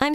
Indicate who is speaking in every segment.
Speaker 1: I'm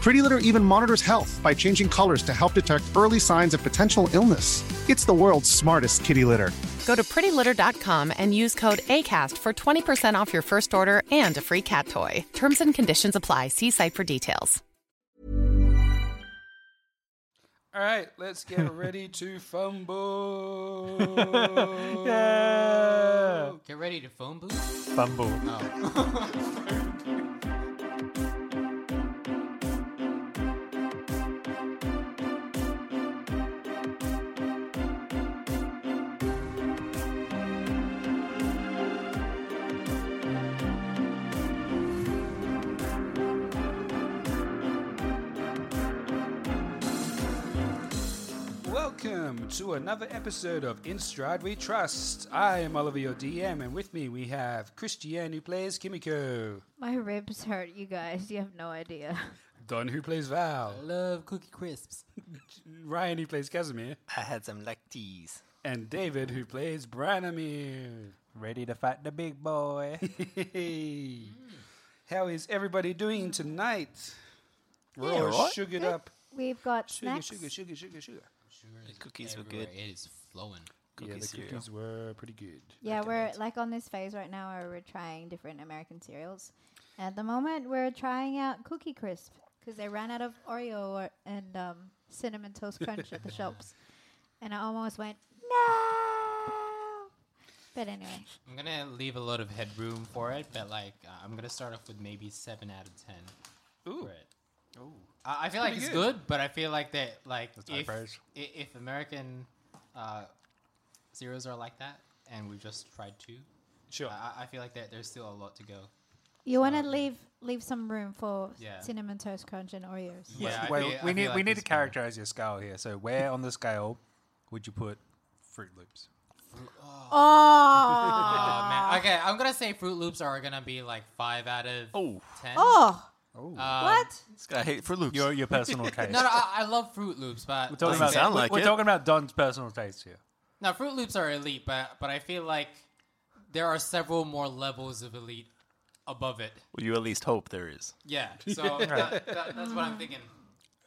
Speaker 2: Pretty Litter even monitors health by changing colors to help detect early signs of potential illness. It's the world's smartest kitty litter.
Speaker 3: Go to prettylitter.com and use code ACAST for 20% off your first order and a free cat toy. Terms and conditions apply. See site for details.
Speaker 4: All right, let's get ready to fumble.
Speaker 5: Yeah.
Speaker 6: Get ready to Oh. phone booth.
Speaker 5: Fumble.
Speaker 4: Welcome to another episode of In Stride We Trust. I am Oliver, your DM, and with me we have Christiane, who plays Kimiko,
Speaker 7: My ribs hurt, you guys. You have no idea.
Speaker 4: Don, who plays Val,
Speaker 6: I love cookie crisps.
Speaker 4: Ryan, who plays Casimir,
Speaker 8: I had some lactees.
Speaker 4: and David, who plays Branimir.
Speaker 5: Ready to fight the big boy.
Speaker 4: How is everybody doing tonight? We're all sugared up.
Speaker 7: We've got
Speaker 4: Sugar,
Speaker 7: snacks.
Speaker 4: sugar, sugar, sugar, sugar.
Speaker 8: The cookies were good.
Speaker 6: Everywhere. It is flowing.
Speaker 8: Cookie
Speaker 4: yeah, the
Speaker 8: cereal.
Speaker 4: cookies were pretty good.
Speaker 7: Yeah, we're like on this phase right now where we're trying different American cereals. At the moment, we're trying out Cookie Crisp because they ran out of Oreo or, and um, Cinnamon Toast Crunch at the shops, and I almost went no. But anyway,
Speaker 6: I'm gonna leave a lot of headroom for it, but like uh, I'm gonna start off with maybe seven out of ten
Speaker 4: Ooh.
Speaker 6: for it. I, I feel like
Speaker 4: pretty
Speaker 6: it's
Speaker 4: good.
Speaker 6: good, but I feel like that like
Speaker 4: high
Speaker 6: if,
Speaker 4: praise.
Speaker 6: i- if American uh, zeros are like that, and we've just tried two,
Speaker 4: Sure.
Speaker 6: I, I- I feel like that there's still a lot to go.
Speaker 7: you want to leave leave some room for
Speaker 6: Yeah.
Speaker 7: Cinnamon Toast Crunch and Oreos.
Speaker 6: Yeah, I
Speaker 5: Wait,
Speaker 6: feel- I
Speaker 5: we
Speaker 6: feel
Speaker 5: need
Speaker 6: like
Speaker 5: we need to
Speaker 6: it's more-
Speaker 5: characterize your scale here. So where on the scale would you put Fruit Loops?
Speaker 7: Oh,
Speaker 6: Oh man. Okay, I'm gonna say Fruit Loops are gonna be like five out of
Speaker 8: Oh.
Speaker 6: ten.
Speaker 7: oh,
Speaker 6: Um,
Speaker 7: what?
Speaker 8: This guy hate for loops.
Speaker 5: Your your personal taste.
Speaker 6: No, no, I, I love Fruit Loops, but
Speaker 5: we're talking
Speaker 8: Doesn't
Speaker 5: about
Speaker 8: sound
Speaker 5: we're-
Speaker 8: like
Speaker 5: we're
Speaker 8: it.
Speaker 5: talking about Don's personal taste here.
Speaker 6: No, Fruit Loops are elite, but but I feel like there are several more levels of elite above it.
Speaker 8: well, you at least hope there is.
Speaker 6: Yeah, so that, that, that's what I'm thinking.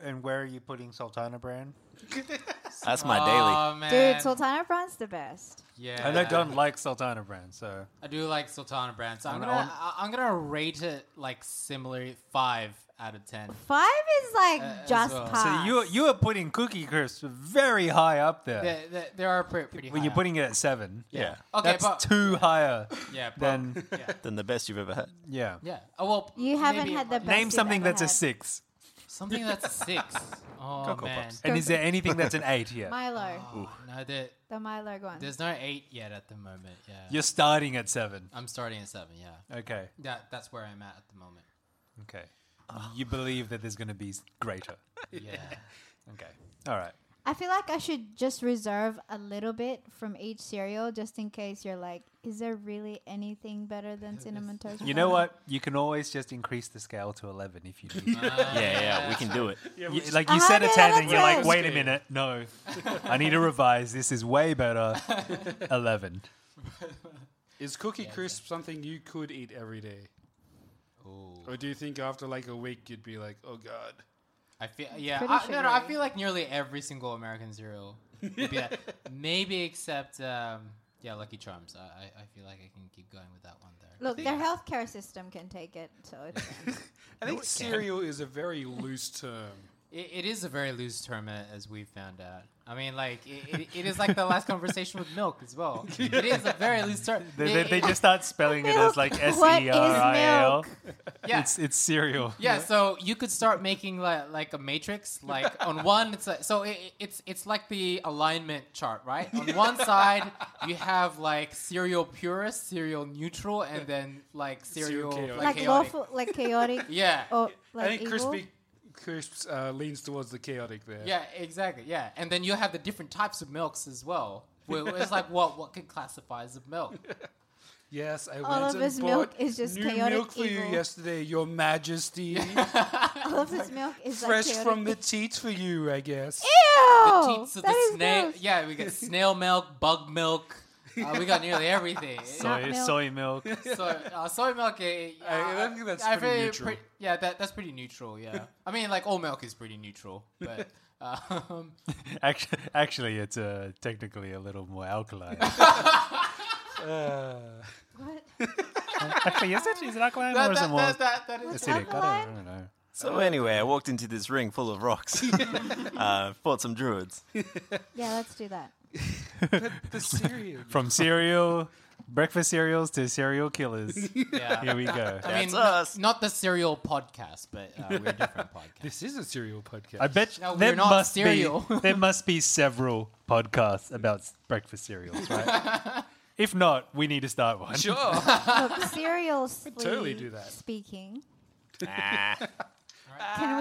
Speaker 5: And where are you putting Sultana brand?
Speaker 8: That's my
Speaker 6: Oh man,
Speaker 7: Dude, Sultana Brown's the best.
Speaker 6: yeah,
Speaker 5: I know Don likes Sultana brand, so
Speaker 6: I do like Sultana brand, so I'm
Speaker 5: On-
Speaker 6: gonna
Speaker 5: on-
Speaker 6: I- I'm gonna rate it like similarly five out of ten.
Speaker 7: Five is like
Speaker 6: Uh, as
Speaker 7: just
Speaker 6: well. So
Speaker 7: past.
Speaker 5: so you you are putting Cookie Crisp very high up there.
Speaker 6: There, there, there are pre- pretty.
Speaker 5: When
Speaker 6: high
Speaker 5: you're
Speaker 6: up.
Speaker 5: putting it at seven,
Speaker 8: daily. Yeah.
Speaker 6: okay,
Speaker 5: that's
Speaker 6: but,
Speaker 5: too higher.
Speaker 6: yeah, but,
Speaker 5: than-
Speaker 6: yeah,
Speaker 8: Than the best you've ever had.
Speaker 5: Yeah.
Speaker 6: yeah. Oh well,
Speaker 7: You haven't
Speaker 6: maybe
Speaker 7: had the best
Speaker 5: Name
Speaker 7: you've
Speaker 5: something
Speaker 7: ever
Speaker 5: that's a
Speaker 7: had.
Speaker 5: six.
Speaker 6: something that's a six. Oh
Speaker 8: Cocoa
Speaker 6: man,
Speaker 8: Pops.
Speaker 5: And is there anything that's an eight here?
Speaker 7: Milo,
Speaker 6: no, there,
Speaker 7: the Milo one.
Speaker 6: there's no eight yet at the moment. Yeah,
Speaker 5: You're starting at seven.
Speaker 6: I'm starting at seven. Yeah.
Speaker 5: Okay.
Speaker 6: That that's where I'm at at the moment.
Speaker 5: Okay. You believe that there's going to be greater.
Speaker 6: Yeah.
Speaker 5: Okay. All right.
Speaker 7: I feel like I should just reserve a little bit from each cereal, just in case you're like, is there really anything better than cinnamon toast?
Speaker 5: You know
Speaker 7: Crunch?
Speaker 5: what? You can always just increase the scale to 11 if you need. to.
Speaker 8: Yeah, yeah, we can do it.
Speaker 5: You- like you said a
Speaker 7: had it
Speaker 5: 10
Speaker 7: at
Speaker 5: and you're like,
Speaker 7: 10.
Speaker 5: wait a minute. No. I need to revise. This is way better. 11.
Speaker 4: Is Cookie Crisp something you could eat every day? Or do you think after like a week you'd be like, oh god?
Speaker 6: I feel yeah.
Speaker 7: pretty
Speaker 6: I, no, no, I
Speaker 7: sugary.
Speaker 6: feel like nearly every single American cereal. would be that. Maybe except um, yeah, Lucky Charms. I, I I feel like I can keep going with that one there.
Speaker 7: Look, their healthcare system can take it, so it's fine.
Speaker 4: I think cereal is a very loose term.
Speaker 6: It, it is a very loose term, a- as we found out. I mean, like it, it, it is like the last conversation with milk as well. It is a very loose term.
Speaker 5: They,
Speaker 6: It-
Speaker 5: they, they
Speaker 6: it-
Speaker 5: just start spelling it as like S E R
Speaker 7: What is
Speaker 5: I A L.
Speaker 6: Yeah.
Speaker 5: It's it's cereal.
Speaker 6: Yeah, so you could start making like, like a matrix. Like on one, it's like, so it, it's it's like the alignment chart, right? On one side, you have like serial purist, serial neutral, and then like serial
Speaker 4: chaotic.
Speaker 6: like,
Speaker 7: Like
Speaker 6: chaotic.
Speaker 7: lawful, like chaotic.
Speaker 6: Yeah.
Speaker 7: Or
Speaker 4: I
Speaker 7: like
Speaker 4: think
Speaker 7: evil.
Speaker 4: crispy crisps uh, leans towards the chaotic there.
Speaker 6: Yeah, exactly. Yeah, and then you have the different types of milks as well. Well, It's like what what can classify as a milk?
Speaker 4: Yes, I
Speaker 7: All
Speaker 4: went
Speaker 7: of
Speaker 4: and
Speaker 7: his
Speaker 4: bought
Speaker 7: milk is just
Speaker 4: new
Speaker 7: chaotic
Speaker 4: milk for
Speaker 7: evil.
Speaker 4: you yesterday, Your Majesty.
Speaker 7: All of this milk is like
Speaker 4: Fresh
Speaker 7: chaotic.
Speaker 4: from the teats for you, I guess.
Speaker 7: Ew!
Speaker 6: Teats of
Speaker 7: Oh, that
Speaker 6: the
Speaker 7: is
Speaker 6: snail.
Speaker 7: gross.
Speaker 6: Yeah, we got snail milk, bug milk. Uh, we got nearly everything.
Speaker 7: Not
Speaker 5: Soy
Speaker 7: milk.
Speaker 5: soy milk.
Speaker 6: so uh, soy milk. Uh,
Speaker 4: I think that's pretty
Speaker 6: feel
Speaker 4: neutral.
Speaker 6: pre- yeah, that, that's pretty neutral. Yeah, I mean, like all milk is pretty neutral, but um,
Speaker 5: Actually, actually, it's uh, technically a little more alkaline.
Speaker 7: What?
Speaker 5: actually, is it? Is it alkaline
Speaker 6: that,
Speaker 5: or is it
Speaker 6: that,
Speaker 5: more
Speaker 6: that, that, that is
Speaker 5: acidic? I
Speaker 7: alkaline?
Speaker 5: don't, I don't know.
Speaker 8: So anyway, I walked into this ring full of rocks. uh, fought some druids.
Speaker 7: Yeah, let's do that.
Speaker 4: The cereal.
Speaker 5: From cereal, breakfast cereals to serial killers.
Speaker 6: yeah.
Speaker 5: Here we go.
Speaker 6: I mean,
Speaker 8: That's
Speaker 6: n-
Speaker 8: us.
Speaker 6: not the cereal podcast, but uh, we're a different podcast.
Speaker 4: This is a cereal podcast.
Speaker 5: I bet
Speaker 6: No,
Speaker 5: there
Speaker 6: we're not
Speaker 5: must
Speaker 6: cereal.
Speaker 5: be there must be several podcasts about s- breakfast cereals, right? if not, we need to start one.
Speaker 4: Sure.
Speaker 7: Look, seriously
Speaker 4: totally do that.
Speaker 7: speaking, can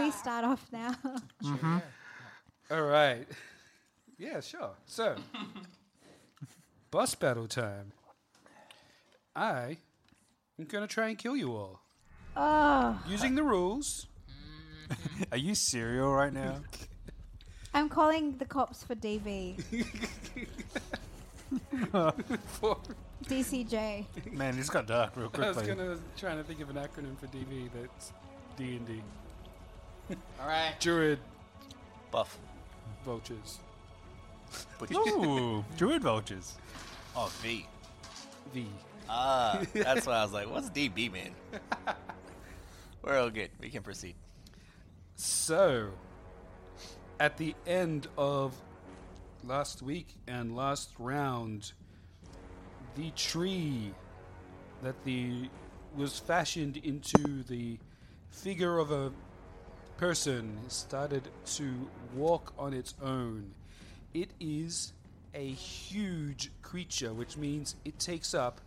Speaker 7: we start off now?
Speaker 5: Mm-hmm.
Speaker 4: All right. Yeah, sure. So, boss battle time. I am going to try and kill you all.
Speaker 7: oh,
Speaker 4: Using the rules.
Speaker 5: Are you cereal right now?
Speaker 7: I'm calling the cops for DV, DCJ.
Speaker 5: Man, this got dark real
Speaker 4: I was
Speaker 5: quickly.
Speaker 4: going to trying to think of an acronym for DV that's D&D.
Speaker 6: All right.
Speaker 4: Druid
Speaker 8: Buff.
Speaker 4: Vultures.
Speaker 5: Ooh, druid vultures.
Speaker 8: Oh, V.
Speaker 4: V.
Speaker 8: Ah, that's why I was like, what's DB, man? We're all good. We can proceed.
Speaker 4: So, at the end of last week and last round, the tree that the was fashioned into the figure of a person started to walk on its own. It is a huge creature, which means it takes up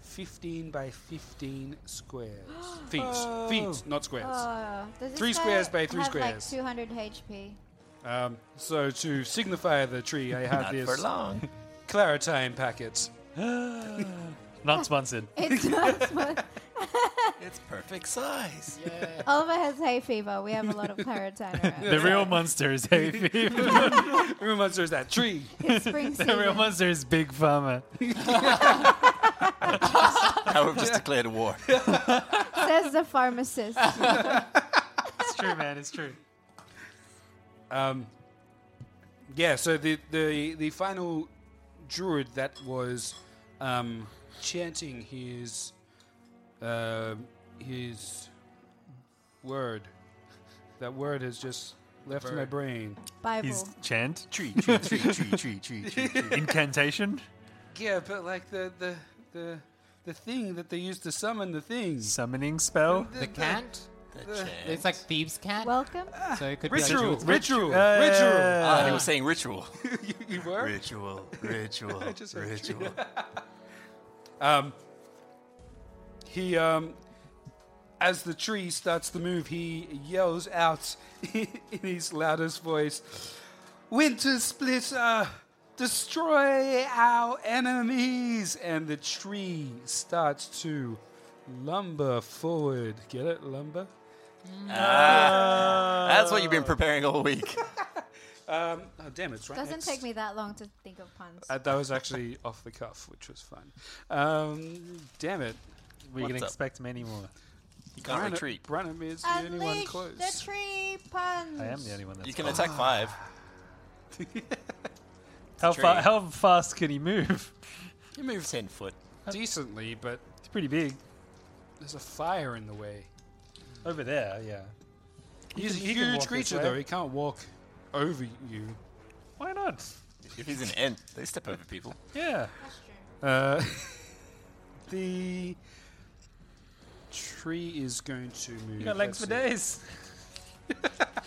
Speaker 4: 15 by 15 squares. Feet. Feet, not squares.
Speaker 7: Oh, does this
Speaker 4: Three
Speaker 7: guy
Speaker 4: squares by three
Speaker 7: have
Speaker 4: squares.
Speaker 7: Like 200 HP.
Speaker 4: Um, so to signify the tree, I have
Speaker 8: Not
Speaker 4: this
Speaker 8: for long.
Speaker 4: Claritine packet.
Speaker 5: Not sponsored.
Speaker 7: It's not. smart.
Speaker 8: It's perfect size.
Speaker 7: Oliver has hay fever. We have a lot of Claritin around.
Speaker 5: The real monster is Heavy.
Speaker 4: Remember, there's that tree.
Speaker 7: It's spring season.
Speaker 5: the real monster is Big Pharma.
Speaker 8: now we've just declared war.
Speaker 7: Says the pharmacist.
Speaker 5: It's true, man. It's true.
Speaker 4: Um, yeah. So the the the final druid that was um, chanting his um his word. That word has just left my brain.
Speaker 7: Bible.
Speaker 5: He's chant
Speaker 8: Tree, tree, tree, tree, tree, tree, tree, tree.
Speaker 5: incantation.
Speaker 4: Yeah, but like the the the the thing that they used to summon the things.
Speaker 5: Summoning spell.
Speaker 6: The can't. It's like thieves' can't.
Speaker 7: Welcome.
Speaker 6: so it could
Speaker 4: Ritual,
Speaker 6: be like Oh,
Speaker 4: ritual,
Speaker 5: Yeah, yeah,
Speaker 4: ritual.
Speaker 5: yeah,
Speaker 8: Ah, he was saying ritual.
Speaker 4: You were?
Speaker 8: Ritual, ritual, ritual.
Speaker 4: Um, he, um, as the tree starts to move, he yells out in his loudest voice Winter Splitter, destroy our enemies! And the tree starts to lumber forward. Get it? Lumber?
Speaker 8: Ah.
Speaker 4: Ah,
Speaker 8: That's what you've been preparing all week.
Speaker 4: Oh, damn, it's right.
Speaker 7: Doesn't
Speaker 4: next.
Speaker 7: take me that long to think of puns.
Speaker 4: Uh, that was actually off the cuff, which was fun. Um, damn it.
Speaker 5: We can
Speaker 8: What's up?
Speaker 5: expect many more.
Speaker 8: You can't
Speaker 4: Bran-
Speaker 8: retreat.
Speaker 4: Branham is the only one
Speaker 7: Unleash
Speaker 4: close.
Speaker 7: the tree puns.
Speaker 5: I am the only one.
Speaker 8: You
Speaker 5: That's
Speaker 8: can attack five.
Speaker 5: how
Speaker 8: tree.
Speaker 5: far? How fast can he move?
Speaker 8: You move ten foot.
Speaker 4: decently, but
Speaker 5: It's pretty big.
Speaker 4: there's a fire in the way.
Speaker 5: Over there, yeah.
Speaker 4: He's
Speaker 5: can-
Speaker 4: a
Speaker 5: he can walk
Speaker 4: huge
Speaker 5: this
Speaker 4: creature,
Speaker 5: way.
Speaker 4: though. He can't walk over you.
Speaker 5: Why not?
Speaker 8: If he's an ent, they step over people.
Speaker 5: Yeah.
Speaker 4: Uh, the tree is going to move.
Speaker 5: You got legs
Speaker 4: Let's see.
Speaker 5: for days.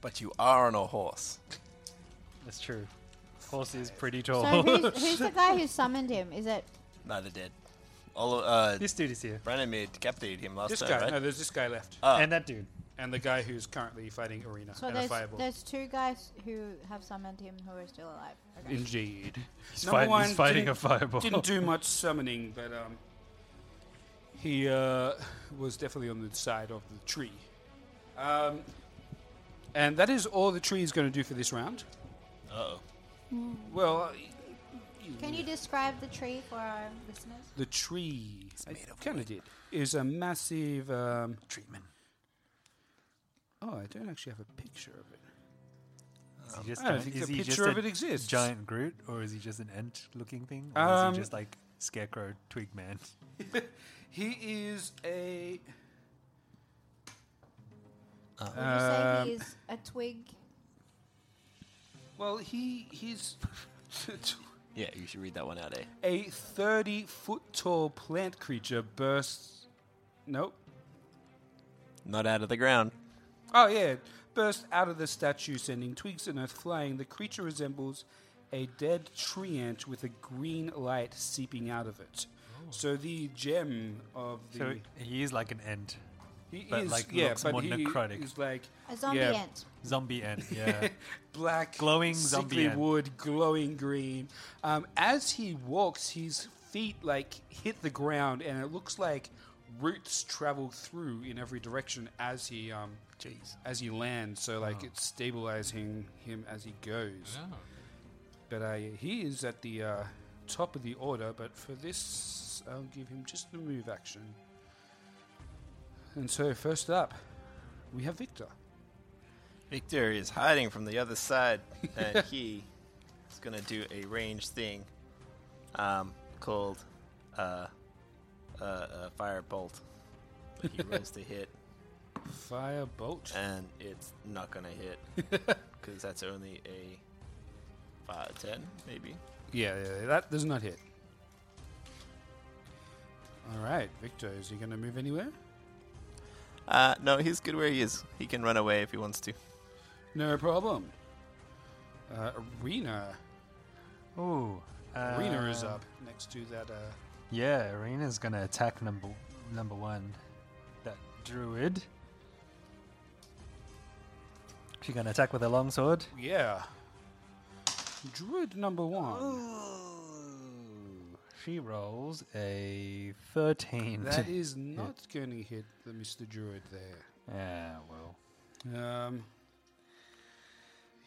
Speaker 8: But you are on a horse.
Speaker 5: That's true. Horse is pretty
Speaker 7: So
Speaker 5: tall.
Speaker 7: who's, who's the guy who summoned him? Is it
Speaker 8: No, they're dead. All of- uh,
Speaker 5: this dude is here.
Speaker 8: Branimir decapitated him last
Speaker 4: This
Speaker 8: time,
Speaker 4: guy.
Speaker 8: right?
Speaker 4: No, there's this guy left,
Speaker 5: And that dude.
Speaker 4: Ah. and the guy who's currently fighting Arena
Speaker 7: so?
Speaker 4: and a
Speaker 7: There's,
Speaker 4: fireball.
Speaker 7: there's two guys who have summoned him who are still alive. Okay.
Speaker 4: Indeed.
Speaker 5: He's,
Speaker 4: Number
Speaker 5: fight-
Speaker 4: one
Speaker 5: he's fighting
Speaker 4: didn't-
Speaker 5: a fireball.
Speaker 4: Didn't do much summoning, but um, he uh, was definitely on the side of the tree. Um, and that is all the tree is going to do for this round.
Speaker 8: Uh-oh.
Speaker 4: Mm. Well, uh,
Speaker 7: Can you describe the tree for our listeners?
Speaker 4: the tree kind of did is a massive um, treatment. Oh, I don't actually have a picture of it.
Speaker 5: Is he just,
Speaker 4: I don't
Speaker 5: giant-
Speaker 4: think
Speaker 5: is
Speaker 4: the
Speaker 5: he
Speaker 4: picture
Speaker 5: just
Speaker 4: of
Speaker 5: a
Speaker 4: it exists.
Speaker 5: Giant Groot, or is he just an ant-looking thing, or
Speaker 4: Um,
Speaker 5: is he just like scarecrow twig man?
Speaker 4: He is a.
Speaker 7: Would you
Speaker 5: Uh,
Speaker 7: say
Speaker 4: Um,
Speaker 7: he is a twig?
Speaker 4: Well, he he's
Speaker 8: Yeah, you should read that one out, eh?
Speaker 4: a thirty foot tall plant creature bursts. Nope.
Speaker 8: Not out of the ground.
Speaker 4: Oh yeah, burst out of the statue, sending twigs and earth flying. The creature resembles a dead tree ant with a green light seeping out of it.
Speaker 8: Oh.
Speaker 4: So the gem of the
Speaker 5: So he is like an ant,
Speaker 4: He
Speaker 5: but,
Speaker 4: is,
Speaker 5: like,
Speaker 4: yeah,
Speaker 5: looks
Speaker 4: but
Speaker 5: more
Speaker 4: he
Speaker 5: necrotic.
Speaker 4: is like
Speaker 7: A zombie
Speaker 4: yeah,
Speaker 7: ant.
Speaker 5: zombie ant. Yeah.
Speaker 4: black,
Speaker 5: Glowing
Speaker 4: sickly
Speaker 5: zombie ant.
Speaker 4: wood, glowing green. Um, as he walks, his feet like hit the ground, and it looks like roots travel through in every direction as he um,
Speaker 8: Jeez.
Speaker 4: as he lands. So like it's stabilizing him as he goes. But uh, he is at the uh, top of the order. But for this, I'll give him just the move action. And so first up, we have Victor.
Speaker 8: Victor is hiding from the other side, and he is going to do a range thing um, called uh, uh, uh, Firebolt. But he rolls to hit,
Speaker 4: Firebolt.
Speaker 8: and it's not going to hit because that's only a five, 10, maybe.
Speaker 4: Yeah, yeah, yeah, that does not hit. All right, Victor, is he going to move anywhere?
Speaker 8: Uh, no, he's good where he is. He can run away if he wants to.
Speaker 4: No problem. Uh, arena.
Speaker 5: Ooh.
Speaker 4: Arena is
Speaker 5: uh,
Speaker 4: up next to that. Uh,
Speaker 5: Yeah, Arena's gonna attack number number one, that druid. She gonna attack with her longsword.
Speaker 4: yeah. Druid number one.
Speaker 5: She rolls a thirteen.
Speaker 4: That is not going to hit the Mr. Druid there.
Speaker 5: yeah, well,
Speaker 4: Um,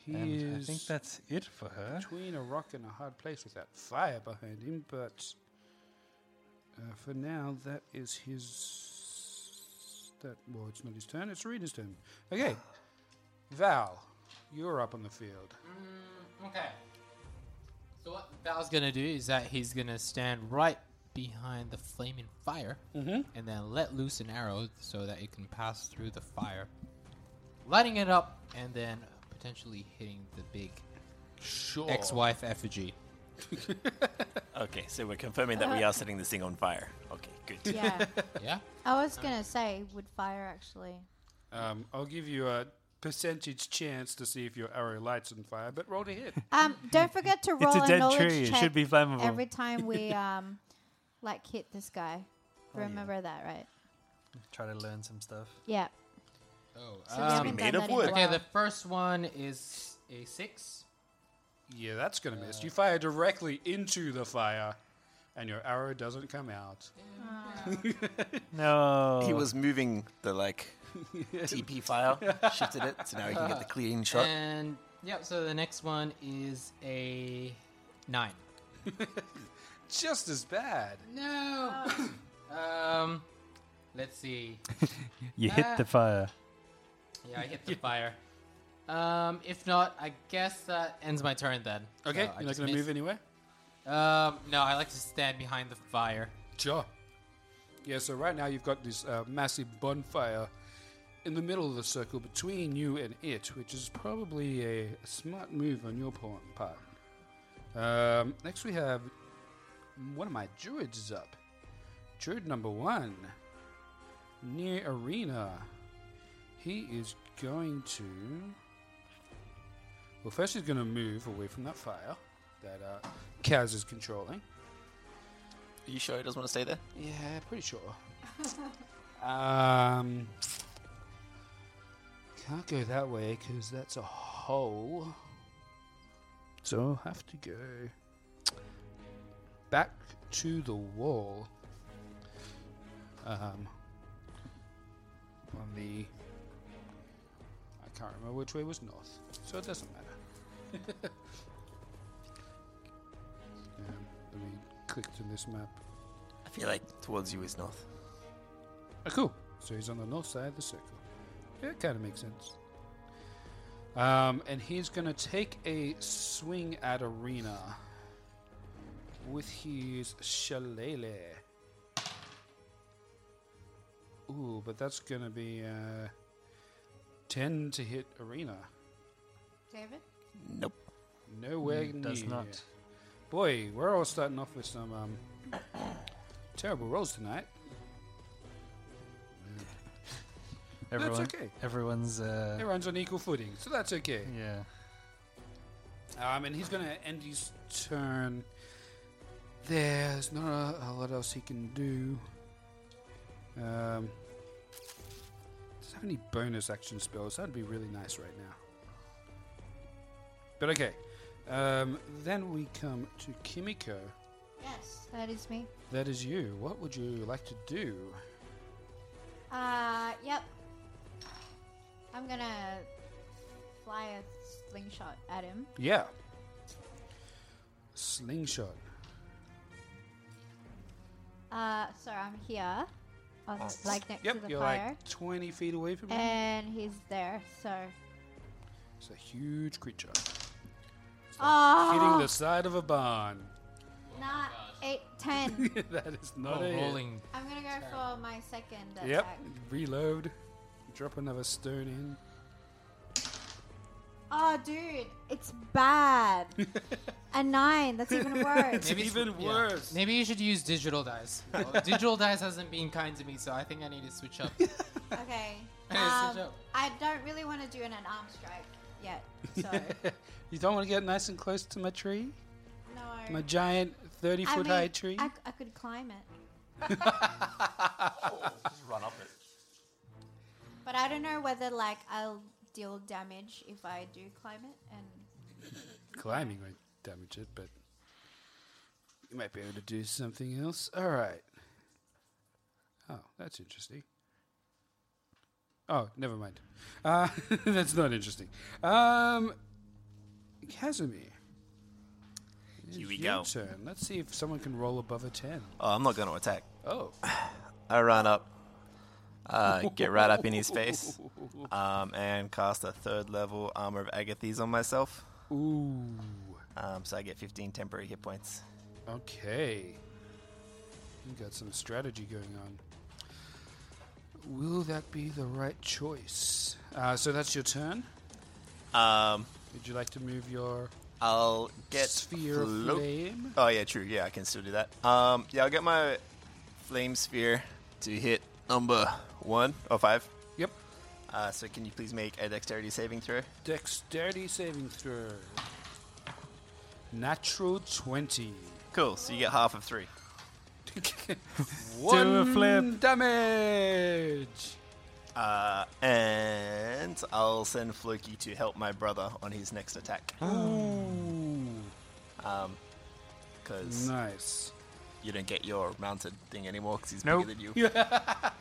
Speaker 4: he
Speaker 5: and I
Speaker 4: is
Speaker 5: think that's it for her.
Speaker 4: between a rock and a hard place with that fire behind him, but uh, for now, that is his. That well, it's not his turn. It's Reader's turn. Okay, Val, you're up on the field.
Speaker 6: Mm, Okay. So what Val's gonna do is that he's gonna stand right behind the flaming fire,
Speaker 7: Mm-hmm.
Speaker 6: and then let loose an arrow so that it can pass through the fire, lighting it up, and then potentially hitting the big
Speaker 4: Sure.
Speaker 6: ex-wife effigy.
Speaker 8: Okay, so we're confirming that we are setting this thing on fire. Okay, good.
Speaker 7: Yeah.
Speaker 6: Yeah.
Speaker 7: I was gonna say would fire actually.
Speaker 4: Um, I'll give you a percentage chance to see if your arrow lights on fire, but roll to hit.
Speaker 7: Um, don't forget to roll
Speaker 5: a dead
Speaker 7: knowledge
Speaker 5: tree. It should
Speaker 7: check
Speaker 5: be flammable.
Speaker 7: every time we um, like hit this guy.
Speaker 5: Oh,
Speaker 7: Remember that, right?
Speaker 5: Try to learn some stuff.
Speaker 7: Yeah.
Speaker 6: Oh.
Speaker 7: So
Speaker 4: um,
Speaker 7: we haven't
Speaker 8: made
Speaker 7: done
Speaker 8: of
Speaker 7: that in a
Speaker 8: wood.
Speaker 6: okay.
Speaker 7: while.
Speaker 6: The first one is a six.
Speaker 4: Yeah, that's gonna
Speaker 5: Uh,
Speaker 4: miss. You fire directly into the fire, and your arrow doesn't come out.
Speaker 5: No.
Speaker 8: He was moving the like TP file, shifted it, so now he can get the clean shot.
Speaker 6: And yeah. So the next one is a nine.
Speaker 4: Just as bad.
Speaker 6: No. um. Let's see. Uh,
Speaker 5: You hit
Speaker 4: Uh,
Speaker 5: the fire.
Speaker 6: Yeah, I hit the fire. Um, if not, I guess that ends my turn then.
Speaker 4: Okay,
Speaker 6: So Uh, I
Speaker 4: you're not
Speaker 6: just
Speaker 4: gonna
Speaker 6: missed.
Speaker 4: move anywhere.
Speaker 6: Um, no, I like to stand behind the fire.
Speaker 4: Sure. Yeah, so right now you've got this uh, massive bonfire in the middle of the circle between you and it, which is probably a smart move on your po- part. Um, next, we have one of my druids is up. Druid number one, near arena. He is going to. Well, first he's going to move away from that fire that uh, Kaz is controlling.
Speaker 8: Are you sure he doesn't want to stay there?
Speaker 4: Yeah, pretty sure. um, can't go that way because that's a hole. So I'll have to go back to the wall. Um, on the I can't remember which way was north, so it doesn't matter. um, let me click to this map.
Speaker 8: I feel like towards you is north.
Speaker 4: Oh, cool. So he's on the north side of the circle. Yeah, kind of makes sense. Um, and he's going to take a swing at Arena with his shillelagh. Ooh, but that's going to be uh, 10 to hit Arena.
Speaker 7: David?
Speaker 8: Nope.
Speaker 4: Nowhere near.
Speaker 5: Mm, Does not.
Speaker 4: Boy, we're all starting off with some um, terrible rolls tonight.
Speaker 5: Everyone,
Speaker 4: okay.
Speaker 5: Everyone's. Uh,
Speaker 4: Everyone's on equal footing, so that's okay.
Speaker 5: Yeah.
Speaker 4: Um, and he's going to end his turn. There's not a, a lot else he can do. Um, does have any bonus action spells? That'd be really nice right now. But okay. Um, then we come to Kimiko.
Speaker 7: Yes. That is me.
Speaker 4: That is you. What would you like to do?
Speaker 7: Uh, yep. I'm gonna fly a slingshot at him.
Speaker 4: Yeah. Slingshot.
Speaker 7: Uh, so I'm here, on, like next
Speaker 4: Yep,
Speaker 7: to the
Speaker 4: you're
Speaker 7: fire,
Speaker 4: like 20 feet away from him.
Speaker 7: and he's there. So,
Speaker 4: It's a huge creature. hitting
Speaker 7: oh,
Speaker 4: the side of a barn.
Speaker 7: not eight, ten.
Speaker 4: that is not
Speaker 6: Oh,
Speaker 4: a hit.
Speaker 6: rolling.
Speaker 7: I'm gonna go for my second attack.
Speaker 4: Yep. Reload. Drop another stone in.
Speaker 7: Oh, dude, it's bad. a nine. That's even worse.
Speaker 6: Maybe it's-
Speaker 4: even
Speaker 6: yeah.
Speaker 4: worse.
Speaker 6: Maybe you should use digital dice. Well, digital dice hasn't been kind to me, so I think I need to switch up.
Speaker 7: okay.
Speaker 6: Hey,
Speaker 7: Um,
Speaker 6: switch up.
Speaker 7: I don't really want to do an unarmed strike yet. So,
Speaker 4: You don't want to get nice and close to my tree?
Speaker 7: no.
Speaker 4: My giant 30
Speaker 7: I
Speaker 4: foot
Speaker 7: mean,
Speaker 4: high tree?
Speaker 7: I, c- I could climb it.
Speaker 8: Run up it.
Speaker 7: But I don't know whether like I'll deal damage if I do climb it, and
Speaker 4: Climbing might damage it, but you might be able to do something else. All right. Oh, that's interesting. Oh, never mind. Uh, that's not interesting. Um, Casimir. it
Speaker 8: Here
Speaker 4: is
Speaker 8: we
Speaker 4: your
Speaker 8: go.
Speaker 4: Turn. Let's see if someone can roll above a 10.
Speaker 8: Oh, I'm not going to attack.
Speaker 4: Oh.
Speaker 8: I run up, uh, get right up in his face, um, and cast a third level Armor of Agathys on myself.
Speaker 4: Ooh.
Speaker 8: Um, so I get 15 temporary hit points.
Speaker 4: Okay. You got some strategy going on. Will that be the right choice? Uh, so that's your turn.
Speaker 8: Um,
Speaker 4: Would you like to move your
Speaker 8: I'll get
Speaker 4: sphere of
Speaker 8: flo-
Speaker 4: flame?
Speaker 8: Oh yeah, true. Yeah, I can still do that. Um, yeah, I'll get my flame sphere to hit number one or five.
Speaker 4: Yep.
Speaker 8: Uh, so can you please make a dexterity saving throw?
Speaker 4: Dexterity saving throw. Natural 20.
Speaker 8: Cool. So you get half of three.
Speaker 4: One
Speaker 5: flip.
Speaker 4: damage.
Speaker 8: Uh, and I'll send Floki to help my brother on his next attack.
Speaker 4: Oh. Ooh.
Speaker 8: Because
Speaker 4: Nice.
Speaker 8: Um, you don't get your mounted thing anymore because he's
Speaker 5: Nope.
Speaker 8: bigger than you.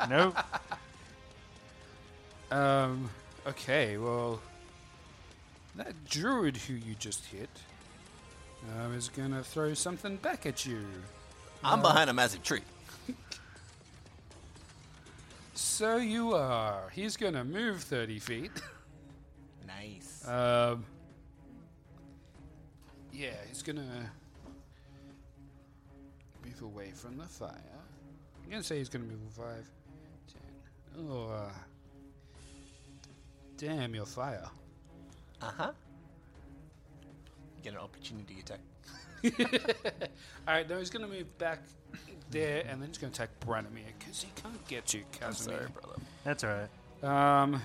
Speaker 5: Nope.
Speaker 4: Um, okay, well, that druid who you just hit um, is going to throw something back at you.
Speaker 8: I'm behind a massive tree.
Speaker 4: So you are. He's going to move 30 feet.
Speaker 8: Nice.
Speaker 4: Um, yeah, he's going to move away from the fire. I'm going to say he's going to move 5, 10. Oh, uh, Damn, you're fire.
Speaker 8: Uh huh. Get an opportunity attack.
Speaker 4: All right, now he's gonna move back there, and then he's gonna attack Branimir because he can't get you, Casimir.
Speaker 8: Sorry, brother.
Speaker 5: That's all right.
Speaker 4: Um,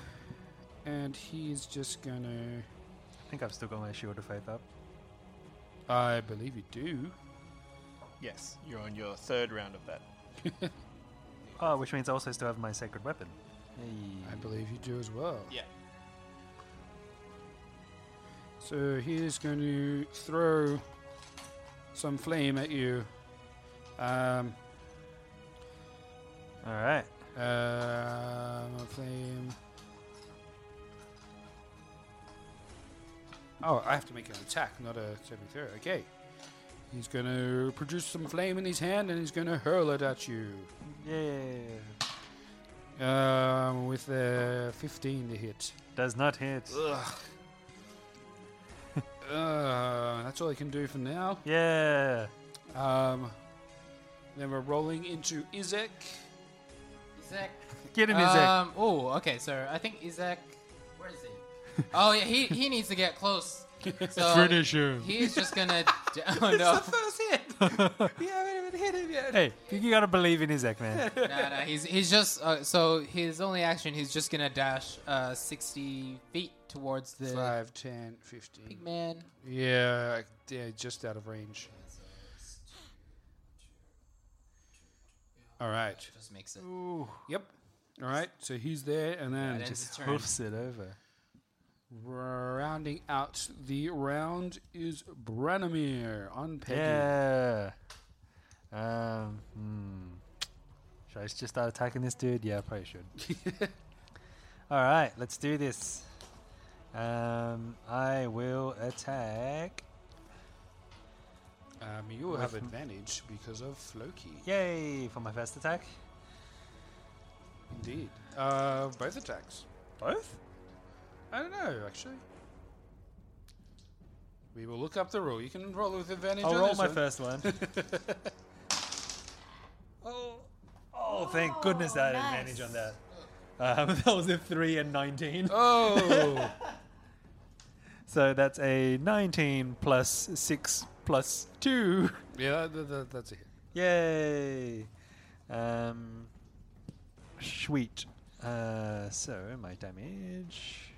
Speaker 4: and he's just gonna.
Speaker 5: I think I've still got my shield of faith up.
Speaker 4: I believe you do.
Speaker 8: Yes, you're on your third round of that.
Speaker 5: Oh, which means I also still have my sacred weapon.
Speaker 4: I believe you do as well.
Speaker 8: Yeah.
Speaker 4: So he's going to throw some flame at you. Um,
Speaker 5: All right.
Speaker 4: um, flame. Oh, I have to make an attack, not a saving throw. Okay. He's going to produce some flame in his hand and he's going to hurl it at you.
Speaker 5: Yeah.
Speaker 4: Um, with a 15 to hit.
Speaker 5: Does not hit.
Speaker 4: Uh, that's all I can do for now.
Speaker 5: Yeah.
Speaker 4: Um, then we're rolling into Izek.
Speaker 6: Isaac.
Speaker 5: Get him, Isaac.
Speaker 6: Um, oh, okay. So I think Isaac. Where is he? oh yeah, he, he needs to get close. So
Speaker 5: Finish him.
Speaker 6: He's just gonna. Oh no.
Speaker 5: hey, you, you gotta believe in Isaac, man.
Speaker 6: no, no, he's he's just uh, so his only action. He's just gonna dash uh, sixty feet towards the
Speaker 4: 5, 10, 15.
Speaker 6: big man.
Speaker 4: Yeah, yeah, just out of range. All right.
Speaker 6: Just makes it.
Speaker 4: Yep. All right. So he's there, and then
Speaker 6: That ends his turn.
Speaker 5: Hoofs it over.
Speaker 4: rounding out the round is Branimir on Peggy.
Speaker 5: Yeah. Um. hmm. Should I just start attacking this dude? Yeah, I probably should. All right, let's do this. Um, I will attack.
Speaker 4: Um, you will have advantage because of Floki.
Speaker 5: Yay for my first attack.
Speaker 4: Indeed. Uh, both attacks.
Speaker 5: Both.
Speaker 4: I don't know, actually. We will look up the rule. You can roll with advantage.
Speaker 5: I'll
Speaker 4: on
Speaker 5: roll
Speaker 4: this
Speaker 5: my
Speaker 4: one.
Speaker 5: first one. oh, oh, thank goodness I had advantage on that. Um, that was a three and nineteen.
Speaker 4: Oh,
Speaker 5: So that's a nineteen plus six plus two.
Speaker 4: yeah, that, that, that's a hit.
Speaker 5: Yay! Um, sweet. Uh, so my damage.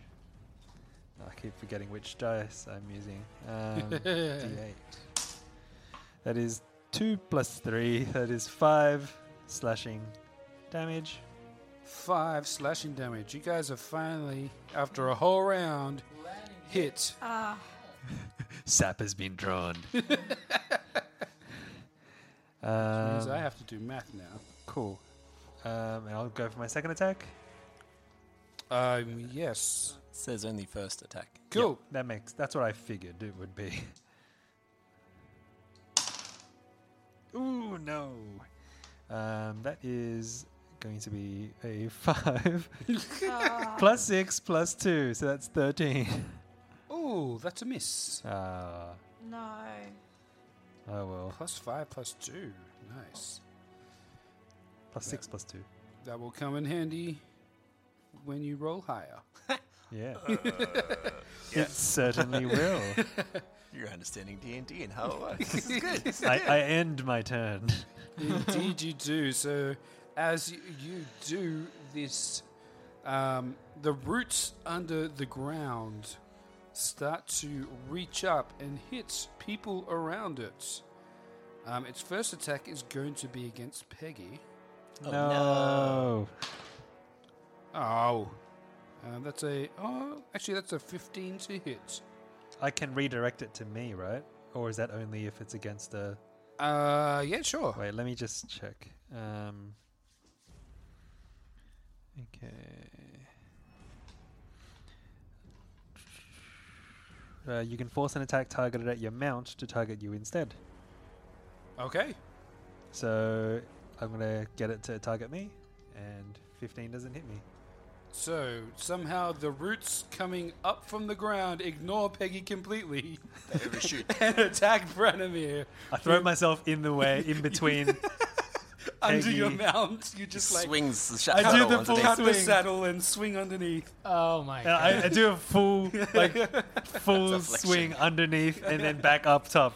Speaker 5: I keep forgetting which dice I'm using. Um, D8. That is two plus three. That is five slashing damage.
Speaker 4: Five slashing damage. You guys are finally, after a whole round, hit.
Speaker 5: Sap has been drawn.
Speaker 4: Means
Speaker 5: um,
Speaker 4: I have to do math now.
Speaker 5: cool. Um, and I'll go for my second attack.
Speaker 4: Um, yes.
Speaker 8: Says only first attack.
Speaker 4: Cool.
Speaker 5: That makes that's what I figured it would be. Ooh no. Um, that is going to be a five plus six plus two, so that's thirteen.
Speaker 4: Oh, that's a miss.
Speaker 5: Ah,
Speaker 7: No.
Speaker 5: oh well.
Speaker 4: Plus five, plus two. Nice.
Speaker 5: Plus six plus two.
Speaker 4: That will come in handy when you roll higher.
Speaker 5: Yeah. It certainly will.
Speaker 8: You're understanding D and D and how it works. Oh, This is good. This is
Speaker 5: I,
Speaker 8: good.
Speaker 5: I end my turn.
Speaker 4: Indeed, you do. So, as y- you do this, um, the roots under the ground start to reach up and hit people around it. Um, its first attack is going to be against Peggy.
Speaker 5: no.
Speaker 4: Oh, um, that's a oh, actually that's a fifteen to hit.
Speaker 5: I can redirect it to me, right? Or is that only if it's against a
Speaker 4: Uh, yeah, sure.
Speaker 5: Wait, let me just check. Um, okay. Uh, you can force an attack targeted at your mount to target you instead.
Speaker 4: Okay,
Speaker 5: So I'm gonna get it to target me, and 15 doesn't hit me.
Speaker 4: so somehow the roots coming up from the ground ignore Peggy completely.
Speaker 8: Overshoot.
Speaker 4: and attack Branimir.
Speaker 5: I throw myself in the way, in between.
Speaker 4: under your
Speaker 5: Peggy.
Speaker 4: mount. You just like
Speaker 8: swings the
Speaker 5: I do
Speaker 8: shot. shuttle
Speaker 5: the full
Speaker 8: underneath.
Speaker 4: cut the
Speaker 5: swing.
Speaker 4: saddle and swing underneath.
Speaker 6: Oh my
Speaker 5: And
Speaker 6: god.
Speaker 5: Uh, I, I do a full like full
Speaker 8: It's a flexion.
Speaker 5: swing underneath and then back up top.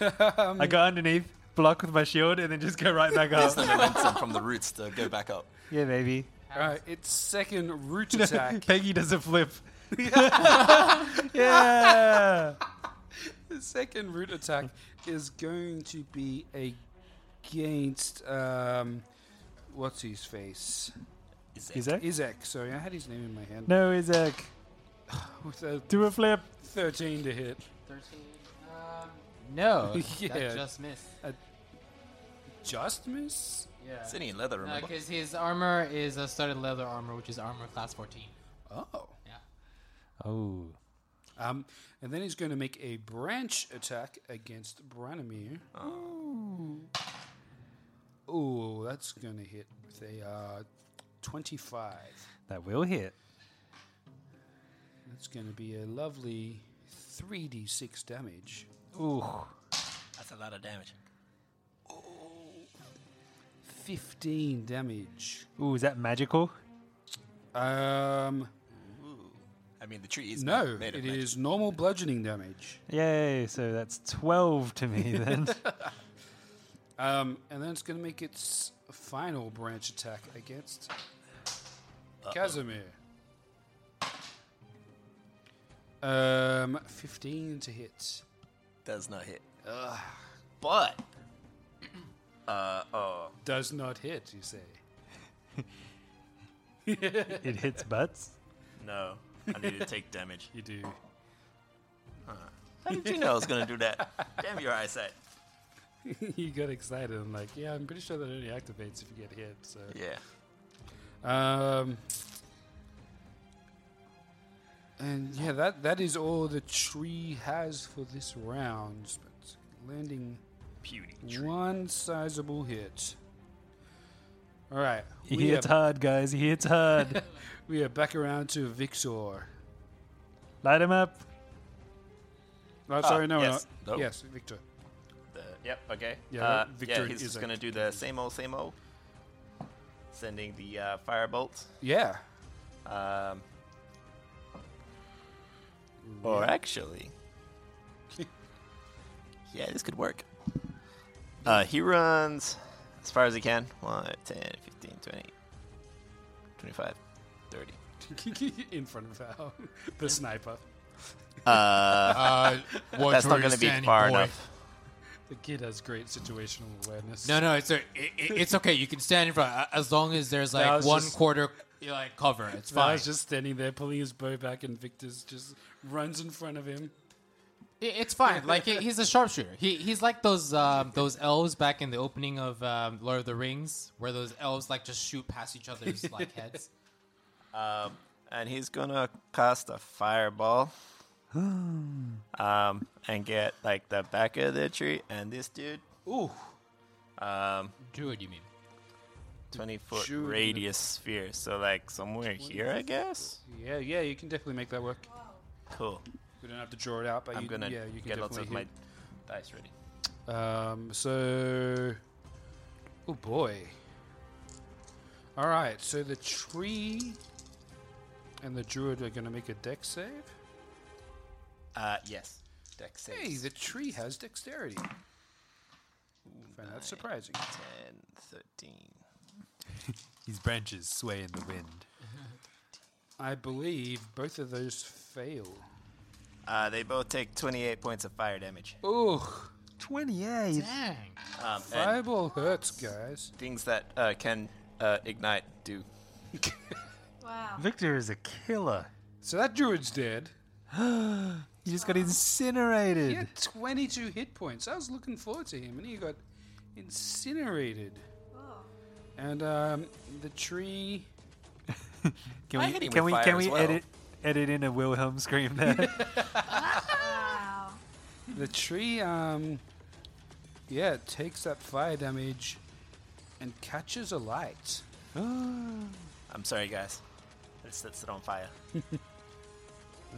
Speaker 4: Um,
Speaker 5: I go underneath, block with my shield, and then just go right back
Speaker 8: Use
Speaker 5: up.
Speaker 8: the momentum from the roots to go back up.
Speaker 5: yeah, baby.
Speaker 4: All right, its second root attack.
Speaker 5: Peggy does a flip. yeah.
Speaker 4: The second root attack is going to be against um, what's his face?
Speaker 5: Isaac?
Speaker 4: Izak. Sorry, I had his name in my hand.
Speaker 5: No, Isaac.
Speaker 4: With a
Speaker 5: Do a flip.
Speaker 4: thirteen to hit.
Speaker 6: 13. Um, no.
Speaker 4: Yeah.
Speaker 6: That just missed.
Speaker 4: Just miss.
Speaker 6: Yeah.
Speaker 8: It's any leather, remember?
Speaker 6: Because his armor is a studded leather armor, which is armor class 14.
Speaker 4: Oh.
Speaker 6: Yeah.
Speaker 5: Oh.
Speaker 4: Um, and then he's going to make a branch attack against Branimir.
Speaker 8: Oh.
Speaker 4: Ooh. Ooh, that's going to hit with a uh, 25.
Speaker 5: That will hit.
Speaker 4: That's going to be a lovely 3d6 damage.
Speaker 5: Ooh.
Speaker 8: That's a lot of damage.
Speaker 4: 15 damage.
Speaker 5: Ooh, is that magical?
Speaker 4: Um,
Speaker 8: I mean, the tree is
Speaker 4: no,
Speaker 8: made
Speaker 4: it
Speaker 8: of
Speaker 4: is
Speaker 8: magic.
Speaker 4: normal bludgeoning damage.
Speaker 5: Yay, so that's 12 to me then.
Speaker 4: Um, and then it's going to make its final branch attack against Casimir. Um, 15 to hit. Ah.
Speaker 8: Does not hit. But uh oh,
Speaker 4: Does not hit, you say.
Speaker 5: it hits butts.
Speaker 8: no. I need to take damage.
Speaker 4: You do.
Speaker 8: How did you know I was gonna do that? Damn your eyesight.
Speaker 4: you got excited. I'm like, yeah, I'm pretty sure that only activates if you get hit. So,
Speaker 8: Yeah.
Speaker 4: um, and yeah, that that is all the tree has for this round. But landing
Speaker 8: Puny.
Speaker 4: One sizable hit. All right,
Speaker 5: He
Speaker 4: we
Speaker 5: hits
Speaker 4: are,
Speaker 5: hard, guys. He hits hard.
Speaker 4: we are back around to Vixor.
Speaker 5: Light him up.
Speaker 4: Oh, sorry,
Speaker 9: Ah,
Speaker 4: no,
Speaker 8: Ah, yes.
Speaker 4: no,
Speaker 8: Nope.
Speaker 4: yes, Victor.
Speaker 8: The, yep. Okay.
Speaker 4: Yeah,
Speaker 8: Uh,
Speaker 4: that
Speaker 8: yeah.
Speaker 4: victory
Speaker 8: He's
Speaker 4: is a-
Speaker 8: gonna do the same old, same old. Sending the uh, firebolt.
Speaker 4: Yeah,
Speaker 8: Um, or actually, yeah, this could work. Uh, he runs as far as he can 1, 10, 15, 20, 25, 30.
Speaker 4: in front of our the sniper,
Speaker 8: Uh,
Speaker 9: Uh, what
Speaker 8: that's not
Speaker 9: going to
Speaker 8: be far enough.
Speaker 4: the kid has great situational awareness.
Speaker 6: No, no, it's, a, i i it's okay. You can stand in front uh, as long as there's
Speaker 4: I
Speaker 6: like
Speaker 4: was
Speaker 6: one
Speaker 4: just-
Speaker 6: quarter you know, like cover. It's
Speaker 4: I
Speaker 6: fine.
Speaker 4: was just standing there pulling his bow back, and Victor's just runs in front of him.
Speaker 6: I- It's fine. Like he- he's a sharpshooter. He he's like those um, those elves back in the opening of um, Lord of the Rings, where those elves like just shoot past each other's like heads.
Speaker 8: Um, And he's going to cast a fireball. um, and get like the back of the tree and this dude.
Speaker 4: Ooh,
Speaker 8: Um,
Speaker 6: Druid, you mean?
Speaker 8: 20 foot
Speaker 4: Shoot.
Speaker 8: radius sphere. So, like, somewhere here, I guess?
Speaker 4: yeah, yeah, you can definitely make that work.
Speaker 8: Cool.
Speaker 4: You don't have to draw it out, but
Speaker 8: I'm
Speaker 4: you,
Speaker 8: going to
Speaker 4: yeah, you can
Speaker 8: get lots
Speaker 4: definitely
Speaker 8: of my dice ready.
Speaker 4: Um, so, oh boy. All right, so the tree and the druid are going to make a deck save.
Speaker 8: Uh, yes. Dex save.
Speaker 4: Hey, the tree has dexterity. Find that surprising.
Speaker 8: 10, 13.
Speaker 9: These branches sway in the wind.
Speaker 4: I believe both of those fail.
Speaker 8: Uh, they both take 28 points of fire damage.
Speaker 4: Ooh,
Speaker 5: 28.
Speaker 6: Dang.
Speaker 8: Um, and
Speaker 4: fireball hurts, guys.
Speaker 8: things that uh, can uh, ignite do.
Speaker 7: Wow.
Speaker 5: Victor is a killer.
Speaker 4: So that druid's dead.
Speaker 5: He just got
Speaker 4: He
Speaker 5: incinerated.
Speaker 4: had 22 hit points. I was looking forward to him, and he got incinerated.
Speaker 8: Oh.
Speaker 4: And um, the tree
Speaker 5: Can
Speaker 8: I
Speaker 5: we
Speaker 8: hit him
Speaker 5: can we
Speaker 8: with
Speaker 5: can
Speaker 8: fire as
Speaker 5: we
Speaker 8: well.
Speaker 5: edit edit in a Wilhelm scream there?
Speaker 7: Wow.
Speaker 4: The tree, um, yeah, it takes that fire damage and catches a light.
Speaker 5: Oh.
Speaker 8: I'm sorry, guys. It sets it on fire.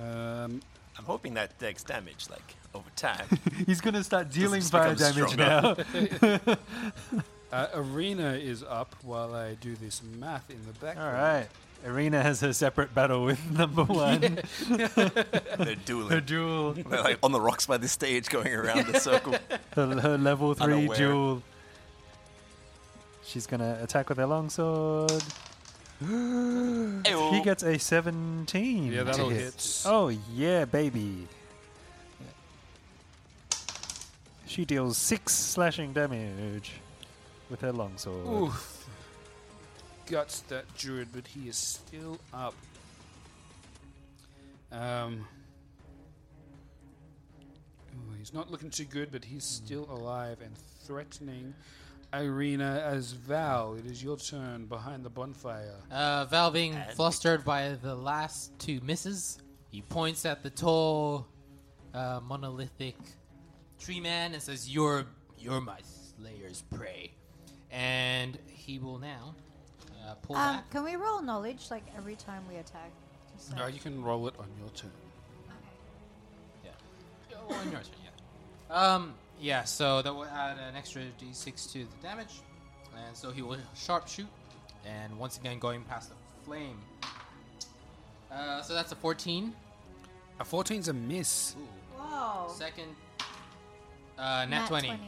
Speaker 4: Um,
Speaker 8: I'm hoping that takes damage, like, over time.
Speaker 5: He's gonna start dealing
Speaker 8: just
Speaker 5: fire
Speaker 8: become
Speaker 5: damage
Speaker 8: stronger.
Speaker 5: now.
Speaker 4: Uh, arena is up while I do this math in the background.
Speaker 5: All right. Arena has a separate battle with number one.
Speaker 8: They're
Speaker 5: Her
Speaker 8: dueling.
Speaker 5: duel.
Speaker 8: They're like on the rocks by the stage, going around the circle.
Speaker 5: Her, her level three
Speaker 8: Unaware.
Speaker 5: duel. She's gonna attack with her longsword. He gets a 17.
Speaker 4: Yeah,
Speaker 5: to
Speaker 4: that'll
Speaker 5: hit.
Speaker 4: hit.
Speaker 5: Oh, yeah, baby. She deals six slashing damage with her longsword.
Speaker 4: Oof. Guts that druid, but he is still up. Um. ooh, he's not looking too good, but he's still alive and threatening Irina as Val. It is your turn behind the bonfire.
Speaker 6: Uh, Val being flustered by the last two misses, he points at the tall, uh, monolithic tree man and says, "You're you're my slayer's prey," and he will now uh, pull
Speaker 7: Um,
Speaker 6: back.
Speaker 7: can we roll knowledge like every time we attack? Just
Speaker 4: Uh,
Speaker 7: like-
Speaker 4: you can roll it on your turn.
Speaker 6: Yeah. Oh, on your turn, yeah. Um, yeah. So that will add an extra d6 to the damage, and so he will sharpshoot, and once again going past the flame. Uh, so that's a 14.
Speaker 4: A 14's a miss.
Speaker 7: Whoa.
Speaker 6: Second, uh, nat,
Speaker 7: Nat
Speaker 6: 20.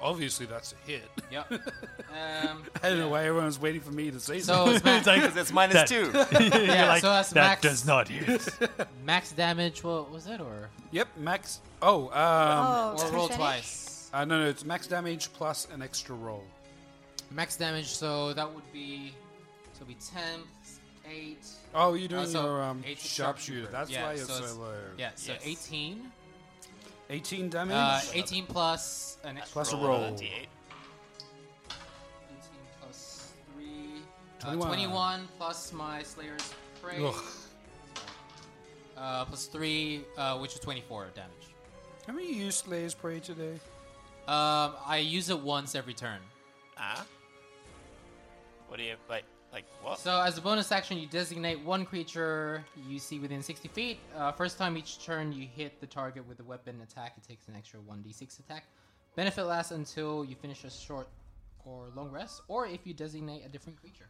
Speaker 4: Obviously, that's a hit.
Speaker 6: Yep. Um,
Speaker 4: I don't know why everyone's waiting for me to say
Speaker 6: so it's max,
Speaker 8: Because it's minus
Speaker 5: That-
Speaker 8: two.
Speaker 6: yeah,
Speaker 5: like,
Speaker 6: so that's
Speaker 5: that
Speaker 6: max,
Speaker 5: does not hit.
Speaker 6: max damage. What was it? Or,
Speaker 4: Yep, max. Oh, um.
Speaker 7: oh,
Speaker 6: or roll
Speaker 7: percentage?
Speaker 6: twice.
Speaker 4: Uh, no, no, it's max damage plus an extra roll.
Speaker 6: Max damage, so that would be. So it'd be 10, plus 8.
Speaker 4: Oh, you're doing
Speaker 6: uh, so
Speaker 4: your um,
Speaker 6: eight's a
Speaker 4: sharpshooter. That's
Speaker 6: Yeah,
Speaker 4: why it's so, uh,
Speaker 6: it's-
Speaker 4: low.
Speaker 6: Yeah, so 18.
Speaker 4: 18 damage.
Speaker 6: Uh, 18 plus an extra
Speaker 4: Plus a
Speaker 6: roll. Uh,
Speaker 4: roll.
Speaker 8: 18.
Speaker 6: 18 plus 3. Uh,
Speaker 4: 21.
Speaker 6: 21 plus my Slayer's Prey.
Speaker 4: Ugh.
Speaker 6: Uh, plus 3, uh, which is 24 damage.
Speaker 4: How many you used Slayer's Prey today?
Speaker 6: Um, I use it once every turn.
Speaker 8: Ah. What do you like? Like what?
Speaker 6: So, as a bonus action, you designate one creature you see within 60 feet. Uh, first time each turn you hit the target with a weapon attack, it takes an extra 1d6 attack. Benefit lasts until you finish a short or long rest, or if you designate a different creature.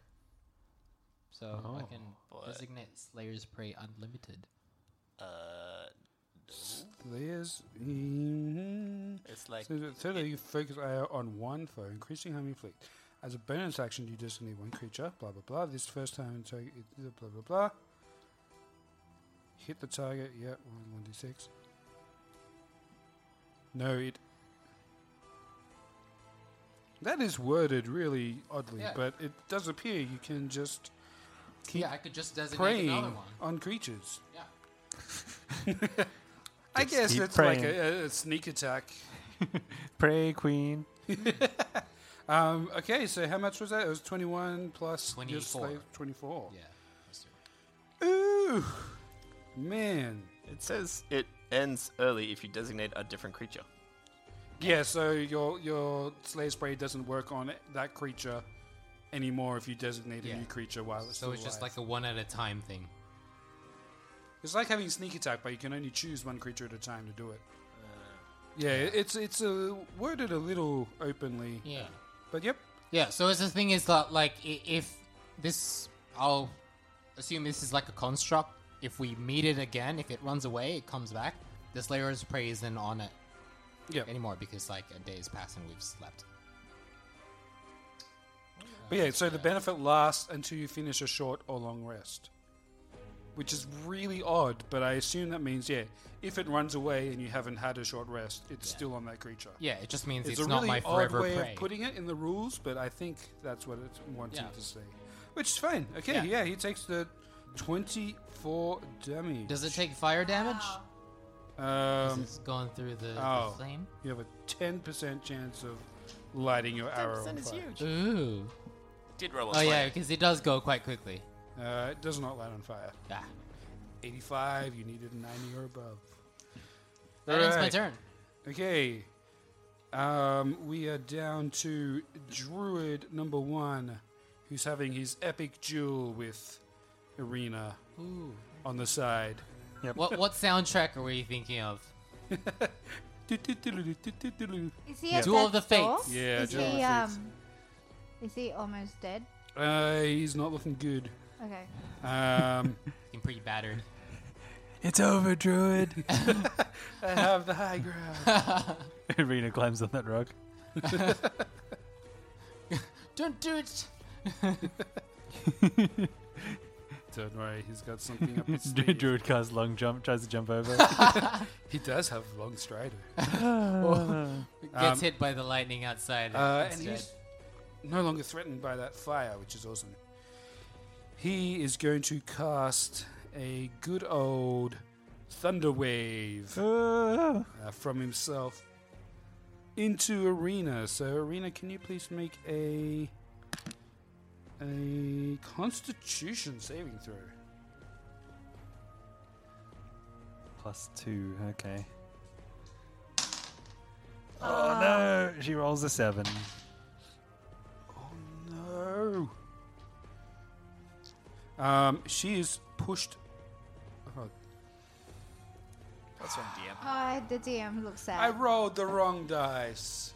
Speaker 6: So, I can designate Slayer's Prey Unlimited.
Speaker 8: Uh,
Speaker 4: Slayer's. Mhm.
Speaker 8: It's like
Speaker 4: So, so that you focus IO on one foe, increasing harming fleet. As a bonus action, you designate one creature, blah blah blah. This first time, and target, blah blah blah. Hit the target, yeah, 1d6. No, it. That is worded really oddly,
Speaker 6: Yeah.
Speaker 4: but it does appear you can just keep
Speaker 6: Yeah, I could just designate another
Speaker 4: preying
Speaker 6: one.
Speaker 4: on creatures.
Speaker 6: Yeah.
Speaker 4: I guess
Speaker 5: keep
Speaker 4: it's like
Speaker 5: preying.
Speaker 4: a, a- a sneak attack.
Speaker 5: Pray, queen.
Speaker 4: Um, okay, so how much was that? It was 21 plus your
Speaker 6: 24.
Speaker 4: slave- 24.
Speaker 6: Yeah.
Speaker 4: Ooh, man.
Speaker 8: it says, it ends early if you designate a different creature.
Speaker 4: Yeah, so your your slay spray doesn't work on that creature anymore if you designate a
Speaker 6: Yeah.
Speaker 4: new creature while it's
Speaker 6: So
Speaker 4: still
Speaker 6: it's just
Speaker 4: alive.
Speaker 6: like a one at a time thing.
Speaker 4: it's like having sneak attack, but you can only choose one creature at a time to do it. Yeah, it's it's uh, worded a little openly,
Speaker 6: Yeah.
Speaker 4: but yep.
Speaker 6: Yeah. So it's the thing is that like i- if this, I'll assume this is like a construct. If we meet it again, if it runs away, it comes back. The Slayer's prey isn't on it
Speaker 4: Yeah,
Speaker 6: anymore because like a day has passed and we've slept.
Speaker 4: but yeah. So the benefit lasts until you finish a short or long rest, which is really odd. But I assume that means yeah, if it runs away and you haven't had a short rest, it's still on that creature.
Speaker 6: Yeah. It just means
Speaker 4: it's,
Speaker 6: it's,
Speaker 4: a
Speaker 6: not
Speaker 4: really
Speaker 6: my
Speaker 4: odd
Speaker 6: forever
Speaker 4: way
Speaker 6: prey.
Speaker 4: of putting it in the rules, but I think that's what it's wanting
Speaker 6: Yeah.
Speaker 4: to say. Which is fine. Okay, yeah.
Speaker 6: Yeah.
Speaker 4: he takes the 24 damage.
Speaker 6: Does it take fire damage?
Speaker 4: Um,
Speaker 6: it's gone through the,
Speaker 4: oh.
Speaker 6: the flame.
Speaker 4: you have a 10% chance of lighting your arrow on fire.
Speaker 6: Ooh.
Speaker 8: Did roll a
Speaker 6: Oh yeah,
Speaker 8: 20.
Speaker 6: because it does go quite quickly.
Speaker 4: Uh, it does not light on fire.
Speaker 6: Yeah.
Speaker 4: 85, you needed a 90 or above.
Speaker 6: That ends my
Speaker 4: Alright.
Speaker 6: turn.
Speaker 4: Okay. Um, we are down to Druid number one, who's having his epic duel with Arena on the side.
Speaker 6: What what soundtrack are we thinking of?
Speaker 7: Is he at
Speaker 6: Duel of
Speaker 7: death's
Speaker 6: the
Speaker 7: door?
Speaker 6: Fates.
Speaker 4: Yeah,
Speaker 7: is
Speaker 4: Duel
Speaker 7: he,
Speaker 4: of the Fates.
Speaker 7: um, Is he almost dead?
Speaker 4: Uh, he's not looking good.
Speaker 7: Okay.
Speaker 4: Um,
Speaker 6: Looking pretty battered.
Speaker 5: It's over, Druid.
Speaker 4: I have the high ground.
Speaker 5: Rena climbs on that rock.
Speaker 6: Don't do it.
Speaker 4: Don't worry, he's got something up his sleeve.
Speaker 5: Druid casts long jump, tries to jump over.
Speaker 4: He does have long strider. Um,
Speaker 6: Gets hit by the lightning outside.
Speaker 4: Uh, and
Speaker 6: instead.
Speaker 4: he's no longer threatened by that fire, which is awesome. He is going to cast a good old thunder wave
Speaker 5: Ah.
Speaker 4: uh, from himself into Arena. So, Arena, can you please make a a Constitution saving throw?
Speaker 5: Plus two, okay.
Speaker 4: Ah.
Speaker 5: Oh no! She rolls a seven.
Speaker 4: No. Oh, Um, she is pushed. Oh,
Speaker 8: That's from DM.
Speaker 7: Oh, the DM looks sad.
Speaker 4: I rolled the wrong dice.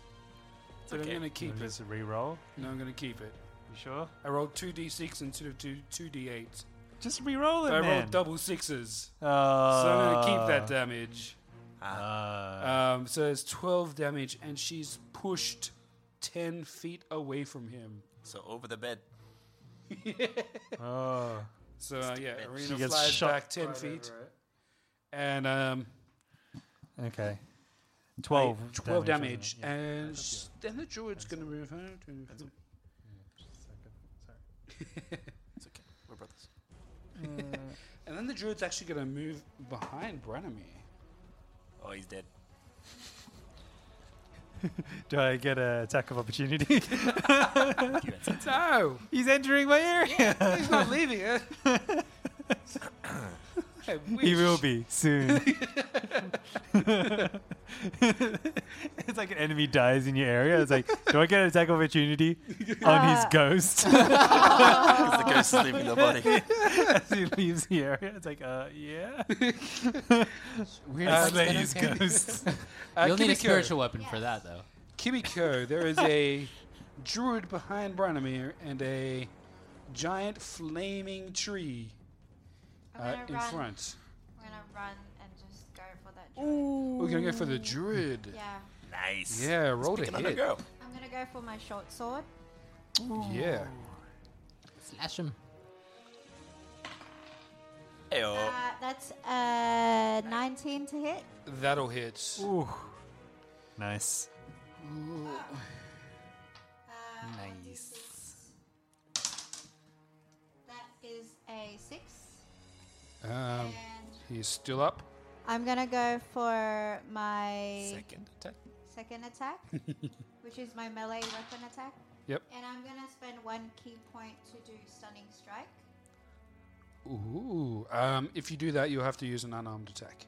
Speaker 4: But
Speaker 8: okay.
Speaker 4: I'm gonna keep it.
Speaker 5: Just re-roll.
Speaker 4: No, I'm gonna keep it.
Speaker 5: You sure?
Speaker 4: I rolled two d6 instead of two two d8.
Speaker 5: Just re-roll it,
Speaker 4: I
Speaker 5: man.
Speaker 4: rolled double sixes,
Speaker 5: Oh.
Speaker 4: so I'm gonna keep that damage.
Speaker 5: Uh,
Speaker 4: Um, so it's 12 damage, and she's pushed 10 feet away from him.
Speaker 8: So over the bed.
Speaker 5: oh.
Speaker 4: So uh, yeah,
Speaker 5: She
Speaker 4: Arena
Speaker 5: gets
Speaker 4: flies
Speaker 5: shot
Speaker 4: back 10 feet, and um,
Speaker 5: Okay. Twelve.
Speaker 4: eight- 12
Speaker 5: wasn't it?
Speaker 4: damage, and s- then the druid's gonna move her. To
Speaker 8: It's okay. We're brothers.
Speaker 4: And then the druid's actually gonna move behind Branimir.
Speaker 8: Oh, he's dead.
Speaker 5: Do I get an attack of opportunity?
Speaker 4: No,
Speaker 5: He's entering my area.
Speaker 4: he's not leaving it. I
Speaker 5: He will
Speaker 4: wish.
Speaker 5: be soon. it's like an enemy dies in your area. It's like, do I get an attack of opportunity on his ghost
Speaker 8: Because the ghost is leaving the body.
Speaker 5: as he leaves the area? It's like, uh, yeah.
Speaker 6: Weird.
Speaker 4: Uh,
Speaker 6: but
Speaker 5: Slay his
Speaker 6: okay.
Speaker 5: ghost.
Speaker 4: Uh,
Speaker 6: You'll need a
Speaker 4: Kimiko.
Speaker 6: spiritual weapon for that, though.
Speaker 4: Kimiko, there is a druid behind Branimir and a giant flaming tree
Speaker 7: I'm
Speaker 4: uh,
Speaker 7: gonna
Speaker 4: in
Speaker 7: run.
Speaker 4: front.
Speaker 7: We're gonna run and just go for that. Druid.
Speaker 4: We're gonna go for the druid.
Speaker 7: Yeah.
Speaker 8: Nice.
Speaker 4: Yeah, roll to
Speaker 8: Picking on a
Speaker 4: hit.
Speaker 8: girl.
Speaker 7: I'm gonna go for my short sword.
Speaker 4: Yeah.
Speaker 6: Slash him.
Speaker 8: Ayo.
Speaker 7: Uh, that's uh 19 to hit.
Speaker 4: That'll hit.
Speaker 5: Ooh. Nice.
Speaker 7: Uh, Nice. That is a six.
Speaker 4: Um,
Speaker 7: And
Speaker 4: he's still up.
Speaker 7: I'm gonna go for my
Speaker 8: Second attack.
Speaker 7: second attack, which is my melee weapon attack.
Speaker 4: Yep.
Speaker 7: And I'm gonna spend one key point to do stunning strike.
Speaker 4: Ooh. Um, if you do that, you'll have to use an unarmed attack.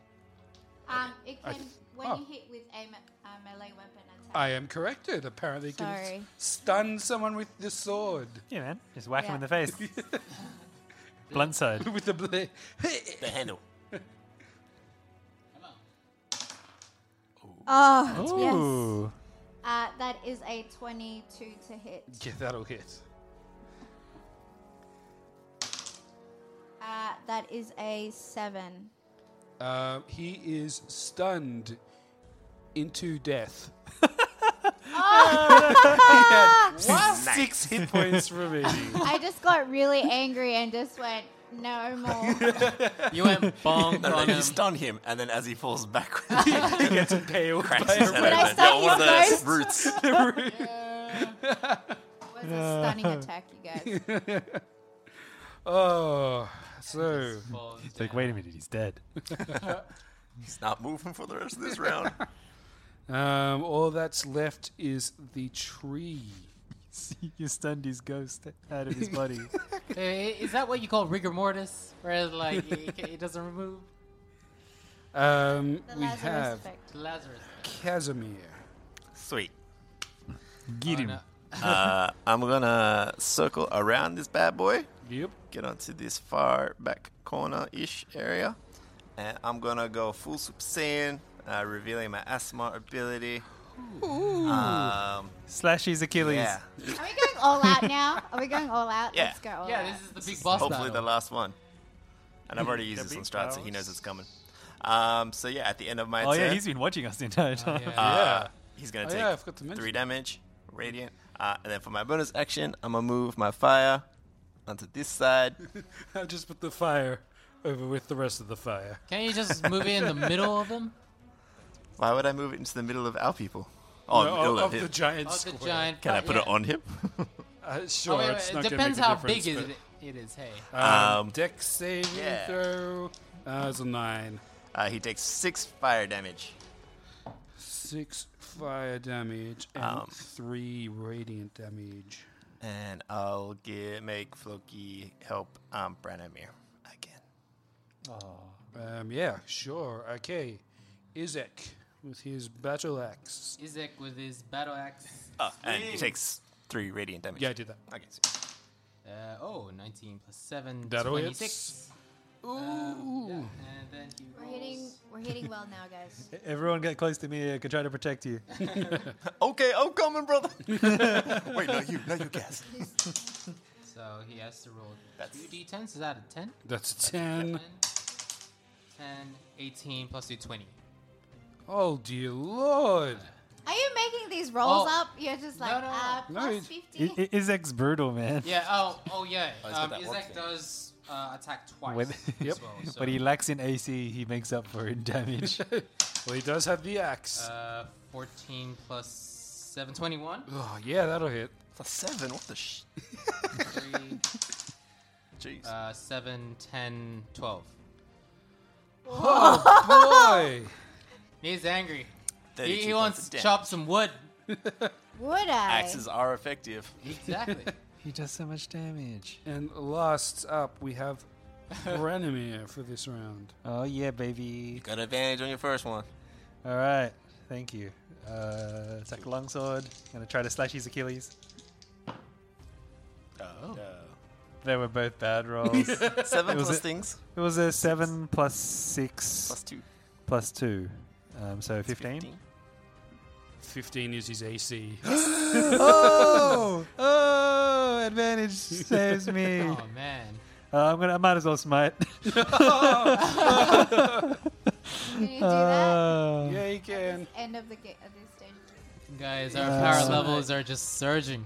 Speaker 7: Um, it
Speaker 4: I
Speaker 7: can
Speaker 4: th-
Speaker 7: when
Speaker 4: oh.
Speaker 7: you hit with a, me- a melee weapon attack.
Speaker 4: I am corrected. Apparently, it can
Speaker 7: Sorry.
Speaker 4: stun someone with the sword.
Speaker 5: Yeah, man. Just whack him
Speaker 7: Yeah.
Speaker 5: in the face. Blunt side.
Speaker 4: with the blade.
Speaker 8: The handle.
Speaker 7: oh,
Speaker 5: Ooh.
Speaker 7: Uh, that is a 22 to hit.
Speaker 4: yeah, that'll hit.
Speaker 7: Uh, that is a seven.
Speaker 4: Uh, he is stunned into death. Six hit points remaining.
Speaker 7: I just got really angry and just went, no more.
Speaker 6: You went bonk
Speaker 8: And
Speaker 6: on
Speaker 8: then
Speaker 6: him.
Speaker 8: you stun him, and then as he falls backwards, he gets impaled. Cracks his head
Speaker 7: Did I
Speaker 8: open.
Speaker 7: stun
Speaker 8: Yeah, one of
Speaker 7: you
Speaker 8: those
Speaker 7: first?
Speaker 8: roots.
Speaker 7: It was a stunning attack, you guys.
Speaker 4: Oh, so
Speaker 5: It's like, wait a minute, he's dead.
Speaker 8: He's not moving for the rest of this round.
Speaker 4: um, all that's left is the tree.
Speaker 5: you stunned his ghost out of his body.
Speaker 6: Uh, Is that what you call rigor mortis? Where like it, it doesn't remove
Speaker 4: Um,
Speaker 7: The
Speaker 4: we
Speaker 7: Lazarus
Speaker 4: have
Speaker 7: effect.
Speaker 6: the Lazarus.
Speaker 4: Casimir.
Speaker 8: Sweet.
Speaker 5: Get him.
Speaker 8: Uh, I'm gonna circle around this bad boy,
Speaker 4: Yep.
Speaker 8: get onto this far back corner ish area, and I'm gonna go full Super Saiyan uh, revealing my ASMR ability. Ah. Um,
Speaker 5: Slashy's Achilles.
Speaker 8: Yeah,
Speaker 7: Are we going all out now? Are we going all out?
Speaker 8: Yeah.
Speaker 7: Let's go all
Speaker 6: Yeah,
Speaker 7: out.
Speaker 6: this is the big boss
Speaker 8: hopefully
Speaker 6: battle.
Speaker 8: the last one. And I've already used
Speaker 5: The
Speaker 8: this on
Speaker 5: big
Speaker 8: Strat, so he
Speaker 5: powers.
Speaker 8: knows it's coming. Um, so yeah, at the end of my
Speaker 5: Oh
Speaker 8: turn,
Speaker 5: yeah, he's been watching us the entire time.
Speaker 8: uh, he's gonna
Speaker 4: Oh,
Speaker 8: take
Speaker 4: yeah, I forgot to mention
Speaker 8: three
Speaker 4: that.
Speaker 8: damage, radiant. Uh, and then for my bonus action, I'm gonna move my fire onto this side.
Speaker 4: I just put the fire over with the rest of the fire.
Speaker 6: Can't you just move it in the middle of them?
Speaker 8: Why would I move it into the middle of our people? Oh,
Speaker 4: No, of,
Speaker 8: middle of,
Speaker 4: of
Speaker 8: him.
Speaker 4: the giant
Speaker 6: Oh, the
Speaker 4: square.
Speaker 6: giant.
Speaker 8: Can I
Speaker 6: part,
Speaker 8: put it
Speaker 6: yeah.
Speaker 8: on him?
Speaker 4: Uh,
Speaker 6: Oh,
Speaker 4: sure,
Speaker 6: wait,
Speaker 4: it's
Speaker 6: wait,
Speaker 4: not
Speaker 6: it depends
Speaker 4: gonna make
Speaker 6: how
Speaker 4: a
Speaker 6: big
Speaker 4: difference,
Speaker 6: is
Speaker 4: but-
Speaker 6: it, it is. Hey,
Speaker 4: Um,
Speaker 8: Um,
Speaker 4: Deck saving
Speaker 8: yeah.
Speaker 4: throw. Uh, it's a nine.
Speaker 8: Uh, he takes six fire damage.
Speaker 4: Six fire damage and
Speaker 5: Um.
Speaker 4: three radiant damage.
Speaker 8: And I'll get, make Floki help um, Branimir again.
Speaker 4: Um, yeah, sure. Okay. Izek with his battle axe.
Speaker 6: Isaac with his battle axe.
Speaker 8: Oh, and he takes three radiant damage.
Speaker 4: Yeah, I did that.
Speaker 8: Okay. sweet.
Speaker 6: Uh, oh, 19 plus 7,
Speaker 4: That'll hit.
Speaker 6: 26. Um, yeah, and then he
Speaker 7: We're hitting.
Speaker 6: rolls-
Speaker 7: We're hitting well now, guys.
Speaker 5: Everyone get close to me. I can try to protect you.
Speaker 8: Okay, I'm coming, brother. Wait, no, you, no, you guess.
Speaker 6: So he has to roll
Speaker 8: That's-
Speaker 6: 2d10s. Is that a 10?
Speaker 4: That's a 10.
Speaker 6: 10, 18 plus 2, 20.
Speaker 4: Oh, dear lord.
Speaker 7: Are you making these rolls
Speaker 6: Oh.
Speaker 7: up? You're just like
Speaker 6: no, no.
Speaker 7: uh,
Speaker 4: No,
Speaker 7: plus
Speaker 4: it's-
Speaker 7: fifty.
Speaker 5: I- I- Isaac's brutal, man.
Speaker 6: Yeah, oh, oh yeah.
Speaker 8: he's got
Speaker 6: um,
Speaker 8: that warp
Speaker 6: Isaac
Speaker 8: thing.
Speaker 6: does uh, attack twice.
Speaker 5: When-
Speaker 4: Yep.
Speaker 6: as well, so,
Speaker 5: But he lacks in AC. He makes up for in damage.
Speaker 4: Well, he does have the axe.
Speaker 6: uh, 14 plus 7, 21.
Speaker 4: oh, yeah, that'll hit.
Speaker 8: Plus seven, what the sh?
Speaker 6: 3,
Speaker 8: Jeez.
Speaker 6: uh, 7, 10, 12.
Speaker 4: Boy!
Speaker 6: He's angry. He,
Speaker 8: 32
Speaker 6: he
Speaker 8: points
Speaker 6: wants
Speaker 8: of
Speaker 6: to
Speaker 8: damage.
Speaker 6: chop some wood.
Speaker 7: Would I?
Speaker 8: Axes are effective.
Speaker 6: Exactly.
Speaker 5: he does so much damage.
Speaker 4: and last up, we have Branimir for this round.
Speaker 5: Oh yeah, baby.
Speaker 8: Got advantage on your first one.
Speaker 5: All right. Thank you. Uh, attack longsword. Gonna try to slash his Achilles.
Speaker 8: Oh.
Speaker 5: They were both bad rolls. it
Speaker 8: Seven
Speaker 5: Was
Speaker 8: plus
Speaker 5: it-
Speaker 8: things.
Speaker 5: was a seven plus six
Speaker 8: Plus two.
Speaker 5: plus two, um, so
Speaker 8: It's
Speaker 5: 15.
Speaker 4: 15 is his AC.
Speaker 5: oh, oh! Advantage saves me. Uh,
Speaker 6: oh, man.
Speaker 5: I'm gonna. I might as well smite.
Speaker 7: Can you do that?
Speaker 5: Uh,
Speaker 4: yeah, he can.
Speaker 7: End of the game. Of this stage.
Speaker 6: Guys, our
Speaker 5: Uh,
Speaker 6: power levels are just surging.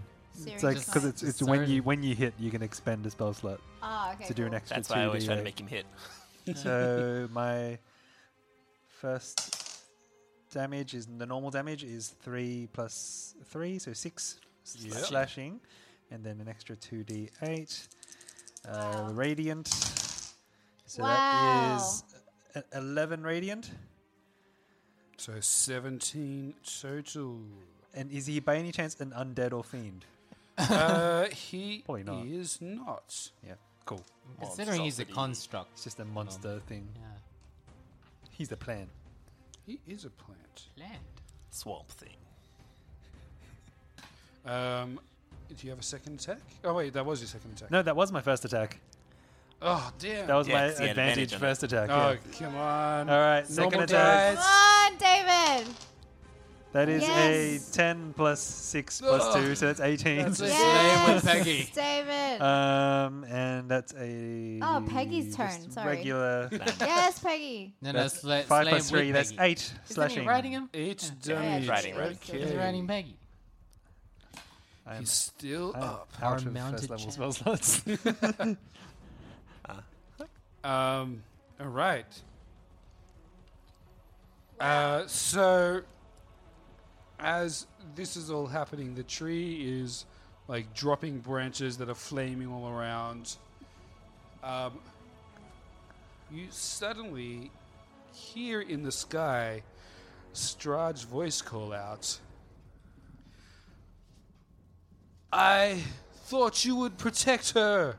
Speaker 5: It's like because
Speaker 7: Seriously.
Speaker 5: it's, it's when you
Speaker 6: Sorry.
Speaker 5: when you hit, you can expend a spell slot
Speaker 7: Oh, okay.
Speaker 5: to do an
Speaker 7: cool.
Speaker 5: extra.
Speaker 8: That's why I always
Speaker 5: 2d8.
Speaker 8: try to make him hit.
Speaker 5: So my first damage is the normal damage is three plus three, so six sl-
Speaker 4: Yep.
Speaker 5: slashing, and then an extra two d eight. Uh, radiant. So that is e- eleven radiant.
Speaker 4: So 17 total.
Speaker 5: And is he by any chance an undead or fiend?
Speaker 4: Uh, he
Speaker 5: Probably not.
Speaker 4: is not.
Speaker 5: Yeah, cool.
Speaker 6: Considering he's a construct.
Speaker 5: It's just a monster thing.
Speaker 6: Yeah.
Speaker 5: He's the plan.
Speaker 4: He is a plant.
Speaker 6: Land.
Speaker 8: Swamp thing.
Speaker 4: Um, do you have a second attack? Oh wait, that was your second attack.
Speaker 5: No, that was my first attack.
Speaker 4: Oh damn.
Speaker 5: That was
Speaker 8: Yeah,
Speaker 5: my
Speaker 8: 'cause he had
Speaker 5: advantage
Speaker 8: advantage on it.
Speaker 5: first attack.
Speaker 4: oh
Speaker 5: yeah.
Speaker 4: come on.
Speaker 5: All right,
Speaker 4: Normal
Speaker 5: second
Speaker 7: Come
Speaker 5: attack.
Speaker 4: dice.
Speaker 7: on, David.
Speaker 5: That is
Speaker 7: Yes.
Speaker 5: a 10 plus 6 plus 2, so that's 18.
Speaker 4: That's it.
Speaker 6: Stay
Speaker 7: Yes,
Speaker 6: with Peggy.
Speaker 7: David.
Speaker 5: um, and that's a.
Speaker 7: Oh, Peggy's
Speaker 5: just
Speaker 7: turn, sorry.
Speaker 5: Regular.
Speaker 7: yes, Peggy.
Speaker 6: No, no,
Speaker 5: that's
Speaker 6: sla-
Speaker 5: 5
Speaker 6: slay
Speaker 5: plus
Speaker 6: with
Speaker 5: 3, that's
Speaker 6: Peggy.
Speaker 5: 8
Speaker 6: Isn't
Speaker 5: slashing.
Speaker 6: he riding him?
Speaker 4: Eight
Speaker 7: Yeah,
Speaker 4: damage.
Speaker 8: Riding,
Speaker 7: it's-
Speaker 8: riding.
Speaker 7: it's-
Speaker 6: He's
Speaker 4: Okay.
Speaker 6: riding Peggy.
Speaker 5: I am,
Speaker 4: He's still
Speaker 5: I am
Speaker 4: up.
Speaker 5: out
Speaker 6: Our
Speaker 5: of
Speaker 6: mounted
Speaker 5: first
Speaker 6: champ.
Speaker 5: level spell slots.
Speaker 4: Um. All right. Uh. So, as this is all happening, the tree is like dropping branches that are flaming all around. Um. You suddenly hear in the sky Strad's voice call out. I thought you would protect her.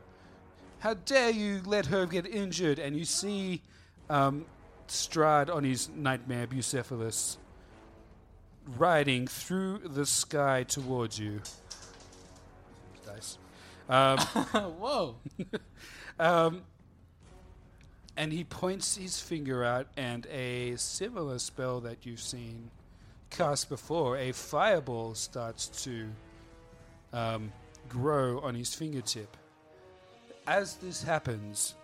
Speaker 4: How dare you let her get injured? And you see um, Strad on his nightmare Bucephalus riding through the sky towards you. Dice. Um,
Speaker 6: Whoa.
Speaker 4: um, And he points his finger out, and a similar spell that you've seen cast before, a fireball starts to um, grow on his fingertip. As this happens,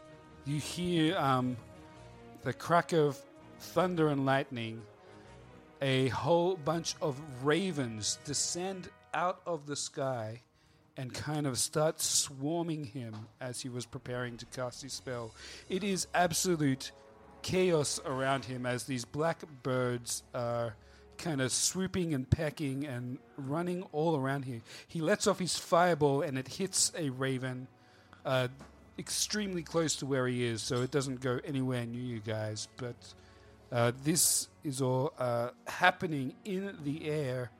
Speaker 4: you hear um, the crack of thunder and lightning. A whole bunch of ravens descend out of the sky and kind of start swarming him as he was preparing to cast his spell. It is absolute chaos around him as these black birds are kind of swooping and pecking and running all around here. He lets off his fireball and it hits a raven uh, extremely close to where he is, so it doesn't go anywhere near you guys. But uh, this is all uh, happening in the air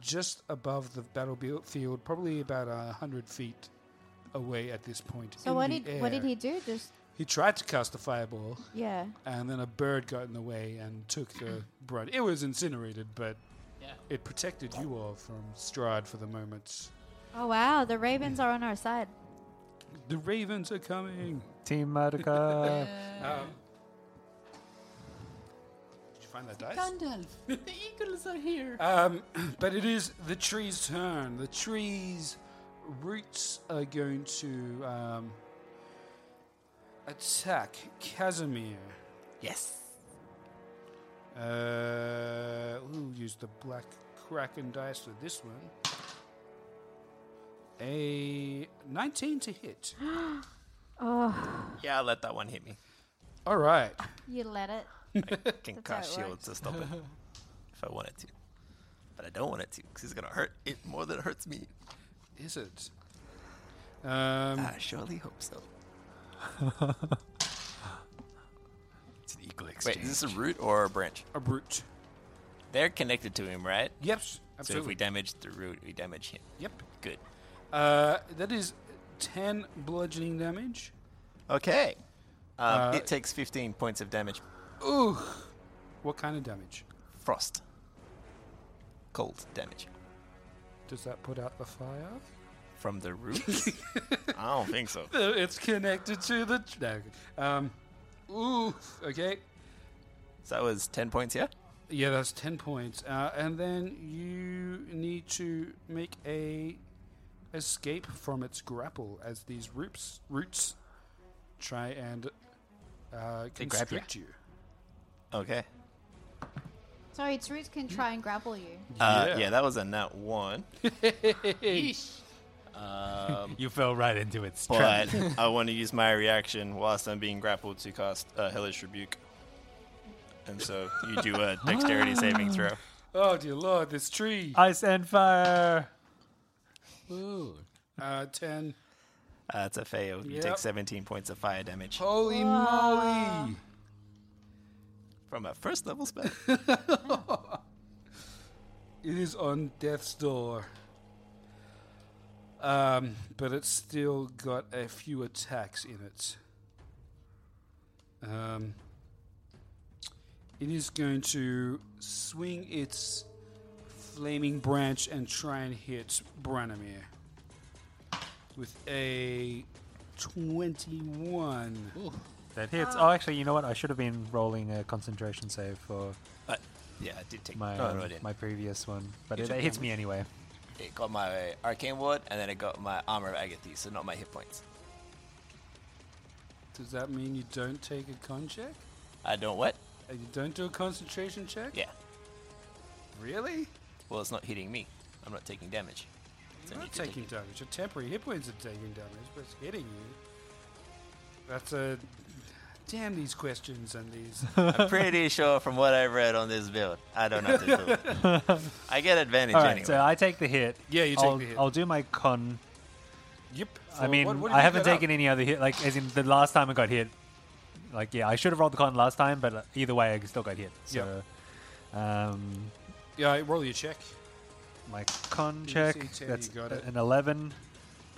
Speaker 4: just above the battlefield, probably about a hundred feet away at this point.
Speaker 7: So
Speaker 4: in
Speaker 7: what
Speaker 4: the
Speaker 7: did what did
Speaker 4: air.
Speaker 7: he do? Just
Speaker 4: He tried to cast a fireball,
Speaker 7: yeah.
Speaker 4: and then a bird got in the way and took the brunt. It was incinerated, but
Speaker 6: Yeah.
Speaker 4: it protected you all from Strahd for the moment.
Speaker 7: Oh wow, the Ravens are on our side.
Speaker 4: The ravens are coming.
Speaker 5: Team Madoka.
Speaker 4: Um, did you find that dice?
Speaker 6: Gandalf, the eagles are here.
Speaker 4: Um, but it is the tree's turn. The tree's roots are going to um, attack Casimir.
Speaker 6: yes.
Speaker 4: Uh, we'll use the black kraken dice for this one. A 19 to hit.
Speaker 8: Yeah, I'll let that one hit me.
Speaker 4: All right.
Speaker 7: You let it.
Speaker 8: I can
Speaker 7: how
Speaker 8: cast
Speaker 7: it
Speaker 8: shield to stop it if I wanted to. But I don't want it to because it's going to hurt it more than it hurts me.
Speaker 4: Is it? Um,
Speaker 8: I surely hope so.
Speaker 9: It's an equal
Speaker 8: Wait,
Speaker 9: exchange.
Speaker 8: is this a root or a branch?
Speaker 4: a brute.
Speaker 8: They're connected to him, right?
Speaker 4: Yep.
Speaker 8: So if we
Speaker 4: Absolutely.
Speaker 8: damage the root, we damage him.
Speaker 4: yep.
Speaker 8: Good.
Speaker 4: Uh, that is 10 bludgeoning damage.
Speaker 8: Okay. Um, it takes 15 points of damage.
Speaker 4: Uh, Ooh. What kind of damage?
Speaker 8: Frost. Cold damage.
Speaker 4: Does that put out the fire?
Speaker 8: From the roots? I don't think so.
Speaker 4: Uh, It's connected to the. Tr- no. Um, ooh. Okay.
Speaker 8: So that was 10 points, yeah?
Speaker 4: Yeah, that's 10 points. Uh, and then you need to make a escape from its grapple as these roots, roots try and uh,
Speaker 8: They grab ya.
Speaker 4: constrict you.
Speaker 8: Okay.
Speaker 7: Sorry, its roots can try and grapple you.
Speaker 8: Uh,
Speaker 4: Yeah.
Speaker 8: yeah, that was a nat one.
Speaker 4: Um,
Speaker 9: you fell right into its trap.
Speaker 8: But I want to use my reaction whilst I'm being grappled to cast uh, Hellish Rebuke. And so you do a dexterity saving throw.
Speaker 4: Oh, dear lord, this tree.
Speaker 5: Ice and fire.
Speaker 4: Uh, 10.
Speaker 8: Uh, it's a fail. You
Speaker 4: Yep.
Speaker 8: take 17 points of fire damage
Speaker 4: Holy moly!
Speaker 8: from a first level spell.
Speaker 4: It is on death's door. Um, but it's still got a few attacks in it. Um, it is going to swing its flaming branch and try and hit Branimir with a 21.
Speaker 5: That hits.
Speaker 7: Ah.
Speaker 5: Oh, actually, you know what? I should have been rolling a concentration save for
Speaker 8: but yeah, I did take
Speaker 5: my
Speaker 8: no,
Speaker 5: um,
Speaker 8: no, I didn't.
Speaker 5: my previous one, but
Speaker 4: You
Speaker 5: it,
Speaker 4: took
Speaker 5: it hits me
Speaker 4: damage.
Speaker 5: anyway.
Speaker 8: It got my arcane ward, and then it got my armor of Agathe, so not my hit points.
Speaker 4: Does that mean you don't take a con check?
Speaker 8: I don't what?
Speaker 4: Uh, You don't do a concentration check?
Speaker 8: Yeah.
Speaker 4: Really?
Speaker 8: Well, it's not hitting me. I'm not taking damage. It's
Speaker 4: You're
Speaker 8: only
Speaker 4: not
Speaker 8: to take
Speaker 4: taking
Speaker 8: it.
Speaker 4: damage. Your temporary hit points are taking damage, but it's hitting you. That's a. Damn these questions and these.
Speaker 8: I'm pretty sure from what I've read on this build, I don't have to do it. I get advantage
Speaker 5: All right,
Speaker 8: anyway.
Speaker 5: so I take the hit.
Speaker 4: Yeah, you take
Speaker 5: I'll-
Speaker 4: the hit.
Speaker 5: I'll do my con.
Speaker 4: yep.
Speaker 5: I mean, I haven't taken any other hit. Like, as in the last time I got hit. Like, yeah, I should have rolled the con last time, but uh, either way, I still got hit. So, um,
Speaker 4: Yeah, roll your check.
Speaker 5: my con
Speaker 4: DC
Speaker 5: check.
Speaker 4: 10,
Speaker 5: That's
Speaker 4: you got
Speaker 5: a-
Speaker 4: it.
Speaker 5: an eleven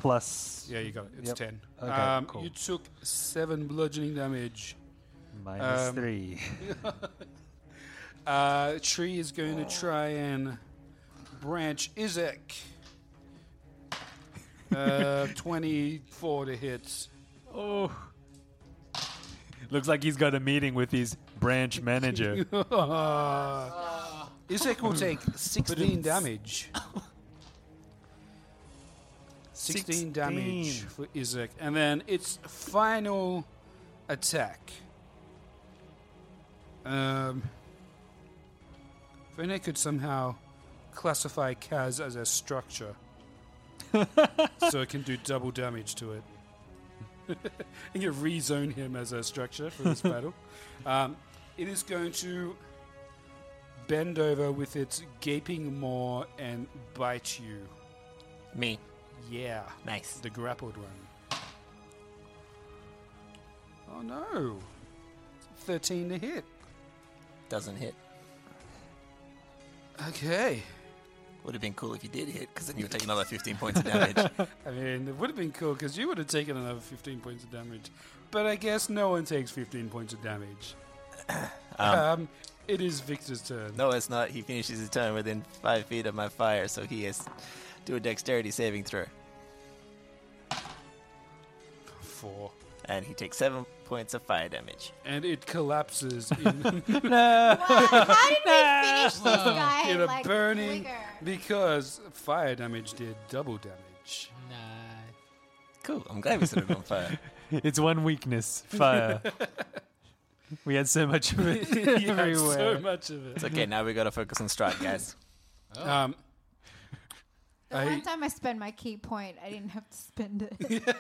Speaker 5: plus
Speaker 4: Yeah, you got it. It's
Speaker 5: Yep.
Speaker 4: 10.
Speaker 5: Okay,
Speaker 4: um,
Speaker 5: cool.
Speaker 4: You took 7 bludgeoning damage.
Speaker 5: minus
Speaker 4: Um,
Speaker 5: three.
Speaker 4: Uh, tree is going to try and branch Izek. Uh, 24 to hit.
Speaker 5: Oh. Looks like he's got a meeting with his branch manager.
Speaker 4: Isaac will take 16 damage. 16, damage
Speaker 5: 16.
Speaker 4: for Isaac. And then its final attack. Um, if only I could somehow classify Kaz as a structure. so it can do double damage to it. and you rezone him as a structure for this battle. Um, it is going to bend over with its gaping maw and bite you.
Speaker 8: Me.
Speaker 4: Yeah.
Speaker 8: Nice.
Speaker 4: The grappled one. Oh no. 13 to hit.
Speaker 8: Doesn't hit.
Speaker 4: Okay.
Speaker 8: Would have been cool if you did hit, because then you would take another 15 points of damage.
Speaker 4: I mean, it would have been cool because you would have taken another 15 points of damage. But I guess no one takes 15 points of damage. um, it is Victor's turn.
Speaker 8: no, it's not. He finishes his turn within five feet of my fire, so he has to do a dexterity saving throw.
Speaker 4: Four.
Speaker 8: And he takes seven points of fire damage.
Speaker 4: And it collapses in,
Speaker 7: How did we finish this guy?
Speaker 4: in a
Speaker 7: like,
Speaker 4: burning
Speaker 7: quicker?
Speaker 4: because fire damage did double damage.
Speaker 6: Nah.
Speaker 8: Cool. I'm glad we set it on fire.
Speaker 5: it's one weakness, fire. we had so much of it
Speaker 4: yeah,
Speaker 5: everywhere.
Speaker 4: so much of it.
Speaker 8: It's okay. Now we got to focus on strike, guys.
Speaker 6: Oh.
Speaker 4: Um,
Speaker 7: The
Speaker 4: I,
Speaker 7: one time I spent my key point, I didn't have to spend it.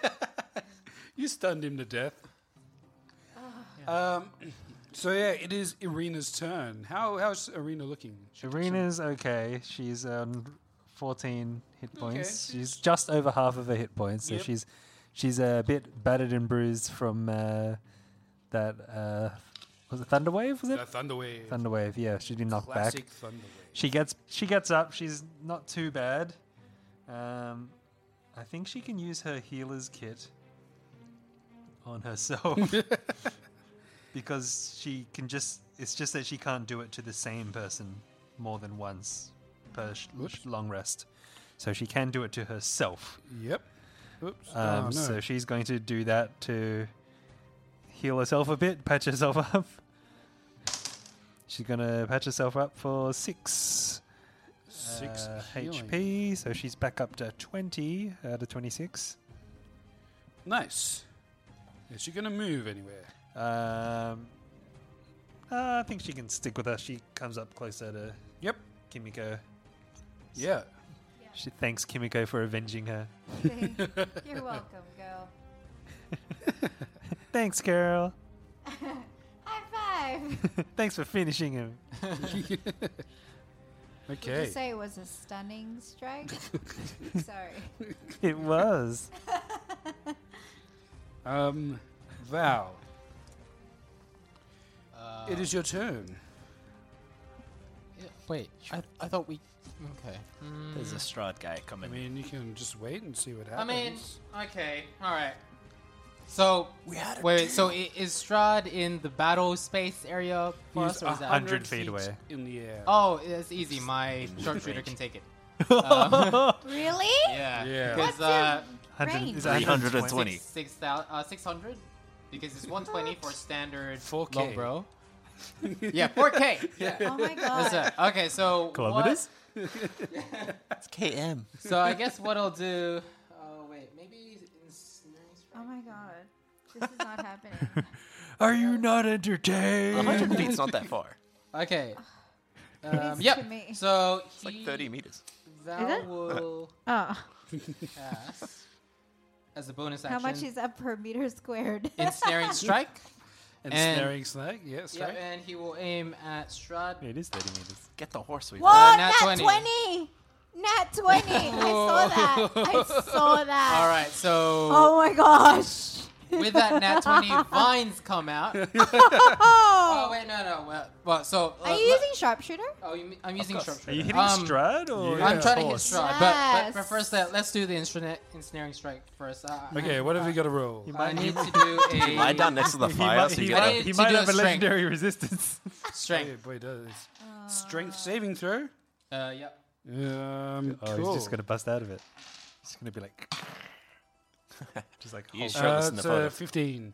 Speaker 4: you stunned him to death. Um, so yeah, it is Irina's turn. How how's Irina looking?
Speaker 5: Serena's okay. She's um, 14 hit points.
Speaker 4: she's-
Speaker 5: She's just over half of her hit points, so
Speaker 4: Yep.
Speaker 5: she's she's a bit battered and bruised from uh, that uh, was it Thunderwave? Was it
Speaker 4: The Thunderwave.
Speaker 5: Thunderwave? Yeah, she's been knocked
Speaker 4: Classic
Speaker 5: back.
Speaker 4: Thunderwave.
Speaker 5: She gets she gets up. She's not too bad. Um, I think she can use her healer's kit on herself because she can just. It's just that she can't do it to the same person more than once per sh- sh- long rest. So she can do it to herself.
Speaker 4: Yep. Oops.
Speaker 5: Um,
Speaker 4: oh, no.
Speaker 5: So she's going to do that to heal herself a bit, patch herself up. She's going to patch herself up for six
Speaker 4: Six
Speaker 5: uh,
Speaker 4: healing.
Speaker 5: HP, so she's back up to 20 out of 26.
Speaker 4: Nice. Is she gonna move anywhere?
Speaker 5: Um, uh, I think she can stick with us. She comes up closer to
Speaker 4: Yep.
Speaker 5: Kimiko.
Speaker 4: Yeah.
Speaker 5: She thanks Kimiko for avenging her.
Speaker 7: You're welcome, girl.
Speaker 5: Thanks, girl.
Speaker 7: High five.
Speaker 5: Thanks for finishing him.
Speaker 7: Did
Speaker 4: Okay.
Speaker 7: you say it was a stunning strike? Sorry.
Speaker 5: It was.
Speaker 4: Um, Val.
Speaker 6: Uh,
Speaker 4: it is your turn.
Speaker 6: Yeah, Wait, I, I thought we. Okay.
Speaker 8: There's a Strahd guy
Speaker 4: I
Speaker 8: coming.
Speaker 4: mean, you can just wait and see what
Speaker 6: Hmm. I
Speaker 4: happens.
Speaker 6: mean, okay, all right. So
Speaker 8: We had a
Speaker 6: wait, so i- is Strahd in the battle space area for
Speaker 4: He's
Speaker 6: us, or is that
Speaker 5: 100 feet away.
Speaker 4: in the air.
Speaker 6: Oh, it's easy. My sharpshooter can take it. Um,
Speaker 7: Really?
Speaker 6: Yeah.
Speaker 4: Yeah.
Speaker 6: Because uh,
Speaker 7: Range.
Speaker 5: is it
Speaker 8: 320.
Speaker 6: six, six thou- uh, 600? Because it's 120 for standard
Speaker 4: 4K.
Speaker 6: longbow. yeah, 4K. Yeah.
Speaker 7: Oh my
Speaker 6: That's
Speaker 7: god.
Speaker 6: it. Okay, so what-
Speaker 5: Kilometers?
Speaker 8: It's KM.
Speaker 6: so I guess what I'll do. Oh wait, maybe.
Speaker 7: Oh my god. This is not happening.
Speaker 5: Are you not entertained?
Speaker 8: 100 feet's not that far.
Speaker 6: Okay. Um,
Speaker 7: Please
Speaker 6: yep.
Speaker 7: to me.
Speaker 6: So
Speaker 8: It's like 30 meters.
Speaker 6: That
Speaker 7: it?
Speaker 6: will
Speaker 7: Oh.
Speaker 6: pass as a bonus
Speaker 7: How
Speaker 6: action.
Speaker 7: much is up per meter squared?
Speaker 6: ensnaring strike?
Speaker 4: and,
Speaker 6: and-
Speaker 4: snaring snag. Yeah,
Speaker 6: Yep,
Speaker 4: strike.
Speaker 6: and he will aim at Strahd.
Speaker 5: It is 30 meters.
Speaker 8: Get the horse we
Speaker 7: Whoa,
Speaker 6: Uh, nat
Speaker 7: nat
Speaker 6: 20.
Speaker 7: 20. Nat 20. I saw that. I saw that.
Speaker 6: All right, so
Speaker 7: Oh my gosh.
Speaker 6: with that nat 20, vines come out. oh
Speaker 7: Oh.
Speaker 6: wait, no, no. Well, well so uh,
Speaker 7: Are you
Speaker 6: le-
Speaker 7: using sharpshooter?
Speaker 6: Oh, you, mean- I'm using
Speaker 5: Are you
Speaker 6: sharpshooter.
Speaker 5: hitting
Speaker 6: Um,
Speaker 5: Strud or
Speaker 6: I'm trying to hit
Speaker 5: horse?
Speaker 6: Strahd, but, but, but
Speaker 7: Yes.
Speaker 6: first, uh, let's do the instran- ensnaring strike first. Uh, I-
Speaker 4: Okay, what have we got to roll?
Speaker 6: I need to do a
Speaker 8: Lie down next to the
Speaker 5: He
Speaker 8: fire
Speaker 5: might,
Speaker 8: so you
Speaker 5: he
Speaker 8: get
Speaker 5: might-
Speaker 8: a
Speaker 6: I-
Speaker 5: he
Speaker 6: to
Speaker 5: might
Speaker 6: do a
Speaker 5: have a
Speaker 6: strength.
Speaker 5: legendary resistance.
Speaker 4: Boy,
Speaker 6: strength.
Speaker 4: boy, does strength saving throw.
Speaker 6: Uh, yep.
Speaker 4: Um,
Speaker 5: Oh,
Speaker 4: cool.
Speaker 5: he's just gonna bust out of it. He's gonna be like, just like
Speaker 8: He's
Speaker 5: Hulk.
Speaker 8: shirtless
Speaker 4: Uh,
Speaker 8: in the
Speaker 4: it's, uh,
Speaker 8: photo.
Speaker 4: 15.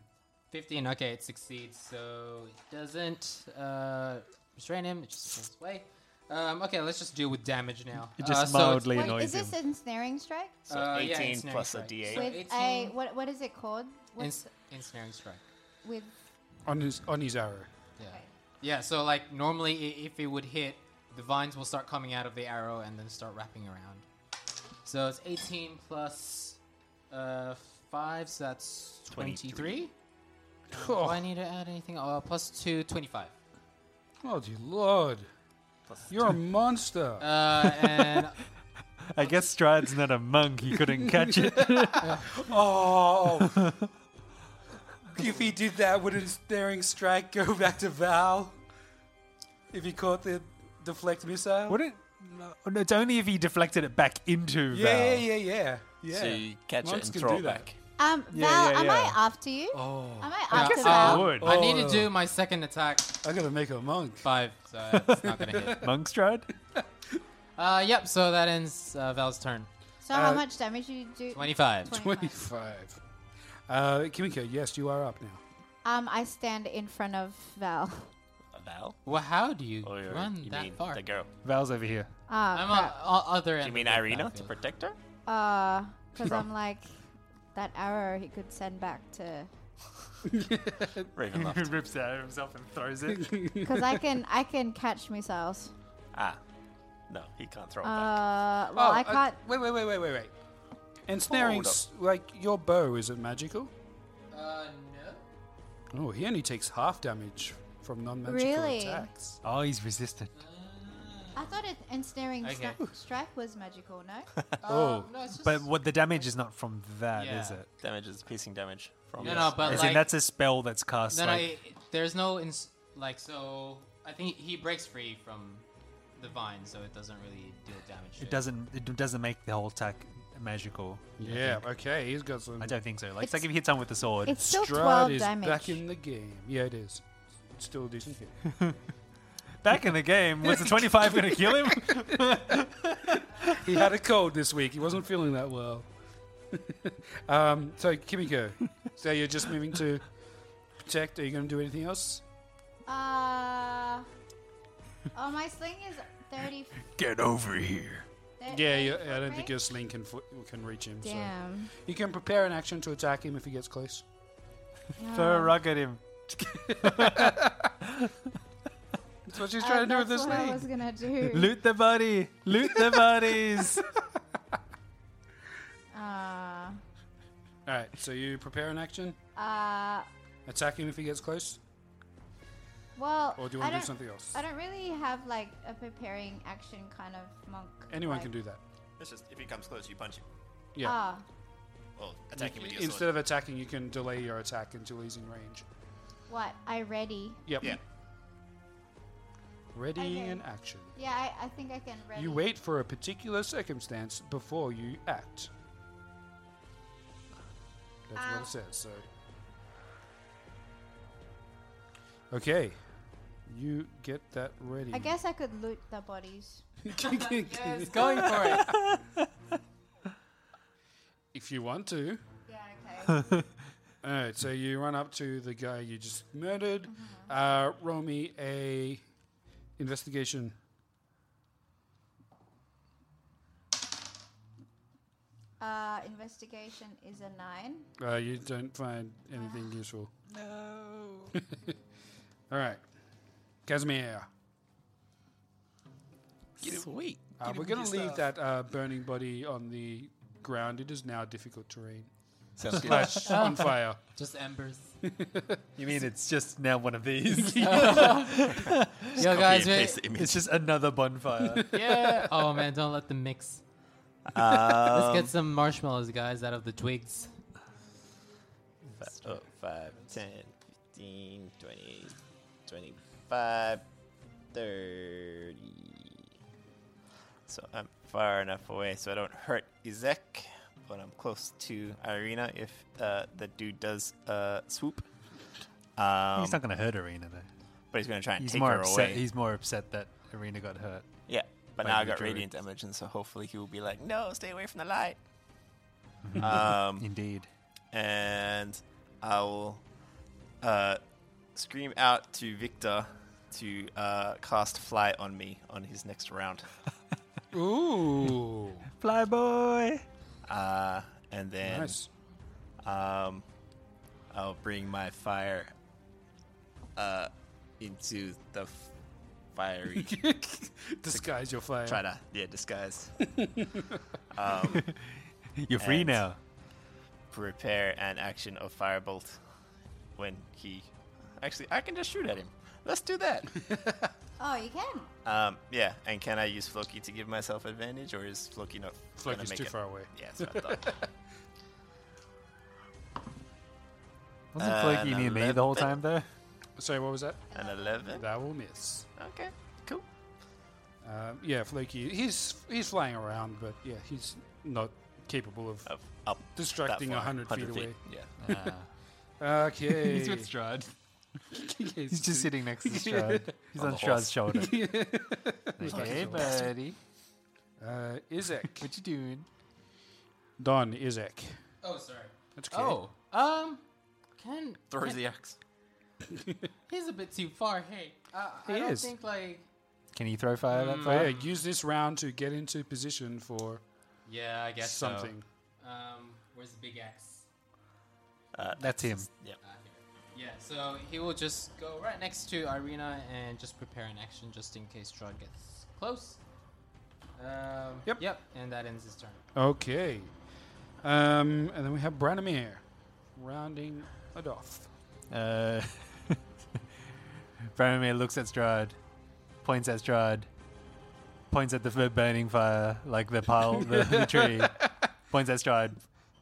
Speaker 6: 15. oh. Okay, it succeeds. So it doesn't uh, restrain him. It just goes away. Um, okay, let's just deal with damage now. Uh,
Speaker 5: It just
Speaker 6: so it's-
Speaker 5: mildly
Speaker 7: Wait,
Speaker 5: annoys
Speaker 7: is
Speaker 5: him.
Speaker 7: this ensnaring strike?
Speaker 8: So
Speaker 6: Uh, yeah,
Speaker 8: 18
Speaker 6: ensnaring
Speaker 8: plus a
Speaker 6: strike.
Speaker 8: d8.
Speaker 6: So
Speaker 7: With
Speaker 6: 18.
Speaker 7: a what? What is it called? What's
Speaker 6: Ins- ensnaring strike.
Speaker 7: with?
Speaker 4: on his on his arrow.
Speaker 6: Yeah. Yeah, so like normally i- if it would hit, the vines will start coming out of the arrow and then start wrapping around. So it's 18 plus uh, 5, so that's 23. Do I
Speaker 4: Oh,
Speaker 6: need to add anything? Uh, plus 2, 25.
Speaker 4: oh dear lord! You're a monster.
Speaker 6: Uh, and
Speaker 5: I guess Stride's not a monk. He couldn't catch it.
Speaker 4: oh. if he did that with a staring strike, go back to Val. If he caught the deflect missile.
Speaker 5: Wouldn't? No, it's only if he deflected it back into Val.
Speaker 4: yeah, yeah, yeah, yeah, yeah.
Speaker 8: So you catch
Speaker 4: Monks
Speaker 8: it
Speaker 4: can
Speaker 8: and throw
Speaker 4: do
Speaker 8: it
Speaker 4: that.
Speaker 8: back.
Speaker 7: Um,
Speaker 5: Yeah,
Speaker 7: Val,
Speaker 5: yeah,
Speaker 7: am
Speaker 5: yeah.
Speaker 7: I after you?
Speaker 4: Oh,
Speaker 7: Am I
Speaker 5: I
Speaker 7: after
Speaker 5: guess I
Speaker 7: Val?
Speaker 5: would.
Speaker 6: uh,
Speaker 5: Oh.
Speaker 6: I need to do my second attack.
Speaker 4: I gotta make a monk.
Speaker 6: 5, so that's not going to hit.
Speaker 5: Monk Stride?
Speaker 6: Uh, yep, so that ends uh, Val's turn.
Speaker 7: So
Speaker 4: Uh,
Speaker 7: how
Speaker 6: uh,
Speaker 7: much damage do you do?
Speaker 6: 25.
Speaker 4: 25. Uh, Kimiko, yes, you are up now.
Speaker 7: Um, I stand in front of Val.
Speaker 8: A Val?
Speaker 6: Well, how do you
Speaker 8: Or
Speaker 6: run
Speaker 8: Oh, you
Speaker 6: that
Speaker 8: mean
Speaker 6: far?
Speaker 8: the girl?
Speaker 5: Val's over here.
Speaker 7: Ah,
Speaker 6: I'm on, on other end.
Speaker 8: You
Speaker 6: of
Speaker 8: mean
Speaker 6: the
Speaker 8: Irina to
Speaker 6: battlefield.
Speaker 8: protect her?
Speaker 7: uh, because I'm like that arrow he could send back to.
Speaker 8: Ravenloft.
Speaker 5: rips it out of himself and throws it.
Speaker 7: Because I can I can catch missiles.
Speaker 8: ah, no, he can't throw it back.
Speaker 7: Uh, well I
Speaker 4: uh,
Speaker 7: can't.
Speaker 4: wait, wait, wait, wait, wait, wait. Ensnaring,
Speaker 8: Hold up.
Speaker 4: s- like your bow, is it magical?
Speaker 6: Uh, no.
Speaker 4: Oh, he only takes half damage from non-magical
Speaker 7: Really?
Speaker 4: attacks.
Speaker 5: Oh, he's resistant.
Speaker 7: I thought it ensnaring
Speaker 6: Okay.
Speaker 7: sna- strike was magical. Uh, No.
Speaker 4: oh,
Speaker 6: No, it's just.
Speaker 5: But what the damage is not from that, is
Speaker 6: Yeah.
Speaker 5: it?
Speaker 8: Damage is piercing damage from
Speaker 6: no, no, but
Speaker 5: As
Speaker 6: like,
Speaker 5: in, that's a spell that's cast.
Speaker 6: no, no,
Speaker 5: like,
Speaker 6: it, it- there's no ins- like so. I think he breaks free from the vine, so it doesn't really do damage. to
Speaker 5: it doesn't. It doesn't make the whole attack magical.
Speaker 4: yeah. Okay, he's got some.
Speaker 5: I don't think so. Like,
Speaker 7: It's-
Speaker 5: it's like if you hit someone with a sword.
Speaker 7: it's still
Speaker 4: Strahd
Speaker 7: twelve
Speaker 4: is
Speaker 7: damage.
Speaker 4: back in the game. Yeah, it is. It's still a decent hit.
Speaker 5: Back in the game, was the twenty-five going to kill him?
Speaker 4: he had a cold this week. He wasn't feeling that well. um, so Kimiko, so you're just moving to protect. Are you going to do anything else?
Speaker 7: Uh, oh, my sling is thirty.
Speaker 9: Get over here.
Speaker 7: thir-
Speaker 4: Yeah,
Speaker 7: 30
Speaker 4: you,
Speaker 7: foot
Speaker 4: I don't think
Speaker 7: range?
Speaker 4: your sling can fo- can reach him.
Speaker 7: Damn.
Speaker 4: So you can prepare an action to attack him if he gets close.
Speaker 5: Throw a rug at him.
Speaker 4: That's what she's
Speaker 7: Uh,
Speaker 4: trying to do with
Speaker 7: that's
Speaker 4: this
Speaker 7: what I
Speaker 4: sling.
Speaker 7: was gonna do.
Speaker 5: Loot the body. Loot the bodies.
Speaker 7: Uh,
Speaker 4: All right, so you prepare an action,
Speaker 7: uh,
Speaker 4: attack him if he gets close,
Speaker 7: well,
Speaker 4: or do you
Speaker 7: I
Speaker 4: want to do
Speaker 7: don't-
Speaker 4: something else?
Speaker 7: I don't really have like a preparing action kind of monk.
Speaker 4: Anyone
Speaker 7: like-
Speaker 4: can do that.
Speaker 8: It's just if he comes close, you punch him.
Speaker 4: Yeah.
Speaker 7: Ah,
Speaker 8: Well,
Speaker 4: You-
Speaker 8: attack him with your
Speaker 4: Instead
Speaker 8: sword.
Speaker 4: of attacking, you can delay your attack until he's in range.
Speaker 7: what? I ready.
Speaker 4: Yep.
Speaker 8: Yeah.
Speaker 4: Readying
Speaker 7: Okay.
Speaker 4: an action.
Speaker 7: Yeah, I, I think I can ready.
Speaker 4: You wait for a particular circumstance before you act. That's what
Speaker 7: Um,
Speaker 4: it says. So. Okay. You get that ready.
Speaker 7: I guess I could loot the bodies.
Speaker 6: He's going for it.
Speaker 4: if you want to.
Speaker 7: Yeah. Okay.
Speaker 4: All right, so you run up to the guy you just murdered.
Speaker 7: Mm-hmm.
Speaker 4: Uh, roll me a investigation.
Speaker 7: uh, investigation is a nine.
Speaker 4: Uh, you don't find anything useful. No. All right, Casimir.
Speaker 9: Sweet.
Speaker 4: Uh, we're going to leave that uh, burning body on the ground. It is now difficult terrain.
Speaker 8: Sounds good.
Speaker 4: Slash on fire.
Speaker 6: Just embers.
Speaker 5: You mean it's just now one of these?
Speaker 6: Yo, guys,
Speaker 8: Copy and
Speaker 6: we-
Speaker 8: paste the image.
Speaker 5: it's just another bonfire.
Speaker 6: yeah. Oh man, don't let them mix.
Speaker 8: Um,
Speaker 6: Let's get some marshmallows, guys, out of the twigs.
Speaker 8: Oh, 5, 10, 15, 20, 25, 30. So I'm far enough away so I don't hurt Izek, but I'm close to Irina if uh, the dude does uh, swoop. Um,
Speaker 5: he's not going to hurt Arena though.
Speaker 8: but he's going to try and
Speaker 5: He's
Speaker 8: take
Speaker 5: more
Speaker 8: her
Speaker 5: upset.
Speaker 8: away.
Speaker 5: He's more upset that Arena got hurt.
Speaker 8: yeah, but
Speaker 5: Like
Speaker 8: now I
Speaker 5: the
Speaker 8: got radiant
Speaker 5: druids.
Speaker 8: damage, and so hopefully he will be like, no, stay away from the light. um,
Speaker 5: Indeed.
Speaker 8: and I will uh, scream out to Victor to uh, cast Fly on me on his next round.
Speaker 4: Ooh.
Speaker 5: Fly boy.
Speaker 8: Uh, and then
Speaker 4: nice.
Speaker 8: um, I'll bring my fire uh, into the f- fiery.
Speaker 4: Disguise your fire.
Speaker 8: try to, yeah, disguise. Um,
Speaker 5: You're free
Speaker 8: And-
Speaker 5: now.
Speaker 8: prepare an action of firebolt when he actually i can just shoot at him let's do that
Speaker 7: Oh, you can.
Speaker 8: um, yeah and can i use floki to give myself advantage or is floki not gonna
Speaker 4: Floki's
Speaker 8: make
Speaker 4: too
Speaker 8: it?
Speaker 4: far away.
Speaker 8: yeah that's what i thought
Speaker 5: Wasn't
Speaker 8: Uh,
Speaker 5: Floki
Speaker 8: an
Speaker 5: near me the whole time
Speaker 8: 11.
Speaker 5: though?
Speaker 4: Sorry, what was that?
Speaker 8: an 11
Speaker 4: That will miss.
Speaker 8: okay cool
Speaker 4: Um, yeah, Floki. He's he's flying around, but yeah, he's not capable of.
Speaker 8: up, up
Speaker 4: Distracting
Speaker 8: that far,
Speaker 4: 100 feet
Speaker 8: yeah
Speaker 4: Okay.
Speaker 5: He's with Strahd.
Speaker 4: He's
Speaker 5: He's just sitting next to Strahd. He's on, Strahd's shoulder. hey, buddy.
Speaker 4: Uh, Izek.
Speaker 5: What you doing?
Speaker 4: Don Izek.
Speaker 6: Oh, sorry.
Speaker 4: That's okay. E
Speaker 6: Oh, um, can
Speaker 8: throws the axe
Speaker 6: he's a bit too far. Hey, uh, I
Speaker 4: He
Speaker 6: don't
Speaker 4: is.
Speaker 6: think like
Speaker 5: Can you throw fire that
Speaker 4: So Mm, yeah,
Speaker 5: far?
Speaker 4: use this round to get into position for
Speaker 6: yeah, I guess so.
Speaker 4: something.
Speaker 6: Um, where's the big axe?
Speaker 8: Uh,
Speaker 5: That's him.
Speaker 6: Yeah, so he will just go right next to Irina and just prepare an action just in case Strahd gets close. Um,
Speaker 4: Yep.
Speaker 6: Yep. And that ends his turn.
Speaker 4: Okay. Um, and then we have Branimir rounding it off.
Speaker 5: Uh, Faramir looks at Strahd, points at Strahd, points at the f- burning fire, like the pile, the, the tree, points at Strahd,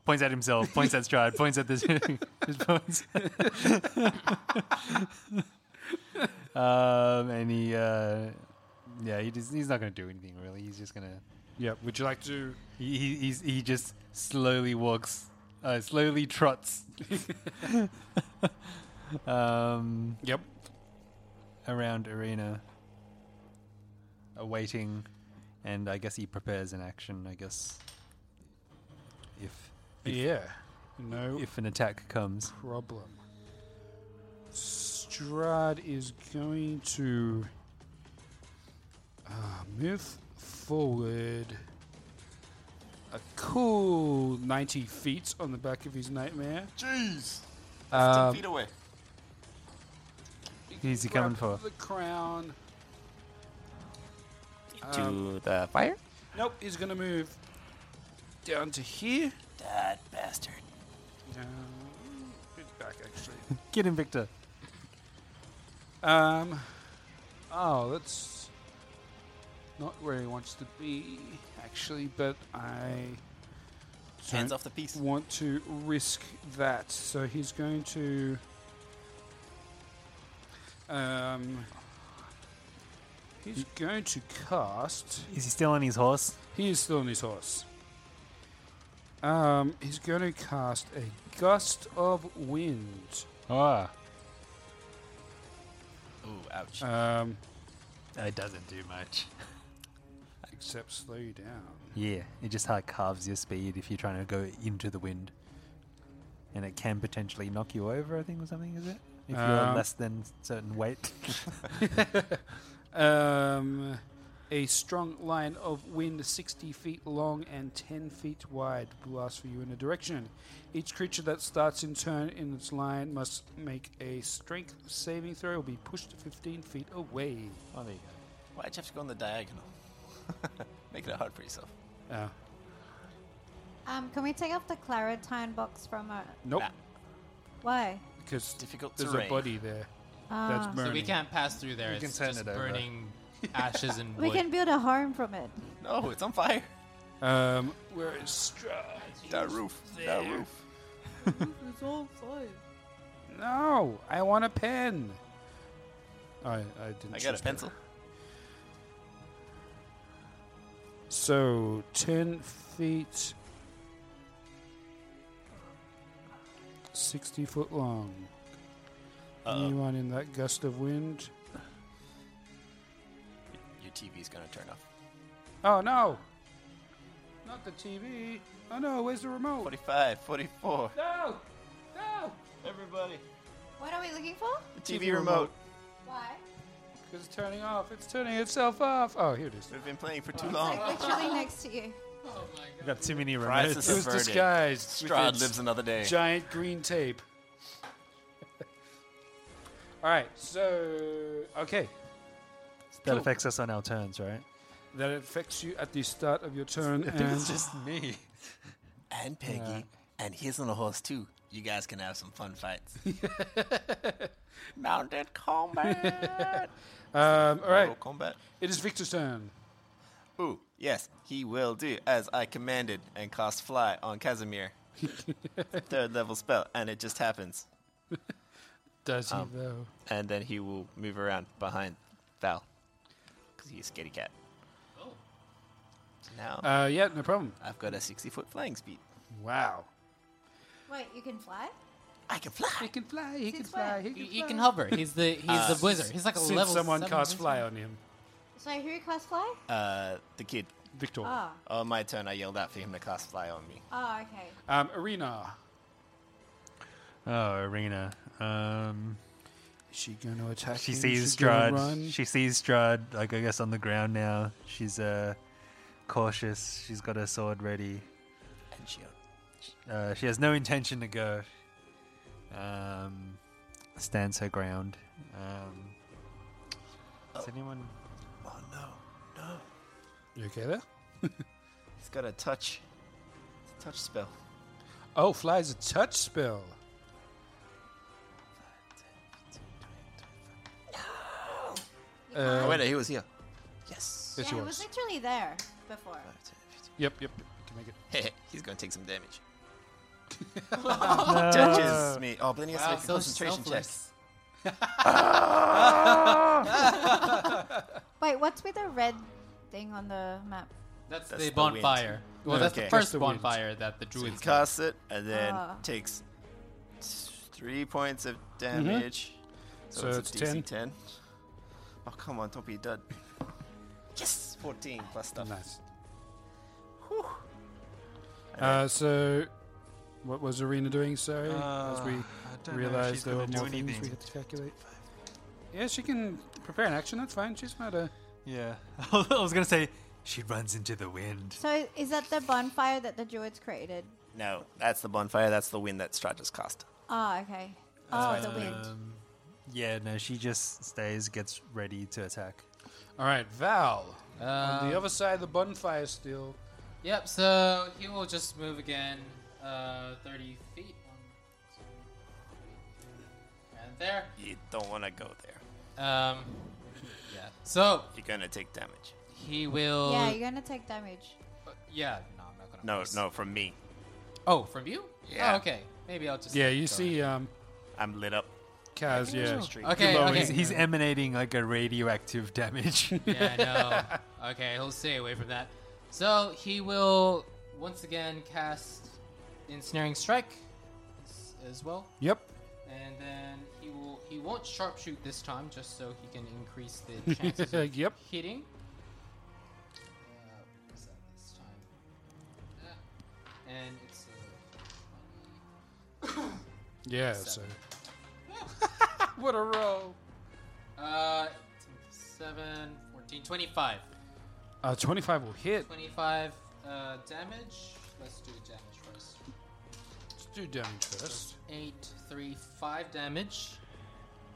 Speaker 5: points at himself, points at Strahd, points at the. just points. um, and he, uh, yeah, he just, he's not going to do anything really. He's just going to.
Speaker 4: Yep. Would you like to?
Speaker 5: He, he, he's, he just slowly walks, uh, slowly trots. um,
Speaker 4: Yep.
Speaker 5: around arena awaiting and i guess he prepares an action i guess if
Speaker 4: yeah. No
Speaker 5: if an attack comes
Speaker 4: problem. Strad is going to uh, move forward a cool 90 feet on the back of his nightmare.
Speaker 8: jeez that's
Speaker 4: Um,
Speaker 8: 10 feet away
Speaker 5: Who's he coming
Speaker 4: Grab
Speaker 5: for?
Speaker 4: The crown. Um,
Speaker 8: to the fire
Speaker 4: Nope, he's going to move down to here.
Speaker 8: that bastard
Speaker 4: Uh, bit back, actually.
Speaker 5: get him victor
Speaker 4: Um. Oh, that's not where he wants to be, actually. But I
Speaker 8: hands
Speaker 4: don't
Speaker 8: off the piece
Speaker 4: want to risk that, so he's going to. Um. He's going to cast.
Speaker 5: is he still on his horse
Speaker 4: He is still on his horse. Um, he's going to cast a gust of wind.
Speaker 5: ah
Speaker 8: Ooh, ouch
Speaker 4: Um,
Speaker 5: it doesn't do much
Speaker 4: except slow you down.
Speaker 5: yeah it just like halves your speed if you're trying to go into the wind and it can potentially knock you over i think or something is it if you're
Speaker 4: Um,
Speaker 5: less than certain weight
Speaker 4: Um, a strong line of wind 60 feet long and 10 feet wide blasts for you in a direction. Each creature that starts in turn in its line must make a strength saving throw or be pushed 15 feet away.
Speaker 5: oh there you go
Speaker 8: why'd you have to go on the diagonal making it hard for yourself
Speaker 4: Uh,
Speaker 7: Um, can we take off the Claritine box from our?
Speaker 4: nope,
Speaker 8: Nah,
Speaker 7: Why?
Speaker 4: because
Speaker 8: difficult
Speaker 4: there's
Speaker 8: terrain.
Speaker 4: a body there.
Speaker 7: Ah.
Speaker 4: That's burning.
Speaker 6: So we can't pass through there.
Speaker 5: We
Speaker 6: it's
Speaker 5: can turn
Speaker 6: just
Speaker 5: it over.
Speaker 6: burning ashes and
Speaker 7: We
Speaker 6: wood.
Speaker 7: can build a home from it.
Speaker 8: no it's on fire
Speaker 4: Um, where is Strahd?
Speaker 8: that roof that roof
Speaker 4: No, I want a pen. I, I didn't.
Speaker 8: i got
Speaker 4: choose
Speaker 8: a
Speaker 4: that.
Speaker 8: pencil
Speaker 4: So ten feet, sixty foot long. Anyone in that gust of wind?
Speaker 8: Your TV's gonna turn off.
Speaker 4: Oh no! Not the TV. Oh no! Where's the remote?
Speaker 8: 45, 44.
Speaker 4: No! No!
Speaker 8: Everybody.
Speaker 7: What are we looking for?
Speaker 8: TV remote.
Speaker 7: Why?
Speaker 4: Because it's turning off. It's turning itself off. Oh, here it is.
Speaker 8: We've been playing for too long.
Speaker 7: Literally next to you.
Speaker 5: We've got too many
Speaker 8: Price
Speaker 5: remotes.
Speaker 8: is
Speaker 4: It was
Speaker 8: subverted.
Speaker 4: disguised.
Speaker 8: Strahd lives another day.
Speaker 4: Giant green tape. All right. So okay,
Speaker 5: That affects us on our turns, right?
Speaker 4: that affects you at the start of your turn.
Speaker 5: Dude,
Speaker 4: And
Speaker 5: it's just me.
Speaker 8: And Peggy. And he's on a horse too. You guys can have some fun fights. Mounted combat.
Speaker 4: um, all right,
Speaker 8: Mortal combat.
Speaker 4: it is Victor's turn.
Speaker 8: Ooh, yes, he will do as I commanded and cast fly on Casimir. Third level spell, and it just happens. Um,
Speaker 4: Does he though?
Speaker 8: And then he will move around behind Val. Because he's a scaredy cat. Oh. Now
Speaker 4: Uh, yeah, no problem.
Speaker 8: I've got a 60 foot flying speed.
Speaker 4: Wow.
Speaker 7: Wait, you can fly?
Speaker 8: I can fly!
Speaker 4: He can fly. He can
Speaker 7: Since when?
Speaker 4: fly. He
Speaker 6: He,
Speaker 4: can
Speaker 6: he
Speaker 4: fly.
Speaker 6: can hover. He's the he's
Speaker 8: Uh,
Speaker 6: the wizard. He's like a
Speaker 4: Since
Speaker 6: level.
Speaker 4: someone
Speaker 6: seven
Speaker 4: cast
Speaker 6: wizard.
Speaker 4: fly on him,
Speaker 7: So who cast fly?
Speaker 8: Uh, the kid.
Speaker 4: Victor.
Speaker 7: Ah.
Speaker 8: On my turn, I yelled out for him to cast fly on me.
Speaker 7: Oh, okay.
Speaker 4: Um, arena.
Speaker 5: Oh, arena. Um,
Speaker 4: Is she going to attack?
Speaker 5: she
Speaker 4: him?
Speaker 5: sees
Speaker 4: Is she gonna
Speaker 5: Strahd.
Speaker 4: run?
Speaker 5: She sees Strahd, like I guess, on the ground now. She's uh, cautious. She's got her sword ready.
Speaker 8: And she
Speaker 5: Uh, she has no intention to go. Um, stands her ground. Um, Is anyone?
Speaker 8: Oh no, no.
Speaker 4: You okay there?
Speaker 8: He's got a touch. It's a touch spell.
Speaker 4: Oh, fly is a touch spell.
Speaker 8: oh, wait, no, he was here. Yes.
Speaker 4: Yes,
Speaker 7: yeah,
Speaker 4: you
Speaker 7: he
Speaker 4: are.
Speaker 7: was literally there before.
Speaker 4: Yep, yep. yep. You can make it.
Speaker 8: He's gonna take some damage. Touches me. Oh, but then he has to
Speaker 6: Wow,
Speaker 8: make a
Speaker 6: so
Speaker 8: concentration check.
Speaker 6: selfless.
Speaker 4: Ah!
Speaker 7: Wait, what's with the red thing on the map?
Speaker 6: That's,
Speaker 8: That's
Speaker 6: the
Speaker 8: the wind.
Speaker 6: bonfire. Well, that's
Speaker 8: Okay.
Speaker 6: the first
Speaker 4: That's the wind.
Speaker 6: bonfire that the
Speaker 8: So he
Speaker 6: druids. got.
Speaker 8: casts it and then
Speaker 7: Ah.
Speaker 8: takes s- three points of damage.
Speaker 4: Mm-hmm. So
Speaker 8: a
Speaker 4: it's
Speaker 8: DC
Speaker 4: 10.
Speaker 8: 10. Oh, come on, don't be a dud. Yes! 14 plus stuff.
Speaker 4: Nice. Uh, so, what was Arena doing? Sorry, as
Speaker 5: Uh, I
Speaker 4: we
Speaker 5: don't know if she's
Speaker 4: realized there
Speaker 5: gonna
Speaker 4: were
Speaker 5: do
Speaker 4: more things we
Speaker 5: anything.
Speaker 4: had to calculate. Yeah, she can prepare an action. That's fine. She's not a.
Speaker 5: Yeah, I was gonna say
Speaker 9: She runs into the wind.
Speaker 7: So is that the bonfire that the druids created?
Speaker 8: No, that's the bonfire. That's the wind that Strahd just cast.
Speaker 7: Oh, okay. Oh, the wind.
Speaker 5: Um, yeah, no, she just stays, gets ready to attack.
Speaker 4: All right, Val. on
Speaker 6: Um,
Speaker 4: the other side of the bonfire, still.
Speaker 6: Yep, so he will just move again uh, 30 feet. One, two, and there.
Speaker 8: You don't want to go there.
Speaker 6: Um, yeah. So
Speaker 8: You're going to take damage.
Speaker 6: he will.
Speaker 7: Oh, Yeah, you're gonna take damage.
Speaker 6: yeah, no, I'm not going to.
Speaker 8: No, no, from me.
Speaker 6: Oh, from you?
Speaker 8: Yeah.
Speaker 6: Oh, okay. Maybe I'll just.
Speaker 4: Yeah, you
Speaker 6: go
Speaker 4: see, um,
Speaker 8: I'm lit up.
Speaker 4: Kaz. Yeah,
Speaker 6: ahead. Okay,
Speaker 4: Below
Speaker 6: okay.
Speaker 4: is-
Speaker 5: He's emanating like a radioactive damage.
Speaker 6: Yeah, I know. okay, he'll stay away from that. So he will once again cast Ensnaring Strike as- as well.
Speaker 4: Yep.
Speaker 6: And then he will he won't sharpshoot this time just so he can increase the chances of
Speaker 4: Yep.
Speaker 6: hitting. Uh, what is that this time? That. And it's a
Speaker 4: Yeah. So.
Speaker 6: Seven.
Speaker 4: what a roll.
Speaker 6: uh 7 14 25.
Speaker 4: Uh, twenty-five will hit.
Speaker 6: 25 uh, damage. Let's do damage first.
Speaker 4: Let's do damage first.
Speaker 6: Eight, three, five damage.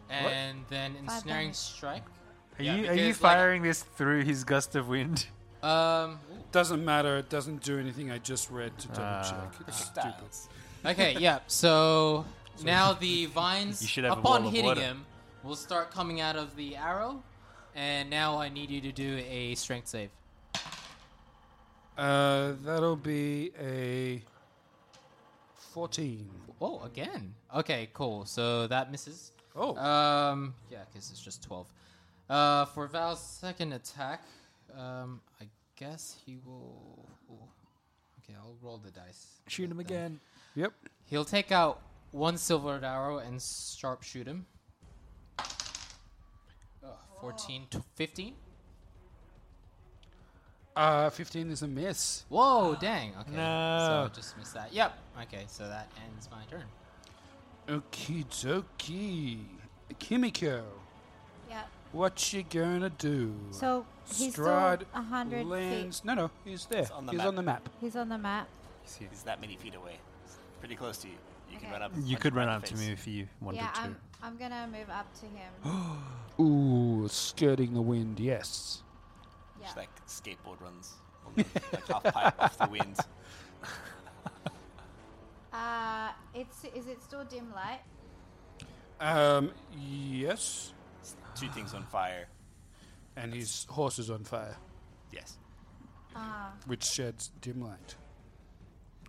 Speaker 6: And then ensnaring
Speaker 7: damage.
Speaker 6: strike.
Speaker 5: Are
Speaker 6: Yeah,
Speaker 5: you are you
Speaker 6: because, like-
Speaker 5: firing this through his gust of wind?
Speaker 6: Um
Speaker 4: Doesn't matter. It doesn't do anything. I just read to double check. It's stupid.
Speaker 6: Ah. Okay, yeah. So now the vines,
Speaker 5: You should have a
Speaker 6: upon
Speaker 5: wall of
Speaker 6: hitting
Speaker 5: water.
Speaker 6: him, will start coming out of the arrow. And now I need you to do a strength save.
Speaker 4: Uh, that'll be a fourteen.
Speaker 6: Oh, again. Okay, cool. So that misses.
Speaker 4: Oh.
Speaker 6: Um, yeah, because it's just 12. Uh, for Val's second attack, um, I guess he will. ooh. Okay, I'll roll the dice.
Speaker 5: Shoot him again.
Speaker 4: Yep.
Speaker 6: He'll take out one silvered arrow and sharpshoot him.
Speaker 4: Oh.
Speaker 6: Uh, 14 to 15.
Speaker 4: Uh, fifteen is a miss.
Speaker 6: Whoa, dang. Okay.
Speaker 5: No.
Speaker 6: So just miss that. Yep. Okay, so that ends my turn.
Speaker 4: Okie dokie. Kimiko,
Speaker 7: Yeah.
Speaker 4: what you gonna do?
Speaker 7: So he's still
Speaker 4: Strahd
Speaker 7: a hundred feet.
Speaker 4: lands. No, no, he's there.
Speaker 8: It's on the
Speaker 4: he's
Speaker 8: map.
Speaker 4: on the map.
Speaker 7: He's on the map.
Speaker 8: He's that many feet away. It's pretty close to you. You can
Speaker 7: Okay.
Speaker 8: run up.
Speaker 5: You
Speaker 8: punch
Speaker 5: could
Speaker 8: him right
Speaker 5: run
Speaker 8: in
Speaker 5: up
Speaker 8: the
Speaker 5: to
Speaker 8: face.
Speaker 5: me if you wanted
Speaker 7: yeah, um,
Speaker 5: to.
Speaker 7: I'm. I'm gonna move up to him.
Speaker 4: Ooh, skirting the wind. Yes.
Speaker 7: yeah.
Speaker 8: Just like skateboard runs, on the- like half pipe off the wind.
Speaker 7: Uh, it's. Is it still dim light?
Speaker 4: Um. Yes.
Speaker 8: It's two things on fire.
Speaker 4: And his horse is on fire,
Speaker 8: Yes.
Speaker 7: Ah.
Speaker 4: which sheds dim light.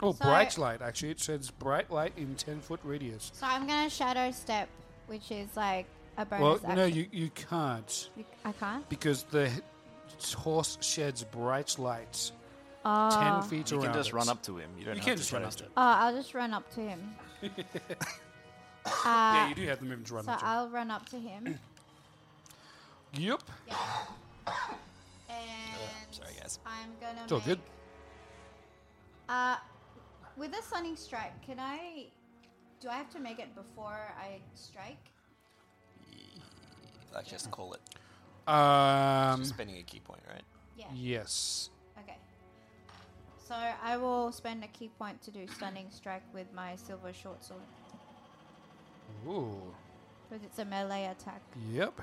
Speaker 4: Oh,
Speaker 7: So-
Speaker 4: bright light. Actually, it sheds bright light in ten foot radius.
Speaker 7: So I'm gonna shadow step, which is like a
Speaker 4: Well,
Speaker 7: bonus action.
Speaker 4: no, you you can't
Speaker 7: You- I can't.
Speaker 4: because the h- horse sheds bright light
Speaker 7: Oh.
Speaker 4: ten feet
Speaker 8: You
Speaker 4: around.
Speaker 8: can just
Speaker 4: it.
Speaker 8: run up to him. You don't
Speaker 4: You
Speaker 8: have
Speaker 4: can
Speaker 8: to
Speaker 4: just run
Speaker 8: shadow
Speaker 4: up to
Speaker 8: step.
Speaker 4: him.
Speaker 7: Oh, I'll just run up to him. Uh,
Speaker 4: Yeah, you do have the movement to run
Speaker 7: So
Speaker 4: up to. him.
Speaker 7: I'll run up to him.
Speaker 4: Yep.
Speaker 7: And
Speaker 8: sorry, guys.
Speaker 7: I'm gonna.
Speaker 4: It's all good.
Speaker 7: make- Uh, with a stunning strike, can I? Do I have to make it before I strike?
Speaker 8: Let's just call it.
Speaker 4: Um.
Speaker 8: Just spending a key point, right?
Speaker 7: Yeah.
Speaker 4: Yes.
Speaker 7: Okay. So I will spend a key point to do stunning strike with my silver short sword
Speaker 4: Ooh.
Speaker 7: because it's a melee attack.
Speaker 4: Yep.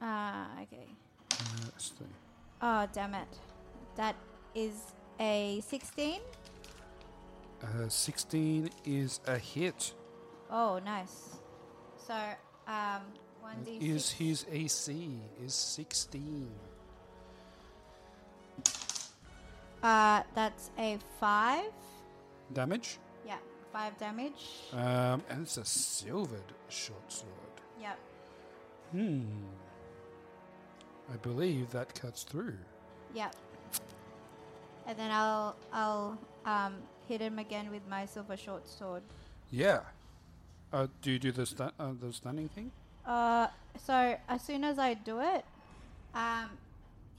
Speaker 7: Ah, okay.
Speaker 4: Uh, Let's see.
Speaker 7: Oh, damn it. That is a 16.
Speaker 4: Uh, Sixteen is a hit.
Speaker 7: Oh, nice. So, um, 1d6.
Speaker 4: Is his AC is sixteen?
Speaker 7: Uh, that's a 5.
Speaker 4: Damage.
Speaker 7: Yeah, 5 damage.
Speaker 4: Um, and it's a silvered short sword.
Speaker 7: Yep.
Speaker 4: Hmm. I believe that cuts through.
Speaker 7: Yep. And then I'll I'll um, hit him again with my silver short sword.
Speaker 4: Yeah. Uh, do you do the stun- uh, the stunning thing?
Speaker 7: Uh, so as soon as I do it, um,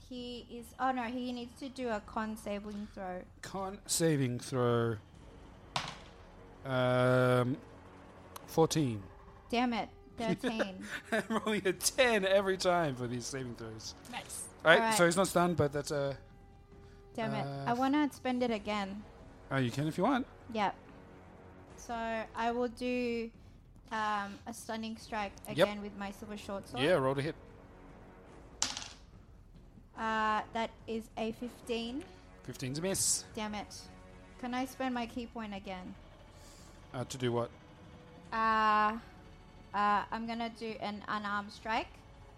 Speaker 7: he is. Oh no, he needs to do a con saving throw.
Speaker 4: Con saving throw. Um, fourteen.
Speaker 7: Damn it, thirteen.
Speaker 4: I'm rolling a ten every time for these saving throws. Nice. All right.
Speaker 7: Alright.
Speaker 4: So he's not stunned, but that's uh, a.
Speaker 7: Damn it,
Speaker 4: Uh,
Speaker 7: I want to spend it again.
Speaker 4: Oh, you can if you want.
Speaker 7: Yep. So I will do Um, a stunning strike
Speaker 4: Yep.
Speaker 7: again with my silver short sword.
Speaker 4: Yeah, roll to hit.
Speaker 7: Uh, that is a 15.
Speaker 4: 15's a miss.
Speaker 7: Damn it. Can I spend my key point again?
Speaker 4: Uh, to do what?
Speaker 7: Uh, uh, I'm gonna do an unarmed strike,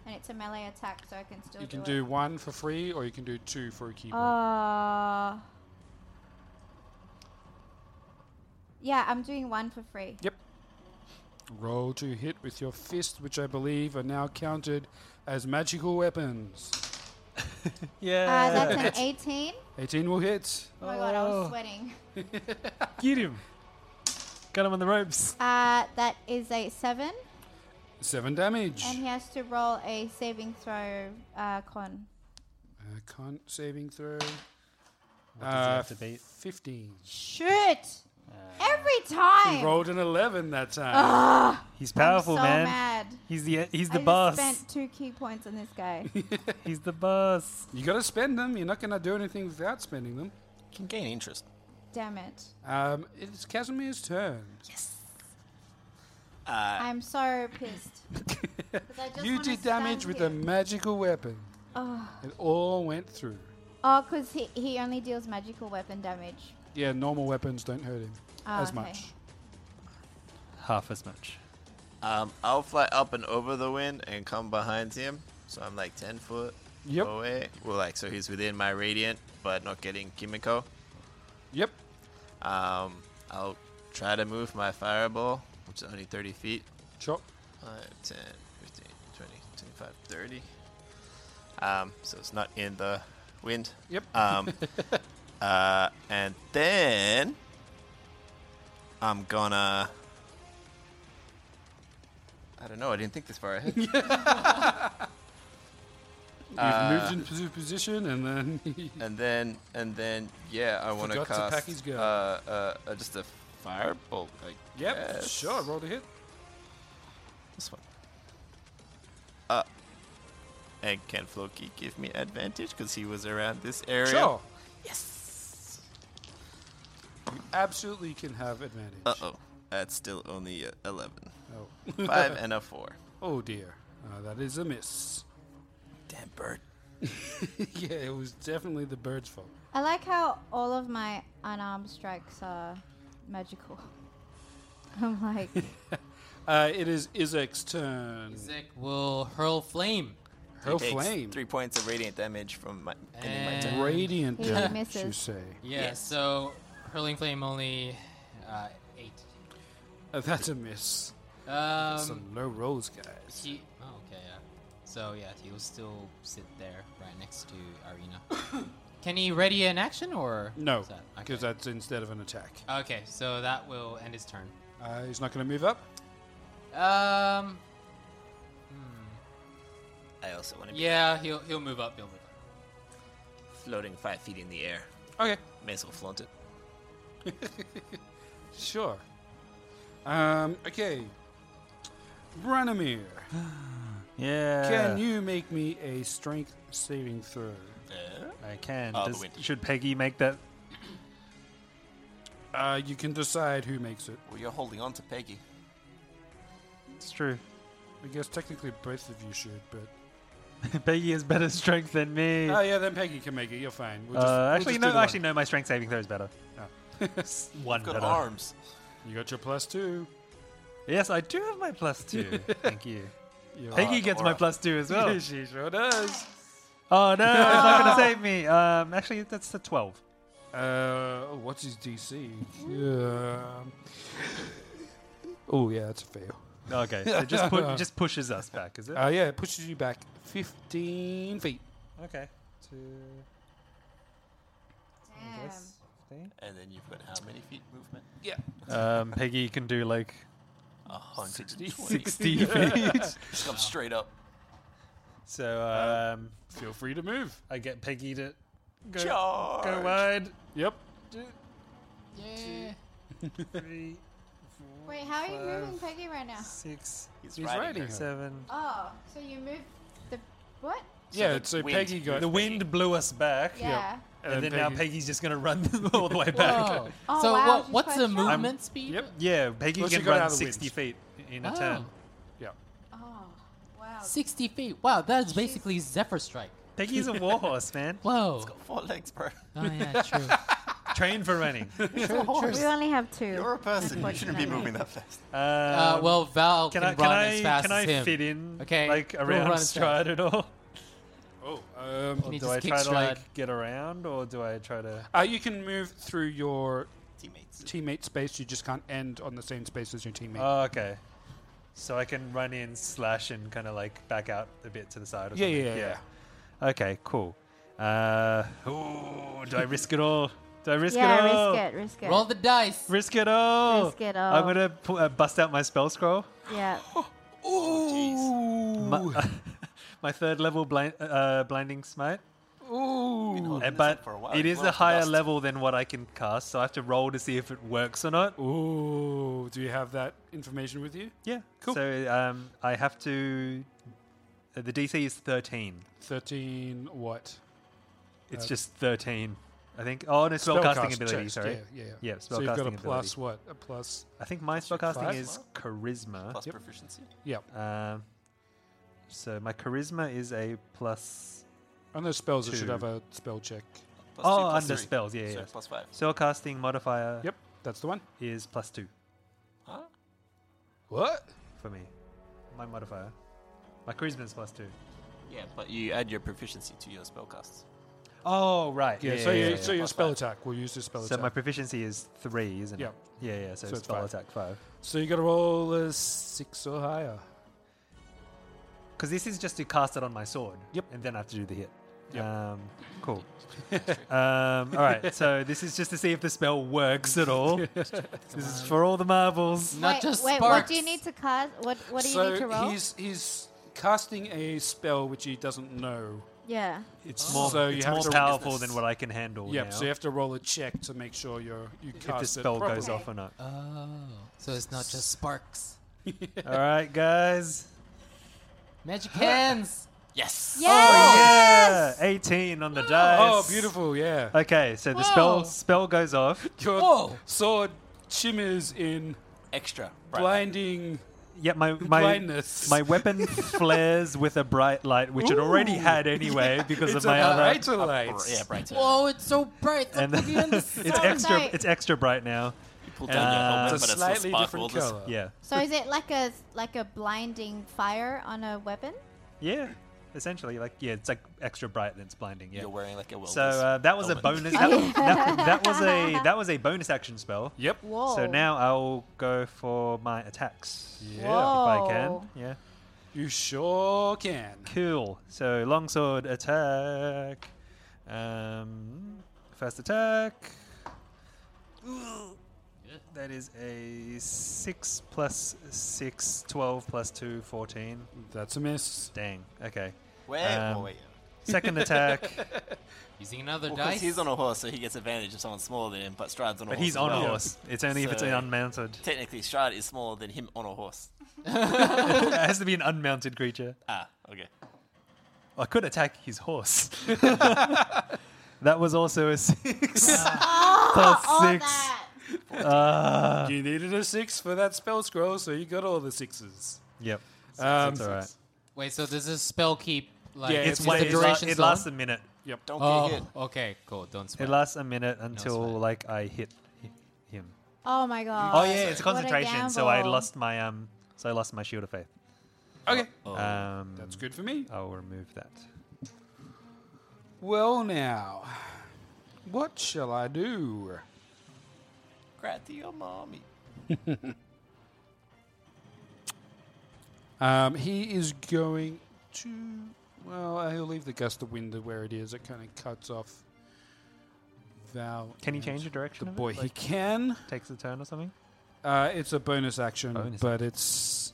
Speaker 7: and it's a melee attack, so I can still
Speaker 4: you can
Speaker 7: do,
Speaker 4: do
Speaker 7: it. Oh.
Speaker 4: one for free, or you can do two for a key point.
Speaker 7: Uh, yeah, I'm doing one for free.
Speaker 4: Yep. Roll to hit with your fist, which I believe are now counted as magical weapons.
Speaker 5: yeah.
Speaker 7: Uh, that's an 18.
Speaker 4: 18 will hit.
Speaker 7: Oh my god, I was sweating.
Speaker 5: Get him. Got him on the ropes.
Speaker 7: Uh, that is a 7,
Speaker 4: 7 damage.
Speaker 7: and he has to roll a saving throw uh, con.
Speaker 4: Uh, con saving throw.
Speaker 5: What does he have
Speaker 4: Uh,
Speaker 5: to beat?
Speaker 4: 15.
Speaker 7: Shoot! Every time!
Speaker 4: Uh, He rolled an 11 that time.
Speaker 7: Ugh.
Speaker 5: He's powerful,
Speaker 7: I'm so
Speaker 5: man.
Speaker 7: mad.
Speaker 5: He's
Speaker 4: uh,
Speaker 5: the he's the
Speaker 7: I
Speaker 5: boss.
Speaker 7: Just spent two key points on this guy.
Speaker 5: He's the boss.
Speaker 4: You gotta spend them. You're not gonna do anything without spending them.
Speaker 8: Can gain interest.
Speaker 7: Damn it!
Speaker 4: Um, it's Casimir's turn. Yes.
Speaker 8: Uh,
Speaker 7: I'm so pissed. 'Cause I just
Speaker 4: you
Speaker 7: wanna
Speaker 4: did damage
Speaker 7: stand
Speaker 4: with
Speaker 7: here.
Speaker 4: a magical weapon.
Speaker 7: Oh,
Speaker 4: It all went through.
Speaker 7: oh, because he he only deals magical weapon damage.
Speaker 4: Yeah, normal weapons don't hurt him
Speaker 7: Ah,
Speaker 4: as
Speaker 7: okay.
Speaker 4: much.
Speaker 5: Half as much.
Speaker 8: Um, I'll fly up and over the wind and come behind him. So I'm like 10 foot
Speaker 4: Yep.
Speaker 8: away. Well, like, so he's within my radiant, but not getting Kimiko.
Speaker 4: Yep.
Speaker 8: Um, I'll try to move my fireball, which is only 30 feet.
Speaker 4: Chop.
Speaker 8: 5, 10, 15, 20, 25, 30. Um, so it's not in the wind.
Speaker 4: Yep.
Speaker 8: Um, uh, and then I'm gonna. I don't know. I didn't think this far ahead.
Speaker 4: You've
Speaker 8: Uh,
Speaker 4: moved into position and then.
Speaker 8: and then and then yeah, I want to
Speaker 4: Forgot to
Speaker 8: cast
Speaker 4: pack his gun.
Speaker 8: Uh, uh, uh, just a firebolt. I
Speaker 4: yep.
Speaker 8: guess.
Speaker 4: Sure. Roll to hit.
Speaker 8: This one. Uh, and can Floki give me advantage because he was around this area?
Speaker 4: Sure. Yes. You absolutely can have advantage.
Speaker 8: Uh oh. That's still only a 11.
Speaker 4: Oh.
Speaker 8: Five and a four.
Speaker 4: Oh dear. Uh, that is a miss.
Speaker 8: Damn bird.
Speaker 4: yeah, it was definitely the bird's fault.
Speaker 7: I like how all of my unarmed strikes are magical. I'm like,
Speaker 4: Uh, it is Izek's turn.
Speaker 6: Zek will hurl flame.
Speaker 4: Hurl
Speaker 8: Takes
Speaker 4: Oh, flame.
Speaker 8: Three points of radiant damage from my ending my turn.
Speaker 6: And-
Speaker 4: Radiant
Speaker 7: He
Speaker 4: damage,
Speaker 7: misses.
Speaker 4: you say.
Speaker 6: Yeah, so hurling flame only uh, eight.
Speaker 4: Uh, that's a miss.
Speaker 6: Um,
Speaker 4: Some low rolls, guys.
Speaker 6: he, oh, okay, yeah. So yeah, he will still sit there, right next to Arena. Can he ready an action or
Speaker 4: No,
Speaker 6: is that-
Speaker 4: because
Speaker 6: okay.
Speaker 4: that's instead of an attack.
Speaker 6: okay, so that will end his turn.
Speaker 4: Uh, he's not going to move up.
Speaker 6: Um,
Speaker 8: Hmm. I also want to be
Speaker 6: yeah, he'll he'll move up. He'll move up.
Speaker 8: floating five feet in the air.
Speaker 4: Okay,
Speaker 8: May as well flaunt it.
Speaker 4: sure. Um, okay. Branimir,
Speaker 5: Yeah.
Speaker 4: can you make me a strength saving throw?
Speaker 5: I can.
Speaker 8: Oh, the
Speaker 5: Does-
Speaker 8: wind.
Speaker 5: should Peggy make that?
Speaker 4: Uh, you can decide who makes it.
Speaker 8: Well, you're holding on to Peggy.
Speaker 5: It's true.
Speaker 4: I guess technically both of you should, but
Speaker 5: Peggy has better strength than me.
Speaker 4: oh yeah, then Peggy can make it. You're fine. We'll just,
Speaker 5: uh,
Speaker 4: we'll
Speaker 5: actually,
Speaker 4: just do the
Speaker 5: no.
Speaker 4: one. Ah.
Speaker 5: Actually, no. My strength saving throw is better. S- One
Speaker 8: Good
Speaker 5: better.
Speaker 8: arms.
Speaker 4: You got your plus two.
Speaker 5: Yes, I do have my plus two. Thank you.
Speaker 4: You're
Speaker 5: Peggy
Speaker 8: the
Speaker 5: gets my
Speaker 8: aura.
Speaker 5: plus two as well.
Speaker 4: she sure does.
Speaker 5: Oh no, it's not gonna save me. Um, actually, that's the twelve.
Speaker 4: Uh, oh, what's his DC? Um oh yeah, that's a fail.
Speaker 5: Okay, so just put, just pushes us back, is it?
Speaker 4: Uh, yeah, it pushes you back 15 feet.
Speaker 5: okay. Two.
Speaker 7: damn.
Speaker 8: And then you've got how many feet movement?
Speaker 4: Yeah.
Speaker 5: Um, Peggy can do like
Speaker 8: A hundred and twenty.
Speaker 5: sixty feet.
Speaker 8: Just come straight up.
Speaker 5: So um,
Speaker 4: Feel free to move.
Speaker 5: I get Peggy to go, go
Speaker 8: Charge.
Speaker 5: wide.
Speaker 4: Yep.
Speaker 6: Yeah.
Speaker 5: Three,
Speaker 7: Wait, how are you
Speaker 5: Five.
Speaker 7: moving Peggy right now?
Speaker 5: six,
Speaker 8: He's,
Speaker 4: He's
Speaker 8: riding.
Speaker 4: riding.
Speaker 8: her.
Speaker 5: seven.
Speaker 7: Oh, so you moved the what?
Speaker 4: yeah,
Speaker 8: the
Speaker 4: so
Speaker 8: wind-
Speaker 4: Peggy got.
Speaker 5: The wind blew us back,
Speaker 7: Yeah.
Speaker 5: and, then now Peggy's just gonna run all the way back.
Speaker 6: Whoa.
Speaker 7: Oh,
Speaker 6: so
Speaker 7: wow,
Speaker 6: what
Speaker 7: she's
Speaker 6: what's
Speaker 7: quite
Speaker 6: the
Speaker 7: strong.
Speaker 6: movement speed?
Speaker 4: Yep.
Speaker 5: Yeah, Peggy
Speaker 4: Well, she
Speaker 5: can
Speaker 4: got out
Speaker 5: run
Speaker 4: of the wind.
Speaker 5: sixty feet in a
Speaker 6: Oh.
Speaker 5: turn. Yeah.
Speaker 7: Oh, wow.
Speaker 6: 60 feet. Wow, that is basically Zephyr Strike.
Speaker 5: Peggy's a warhorse, man.
Speaker 6: Whoa.
Speaker 5: It's got four legs, bro.
Speaker 6: Oh, yeah, true.
Speaker 5: Trained for running.
Speaker 7: We only have two. You're
Speaker 8: a person. You shouldn't be
Speaker 7: unfortunately.
Speaker 8: moving that fast.
Speaker 6: Uh, well, Val
Speaker 5: can
Speaker 6: can,
Speaker 5: I-
Speaker 6: run
Speaker 5: can
Speaker 6: as
Speaker 5: I-
Speaker 6: fast
Speaker 5: can
Speaker 6: as
Speaker 5: I
Speaker 6: him.
Speaker 5: fit in,
Speaker 6: Okay,
Speaker 5: like,
Speaker 6: we'll
Speaker 5: around
Speaker 6: run as
Speaker 5: stride
Speaker 6: fast.
Speaker 5: at all?
Speaker 4: Oh, um,
Speaker 5: Or
Speaker 4: Can you
Speaker 5: do
Speaker 4: just
Speaker 5: I
Speaker 4: kick
Speaker 5: try to
Speaker 4: stride?
Speaker 5: like get around, or do I try to?
Speaker 4: Uh, you can move through your teammates. teammate space. You just can't end on the same space as your teammate.
Speaker 5: Oh, okay. So I can run in, slash, and kind of like back out a bit to the side. Or
Speaker 4: Yeah,
Speaker 5: something.
Speaker 4: yeah, yeah,
Speaker 5: Okay, cool. Uh, ooh, do I risk it all? Do I risk
Speaker 7: Yeah,
Speaker 5: it
Speaker 7: risk
Speaker 5: all?
Speaker 7: it, risk it.
Speaker 6: Roll the dice.
Speaker 5: Risk it all.
Speaker 7: Risk it
Speaker 5: I'm
Speaker 7: all.
Speaker 5: gonna pu- uh, bust out my spell scroll.
Speaker 7: Yeah.
Speaker 5: My, my third level blind, uh, blinding smite.
Speaker 4: Ooh.
Speaker 5: Uh, but
Speaker 8: for a while.
Speaker 5: it
Speaker 8: You
Speaker 5: is
Speaker 8: rolled
Speaker 5: a
Speaker 8: the
Speaker 5: higher
Speaker 8: dust.
Speaker 5: level than what I can cast, so I have to roll to see if it works or not.
Speaker 4: Ooh, do you have that information with you?
Speaker 5: Yeah, cool. So um, I have to. uh, The DC is 13.
Speaker 4: 13 what?
Speaker 5: It's
Speaker 4: Uh,
Speaker 5: just 13, I think. Oh, no, spellcasting
Speaker 4: Spellcast
Speaker 5: ability,
Speaker 4: checks,
Speaker 5: sorry.
Speaker 4: Yeah, yeah. yeah.
Speaker 5: Yeah,
Speaker 4: so you've got a
Speaker 5: spellcasting
Speaker 4: plus
Speaker 5: ability.
Speaker 4: what? A plus.
Speaker 5: I think my spellcasting
Speaker 4: five?
Speaker 5: is charisma.
Speaker 8: Plus proficiency.
Speaker 4: Yep.
Speaker 5: Um, so my charisma is a plus.
Speaker 4: On those spells, it
Speaker 5: Two.
Speaker 4: should have a spell check.
Speaker 8: Plus
Speaker 5: Oh,
Speaker 8: two, plus
Speaker 5: under
Speaker 8: three.
Speaker 5: spells, yeah,
Speaker 8: So
Speaker 5: yeah.
Speaker 8: plus five.
Speaker 5: Spellcasting modifier.
Speaker 4: Yep, that's the one.
Speaker 5: Is plus two
Speaker 8: Huh?
Speaker 4: What?
Speaker 5: for me. My modifier. My charisma is plus two.
Speaker 8: Yeah, but you add your proficiency to your spell casts.
Speaker 5: Oh, right.
Speaker 4: Yeah, so, you, so your spell attack. We'll use your spell
Speaker 5: So
Speaker 4: attack.
Speaker 5: my proficiency is three, isn't
Speaker 4: Yep.
Speaker 5: it? Yeah, yeah. So,
Speaker 4: So it's
Speaker 5: spell
Speaker 4: five.
Speaker 5: attack five.
Speaker 4: so you got to roll a six or higher.
Speaker 5: Because this is just to cast it on my sword.
Speaker 4: Yep.
Speaker 5: And then I have to do the hit.
Speaker 4: Yep.
Speaker 5: Um, cool. um, all right. So this is just to see if the spell works at all. this is for all the marbles.
Speaker 6: Not
Speaker 7: wait,
Speaker 6: just
Speaker 7: wait what do you need to cast? What What do you
Speaker 4: so
Speaker 7: need to roll?
Speaker 4: he's he's casting a spell which he doesn't know.
Speaker 7: yeah.
Speaker 5: It's more,
Speaker 4: So you
Speaker 5: it's
Speaker 4: have
Speaker 5: more
Speaker 4: to-
Speaker 5: powerful than what I can handle.
Speaker 4: Yep.
Speaker 5: now,
Speaker 4: So you have to roll a check to make sure you're you
Speaker 5: if
Speaker 4: cast
Speaker 5: the
Speaker 4: it
Speaker 5: spell goes
Speaker 4: properly.
Speaker 5: off or not.
Speaker 6: Oh, so it's not just sparks.
Speaker 5: all right, guys.
Speaker 6: Magic hands.
Speaker 8: Yes.
Speaker 5: Oh yeah, 18 on the dice.
Speaker 4: Oh, beautiful! Yeah,
Speaker 5: Okay, so the
Speaker 6: Whoa.
Speaker 5: spell spell goes off.
Speaker 4: your
Speaker 6: Whoa.
Speaker 4: sword shimmers in
Speaker 8: Extra.
Speaker 4: blinding.
Speaker 5: Yeah, my my
Speaker 4: Blindness.
Speaker 5: my weapon flares with a bright light, which it already
Speaker 4: Ooh.
Speaker 5: had anyway because of
Speaker 4: It's
Speaker 5: my
Speaker 4: a
Speaker 5: other. Oh,
Speaker 4: brighter light.
Speaker 8: Bright. Yeah, brighter.
Speaker 6: Whoa, it's so bright. It's
Speaker 5: And
Speaker 6: like looking in the
Speaker 5: it's
Speaker 6: sun.
Speaker 5: extra.
Speaker 7: Nice.
Speaker 5: It's extra bright now. Uh,
Speaker 8: You pull down your helmet,
Speaker 4: it's a
Speaker 8: but it's
Speaker 4: slightly
Speaker 8: still
Speaker 4: different
Speaker 8: sparkled. It's-
Speaker 4: color.
Speaker 5: Yeah,
Speaker 7: So is it like a like a blinding fire on a weapon?
Speaker 5: yeah. Essentially, like yeah, it's like extra bright and it's blinding. Yeah.
Speaker 8: You're wearing like a welder's
Speaker 5: So uh, that was a
Speaker 8: helmet.
Speaker 5: bonus.
Speaker 7: Oh,
Speaker 5: That, that, that was a that was a bonus action spell.
Speaker 4: Yep.
Speaker 7: Whoa.
Speaker 5: So now I'll go for my attacks.
Speaker 4: Yeah.
Speaker 5: If I can.
Speaker 7: Whoa.
Speaker 5: Yeah.
Speaker 4: You sure can.
Speaker 5: Cool. So longsword attack. Um, first attack. Ugh. That is a 6 plus 6, 12 plus 2, 14.
Speaker 4: That's a miss.
Speaker 5: Dang. Okay.
Speaker 8: Wait,
Speaker 5: Um,
Speaker 8: oh, wait.
Speaker 5: Second attack.
Speaker 6: Using another
Speaker 8: Well, 'cause
Speaker 6: dice.
Speaker 8: he's on a horse, so he gets advantage if someone's smaller than him. But Stride's on a
Speaker 5: but
Speaker 8: horse.
Speaker 5: he's
Speaker 8: as
Speaker 5: on a
Speaker 8: well.
Speaker 5: horse. It's only if it's an
Speaker 8: So-
Speaker 5: unmounted.
Speaker 8: Technically, Stride is smaller than him on a horse.
Speaker 5: it has to be an unmounted creature.
Speaker 8: Ah, okay.
Speaker 5: I could attack his horse. that was also a 6.
Speaker 8: Ah.
Speaker 5: plus Ah. Uh. 6.
Speaker 4: you needed a six for that spell scroll, so you got all the sixes.
Speaker 5: Yep.
Speaker 4: Um,
Speaker 5: That's all right.
Speaker 6: Wait, so does this spell keep like
Speaker 4: Yeah,
Speaker 5: It's
Speaker 4: Is
Speaker 5: one,
Speaker 4: the
Speaker 5: it, la-
Speaker 6: duration
Speaker 5: it lasts a
Speaker 6: zone?
Speaker 5: minute.
Speaker 4: Yep.
Speaker 8: Don't get
Speaker 6: Oh,
Speaker 8: hit.
Speaker 6: okay, cool. Don't sweat.
Speaker 5: It lasts a minute until
Speaker 6: sweat.
Speaker 5: like I hit hi- him.
Speaker 7: Oh my god.
Speaker 5: Oh yeah, it's
Speaker 7: What a
Speaker 5: concentration. So I
Speaker 7: gamble.
Speaker 5: lost my um. So I lost my shield of faith.
Speaker 4: Okay.
Speaker 5: Um,
Speaker 4: That's good for me.
Speaker 5: I'll remove that.
Speaker 4: Well, now, what shall I do?
Speaker 8: Crat to your mommy.
Speaker 4: Um, he is going to. Well, uh, he'll leave the gust of wind where it is. It kind of cuts off Val.
Speaker 5: Can he
Speaker 4: and
Speaker 5: change the direction
Speaker 4: The
Speaker 5: of it?
Speaker 4: boy, he
Speaker 5: Like-
Speaker 4: can.
Speaker 5: Takes a turn or something.
Speaker 4: Uh, it's a bonus action,
Speaker 5: Bonus
Speaker 4: but it's.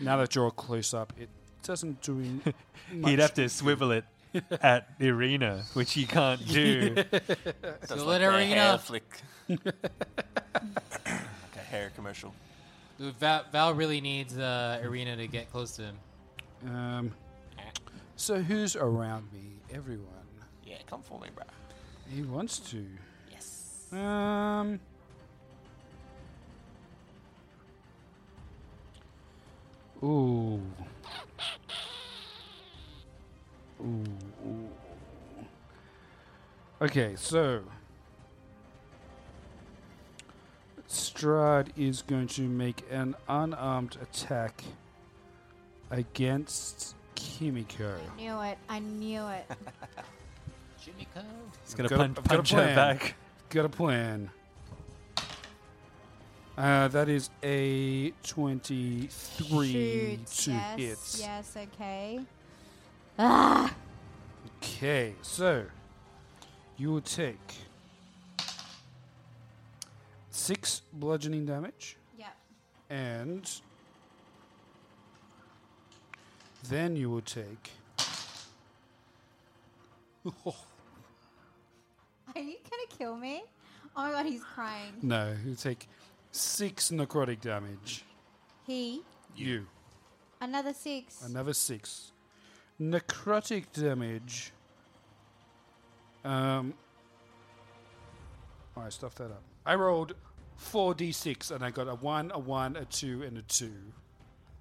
Speaker 4: Now that you're close up, it doesn't do him much.
Speaker 5: He'd have to swivel it at the arena, which he can't do.
Speaker 8: That's
Speaker 6: So
Speaker 8: like
Speaker 6: let her
Speaker 8: a
Speaker 6: eat
Speaker 8: hair
Speaker 6: up.
Speaker 8: flick. like a hair commercial.
Speaker 6: Dude, Val, Val really needs uh, Arena to get close to him.
Speaker 4: Um, so who's around me? Everyone.
Speaker 8: Yeah, come for me, bro.
Speaker 4: He wants to. Yes. Um. Ooh. Ooh. ooh. Okay, so Strad is going to make an unarmed attack against Kimiko.
Speaker 7: I knew it. I knew it.
Speaker 6: Jimmy
Speaker 5: He's
Speaker 4: I've
Speaker 5: gonna
Speaker 4: got a-
Speaker 5: punch-
Speaker 4: I've got a
Speaker 5: punch her
Speaker 4: plan.
Speaker 5: back.
Speaker 4: Got a plan. Uh, that is a twenty-three
Speaker 7: Shoots.
Speaker 4: to
Speaker 7: yes.
Speaker 4: hit.
Speaker 7: Yes. Okay. Ah.
Speaker 4: Okay, so you will take six bludgeoning damage.
Speaker 7: Yep.
Speaker 4: And then you will take.
Speaker 7: Are you gonna kill me? Oh my god, he's crying.
Speaker 4: No, you take six necrotic damage.
Speaker 7: He.
Speaker 4: You.
Speaker 7: Another six.
Speaker 4: Another six. Necrotic damage. Um. Alright, stuff that up. I rolled 4d6 and I got a 1, a 1, a 2, and a 2.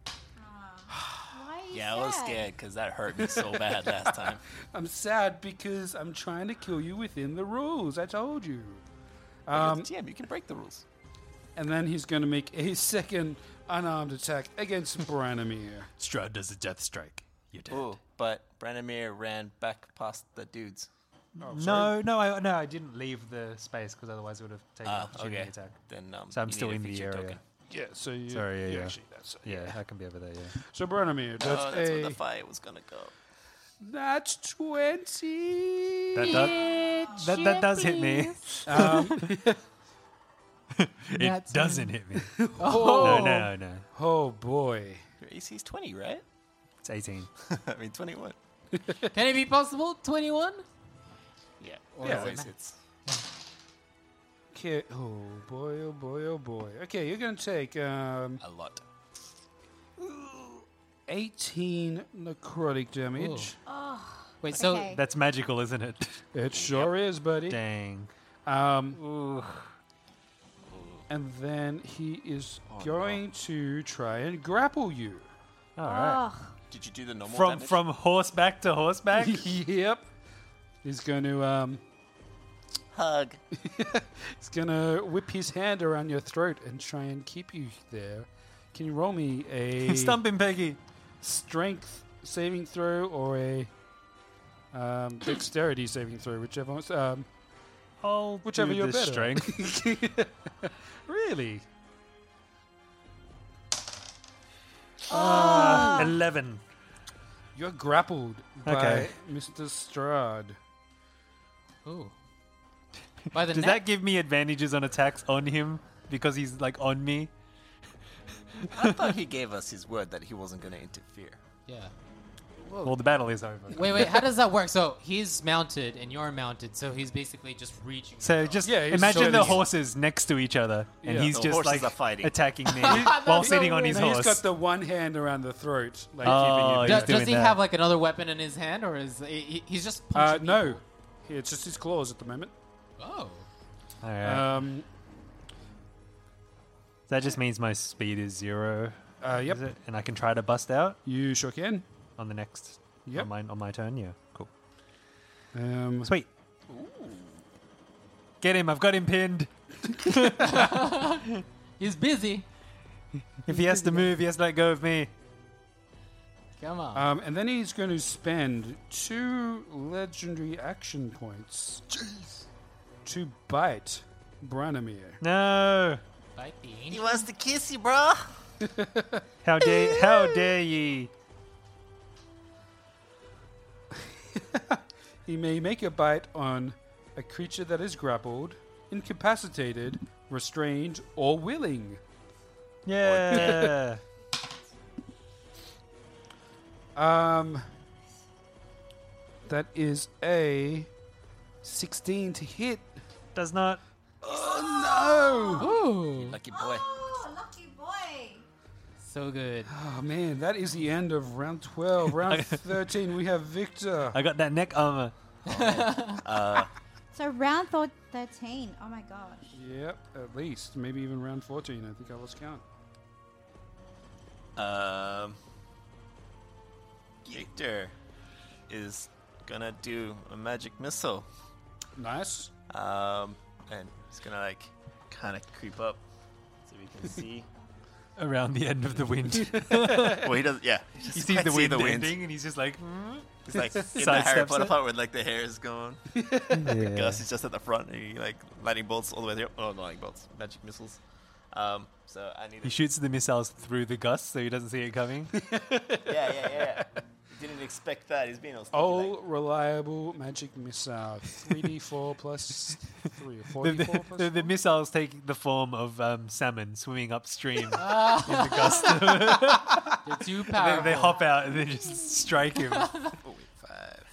Speaker 7: Ah. Why are you
Speaker 8: Yeah, I was
Speaker 7: sad?
Speaker 8: scared because that hurt me so bad last time.
Speaker 4: I'm sad because I'm trying to kill you within the rules. I told you.
Speaker 8: Um, Damn, you can break the rules.
Speaker 4: And then he's going to make a second unarmed attack against Branimir.
Speaker 9: Strud does a death strike. You're dead.
Speaker 8: Ooh, but Branimir ran back past the dudes.
Speaker 6: Oh,
Speaker 4: Oh,
Speaker 5: no, no, I, no, I didn't leave the space because otherwise it would have taken an
Speaker 8: Ah,
Speaker 5: opportunity
Speaker 8: okay.
Speaker 5: attack.
Speaker 8: Then, um,
Speaker 5: so I'm
Speaker 8: you
Speaker 5: still
Speaker 8: need a
Speaker 5: in the
Speaker 8: feature
Speaker 5: area.
Speaker 8: token.
Speaker 4: Yeah, so you-
Speaker 5: Sorry, yeah,
Speaker 4: you
Speaker 5: yeah.
Speaker 4: actually- that's-
Speaker 5: yeah,
Speaker 4: yeah.
Speaker 5: I can be over there. Yeah.
Speaker 4: So Branimir,
Speaker 8: No,
Speaker 4: that's,
Speaker 8: Oh, that's
Speaker 4: a
Speaker 8: where the fight was gonna go.
Speaker 4: That's 20.
Speaker 5: That- that- that- that does hit me.
Speaker 4: Um,
Speaker 9: It doesn't hit me.
Speaker 4: Oh.
Speaker 9: No, no, no.
Speaker 4: Oh, boy.
Speaker 8: Your AC's 20, right?
Speaker 5: It's 18.
Speaker 8: I mean, 21.
Speaker 6: Can it be possible? 21?
Speaker 8: Yeah.
Speaker 6: Or
Speaker 4: Yeah.
Speaker 6: is it
Speaker 4: Always
Speaker 6: ma-
Speaker 4: Okay. Oh, boy, oh, boy, oh, boy. Okay, you're going to take um,
Speaker 8: A lot.
Speaker 4: 18 necrotic damage.
Speaker 6: Wait, so
Speaker 7: Okay.
Speaker 5: That's magical, isn't it?
Speaker 4: It sure is, buddy.
Speaker 5: Dang.
Speaker 4: Um, And then he is
Speaker 8: Oh,
Speaker 4: going to try and grapple you.
Speaker 5: All right.
Speaker 8: Did you do the normal
Speaker 5: from
Speaker 8: damage?
Speaker 5: from horseback to horseback.
Speaker 4: yep. He's going to um,
Speaker 8: Hug.
Speaker 4: he's going to whip his hand around your throat and try and keep you there. Can you roll me a
Speaker 5: Stump him, Peggy.
Speaker 4: strength saving throw or a um, dexterity saving throw, whichever one's, um,
Speaker 5: I'll
Speaker 4: whichever
Speaker 5: do
Speaker 4: you're
Speaker 5: the
Speaker 4: better. at.
Speaker 5: strength.
Speaker 4: really?
Speaker 8: Ah.
Speaker 5: Ah, Eleven.
Speaker 4: You're grappled
Speaker 5: Okay.
Speaker 4: by Mr. Strad.
Speaker 6: Ooh. By the
Speaker 5: Does
Speaker 6: neck?
Speaker 5: that give me advantages on attacks on him because he's like on me?
Speaker 8: I thought he gave us his word that he wasn't gonna interfere.
Speaker 6: yeah.
Speaker 5: Well, the battle is over.
Speaker 6: Wait, wait, how does that work? So he's mounted and you're mounted, so he's basically just reaching.
Speaker 5: So just
Speaker 4: Yeah, he's
Speaker 5: imagine
Speaker 4: so
Speaker 5: the
Speaker 4: he's-
Speaker 5: horses next to each other, and
Speaker 4: Yeah.
Speaker 5: he's
Speaker 8: The
Speaker 5: just
Speaker 8: horses
Speaker 5: like
Speaker 8: are fighting.
Speaker 5: attacking me while sitting on his
Speaker 4: No,
Speaker 5: horse.
Speaker 4: He's got the one hand around the throat, like
Speaker 5: Oh,
Speaker 4: keeping
Speaker 6: Do-
Speaker 4: you.
Speaker 5: yeah.
Speaker 4: busy.
Speaker 6: does
Speaker 5: doing
Speaker 6: he
Speaker 5: that.
Speaker 6: have like another weapon in his hand, or is he, he- he's just
Speaker 4: Uh,
Speaker 6: punching?
Speaker 4: no, it's just his claws at the moment.
Speaker 6: Oh,
Speaker 5: All right.
Speaker 4: Um,
Speaker 5: that just means my speed is zero,
Speaker 4: uh,
Speaker 5: is
Speaker 4: yep,
Speaker 5: it? And I can try to bust out
Speaker 4: you sure can.
Speaker 5: on the next
Speaker 4: Yep.
Speaker 5: on my on my turn. Yeah, cool.
Speaker 4: Um,
Speaker 5: Sweet. Get him! I've got him pinned.
Speaker 6: he's busy.
Speaker 5: If he has to move, he has to let go of me.
Speaker 6: Come on.
Speaker 4: um, and then he's going to spend two legendary action points to bite Branimir.
Speaker 5: No!
Speaker 6: Bite the angel.
Speaker 8: He wants to kiss you, bro.
Speaker 5: How dare how dare ye?
Speaker 4: He may make a bite on a creature that is grappled, incapacitated, restrained, or willing.
Speaker 5: Yeah.
Speaker 4: Um, that is a 16 to hit.
Speaker 5: Does not.
Speaker 4: Oh!
Speaker 6: Ooh,
Speaker 8: Lucky boy.
Speaker 7: Oh, lucky boy.
Speaker 6: so good.
Speaker 4: Oh man, that is the end of round 12. Round 13, we have Victor.
Speaker 5: I got that neck armor. Uh,
Speaker 7: So round thought thirteen. Oh my gosh.
Speaker 4: Yep, at least. Maybe even round 14. I think I lost count.
Speaker 8: Um, Victor is gonna do a magic missile.
Speaker 4: Nice.
Speaker 8: Um, and he's gonna like kind of creep up so we can see.
Speaker 5: Around the end of the wind.
Speaker 8: well, he doesn't. Yeah,
Speaker 5: He
Speaker 8: just
Speaker 5: sees
Speaker 8: can't
Speaker 5: the
Speaker 8: see
Speaker 5: wind
Speaker 8: the wind.
Speaker 5: ending and he's just like, hmm.
Speaker 8: He's like in the
Speaker 5: Sidesteps
Speaker 8: Harry Potter
Speaker 5: it.
Speaker 8: part where like the hair is going.
Speaker 5: Yeah.
Speaker 8: Gus is just at the front. And he like lightning bolts all the way through. Oh, not lightning bolts, magic missiles. Um, so I need.
Speaker 5: He shoots the missiles through the gust so he doesn't see it coming.
Speaker 8: yeah, yeah, yeah. yeah. Didn't expect that. He's being all sneaky
Speaker 4: All reliable magic missile. 3d4 plus 3 or
Speaker 5: The, the-
Speaker 4: 4d4 plus
Speaker 5: the- the missiles take the form of um, salmon swimming upstream in the gust.
Speaker 6: Ah. They're too
Speaker 5: And then
Speaker 6: powerful.
Speaker 5: They, hop out and they just strike him.
Speaker 8: Oh, five.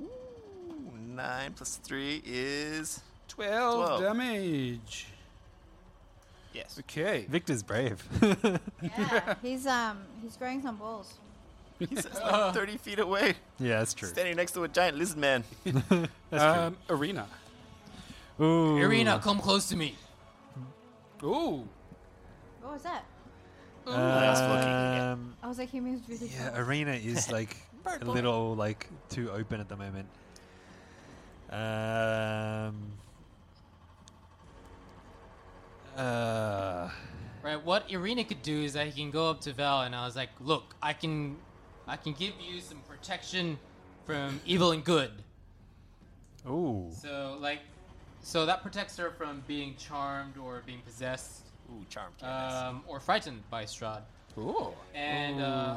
Speaker 8: Ooh, nine plus three is
Speaker 4: 12, damage.
Speaker 8: Yes.
Speaker 4: Okay.
Speaker 5: Victor's brave.
Speaker 7: Yeah, he's um he's growing some balls.
Speaker 8: He's
Speaker 4: Uh-huh.
Speaker 8: like 30 feet away.
Speaker 5: Yeah, that's true.
Speaker 8: Standing next to a giant lizard man.
Speaker 4: um, Arena.
Speaker 5: Ooh.
Speaker 6: Irina, come close to me.
Speaker 4: Ooh.
Speaker 7: What was that?
Speaker 5: Um,
Speaker 7: I was like, he moves really
Speaker 5: Yeah,
Speaker 7: fast.
Speaker 5: arena is like a
Speaker 7: boy.
Speaker 5: little like too open at the moment. Um. Uh.
Speaker 6: Right, what Irina could do is that he can go up to Val and I was like, look, I can I can give you some protection from evil and good.
Speaker 5: Ooh.
Speaker 6: So like so that protects her from being charmed or being possessed.
Speaker 8: Ooh, charmed.
Speaker 6: Um, or frightened by Strahd.
Speaker 4: Ooh.
Speaker 6: And uh,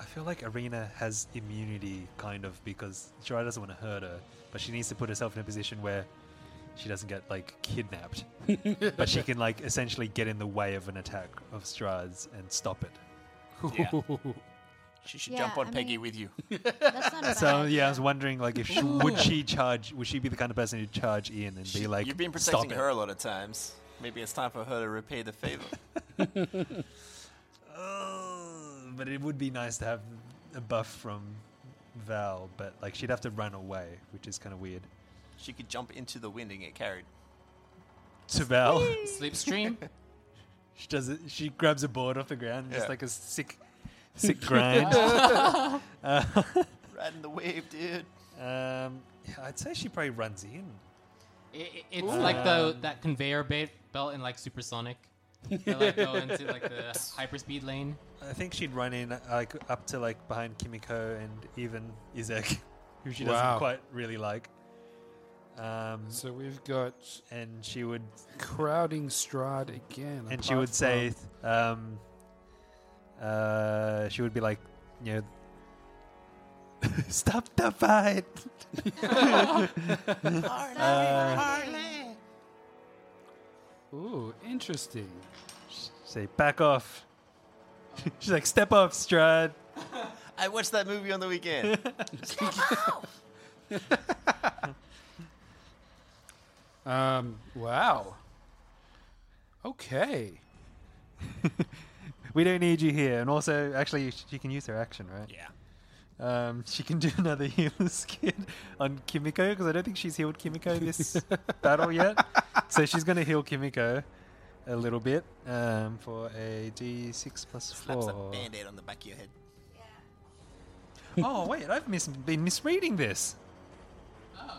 Speaker 5: I feel like Arena has immunity, kind of, because Shirai doesn't want to hurt her, but she needs to put herself in a position where she doesn't get like kidnapped, but she can like essentially get in the way of an attack of Strahd's and stop it.
Speaker 8: Yeah. She should
Speaker 7: Yeah,
Speaker 8: jump on
Speaker 7: I
Speaker 8: Peggy
Speaker 7: mean-
Speaker 8: with you.
Speaker 7: That's not a
Speaker 5: So
Speaker 7: bad-
Speaker 5: yeah, I was wondering like if she, would
Speaker 6: Ooh.
Speaker 5: she charge? Would she be the kind of person who charge Ian and be like,
Speaker 8: You've been
Speaker 5: "Stop
Speaker 8: protecting
Speaker 5: it."
Speaker 8: her a lot of times. Maybe it's time for her to repay the favor.
Speaker 5: Ugh, Mm, but it would be nice to have a buff from Val, but like she'd have to run away, which is kind of weird.
Speaker 8: she could jump into the wind and get carried.
Speaker 5: To Val,
Speaker 6: Slipstream.
Speaker 5: she does it. She grabs a board off the ground, and just
Speaker 8: Yeah.
Speaker 5: like a sick, sick grind. Uh,
Speaker 8: Riding the wave, dude.
Speaker 5: um, yeah, I'd say she probably runs in. Um,
Speaker 6: It, it- it's like the that conveyor belt belt in like Supersonic. They like go into like the hyperspeed lane.
Speaker 5: I think she'd run in uh, like up to like behind Kimiko and even Izek, who she
Speaker 4: Wow.
Speaker 5: doesn't quite really like. Um,
Speaker 4: So we've got
Speaker 5: and she would
Speaker 4: crowding Strahd again.
Speaker 5: and she would say um, uh, she would be like you know stop the fight Uh,
Speaker 4: Ooh, interesting.
Speaker 5: say back off she's like step off strad
Speaker 8: I watched that movie on the weekend.
Speaker 4: Um, wow. Okay.
Speaker 5: we don't need you here and also actually sh- she can use her action right
Speaker 8: yeah.
Speaker 5: um, she can do another healer's kit on kimiko because i don't think she's healed kimiko this battle yet so she's going to heal kimiko a little bit um, for a d6 plus 4
Speaker 8: Slaps a band-aid on the back of your head.
Speaker 5: oh wait, I've mis- been misreading this.
Speaker 8: Oh.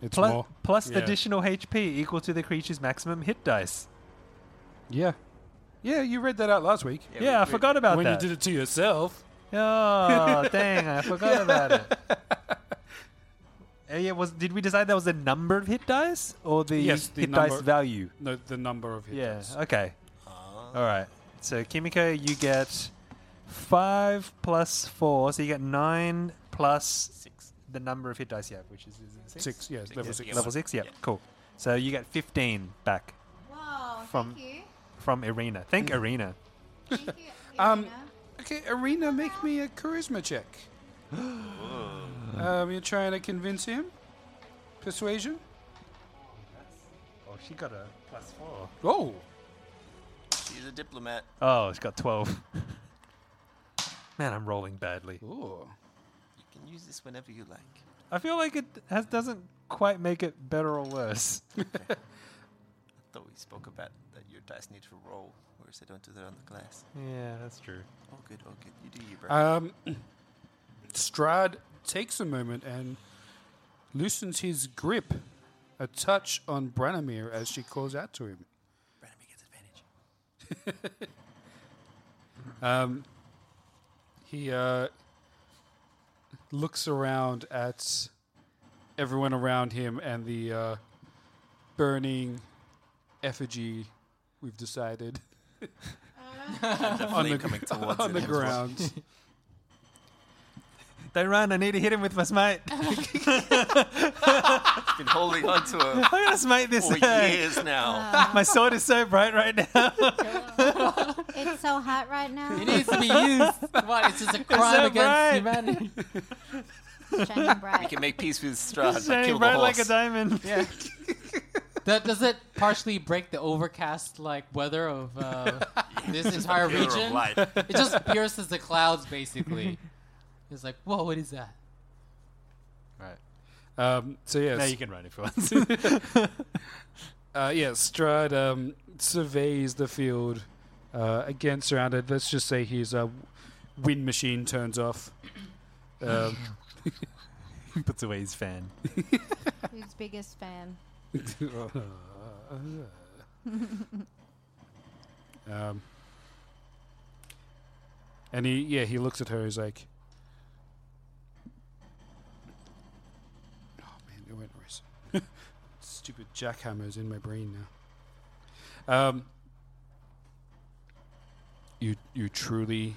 Speaker 4: It's
Speaker 5: Plus,
Speaker 4: more.
Speaker 5: plus
Speaker 4: Yeah.
Speaker 5: additional HP equal to the creature's maximum hit dice.
Speaker 4: Yeah. Yeah, you read that out last week.
Speaker 5: Yeah, I forgot about
Speaker 4: when
Speaker 5: that.
Speaker 4: you did it to yourself.
Speaker 5: oh, dang! I forgot about it. Uh, yeah, was did we decide that was the number of hit dice or the,
Speaker 4: Yes, the
Speaker 5: hit dice
Speaker 4: number-
Speaker 5: value?
Speaker 4: No, the number of hits.
Speaker 5: yeah. Okay.
Speaker 4: Ah.
Speaker 5: All right. So Kimiko, you get five plus four, so you get nine plus
Speaker 8: Six.
Speaker 5: the number of hit dice you have, which is, is it six?
Speaker 4: Six, yes, level six.
Speaker 5: Level six. Yeah. Cool. So you get fifteen back.
Speaker 7: Wow,
Speaker 5: From-
Speaker 7: thank you.
Speaker 5: from Arena.
Speaker 4: Mm.
Speaker 5: Thank Arena.
Speaker 7: Thank you.
Speaker 4: Um,
Speaker 7: Irina.
Speaker 4: Okay, Arena, make me a charisma check. um, you're trying to convince him? Persuasion?
Speaker 5: Oh, she got a plus four.
Speaker 4: Oh,
Speaker 8: She's a diplomat.
Speaker 5: Oh, she got twelve. Man, I'm rolling badly.
Speaker 4: Ooh.
Speaker 8: You can use this whenever you like.
Speaker 5: I feel like it has, doesn't quite make it better or worse.
Speaker 8: Thought we spoke about that your dice need to roll, whereas they don't do that on the glass.
Speaker 5: Yeah, that's true.
Speaker 8: Oh, good, oh, good. You do you, bro.
Speaker 4: Um, Strad takes a moment and loosens his grip, a touch on Branimir as she calls out to him. Branimir gets advantage. um, he uh, looks around at everyone around him and the uh, burning effigy we've decided
Speaker 8: And the flame coming towards
Speaker 4: on
Speaker 8: it
Speaker 4: the
Speaker 8: as well.
Speaker 4: ground.
Speaker 5: Don't run, I need to hit him with my smite.
Speaker 8: Been holding on to
Speaker 5: I'm
Speaker 8: him
Speaker 5: gonna smite this
Speaker 8: for
Speaker 5: guy.
Speaker 8: years now.
Speaker 5: my sword is so bright right now.
Speaker 7: it's so hot right now.
Speaker 6: It needs to be used. What? It's just a
Speaker 5: It's so
Speaker 6: crime against
Speaker 5: bright.
Speaker 6: humanity.
Speaker 7: Shining bright.
Speaker 8: We can make peace with Strahd by
Speaker 5: Shining
Speaker 8: kill the
Speaker 5: bright like a
Speaker 8: horse.
Speaker 5: diamond.
Speaker 6: Yeah. That, does it partially break the overcast like weather of uh, this entire
Speaker 8: Pillar of
Speaker 6: region?
Speaker 8: light.
Speaker 6: It just pierces the clouds basically. It's like, whoa, what is that?
Speaker 5: Right.
Speaker 4: Um, so yes,
Speaker 5: Now you can run if you want.
Speaker 4: Uh, yeah, Strud um, surveys the field uh, again, surrounded. Let's just say his uh, wind machine turns off. Um,
Speaker 5: He Puts away his fan.
Speaker 7: Who's biggest fan?
Speaker 4: um, and he, yeah, he looks at her. He's like, "Oh man, it went worse." Stupid jackhammer's in my brain now. Um, you you truly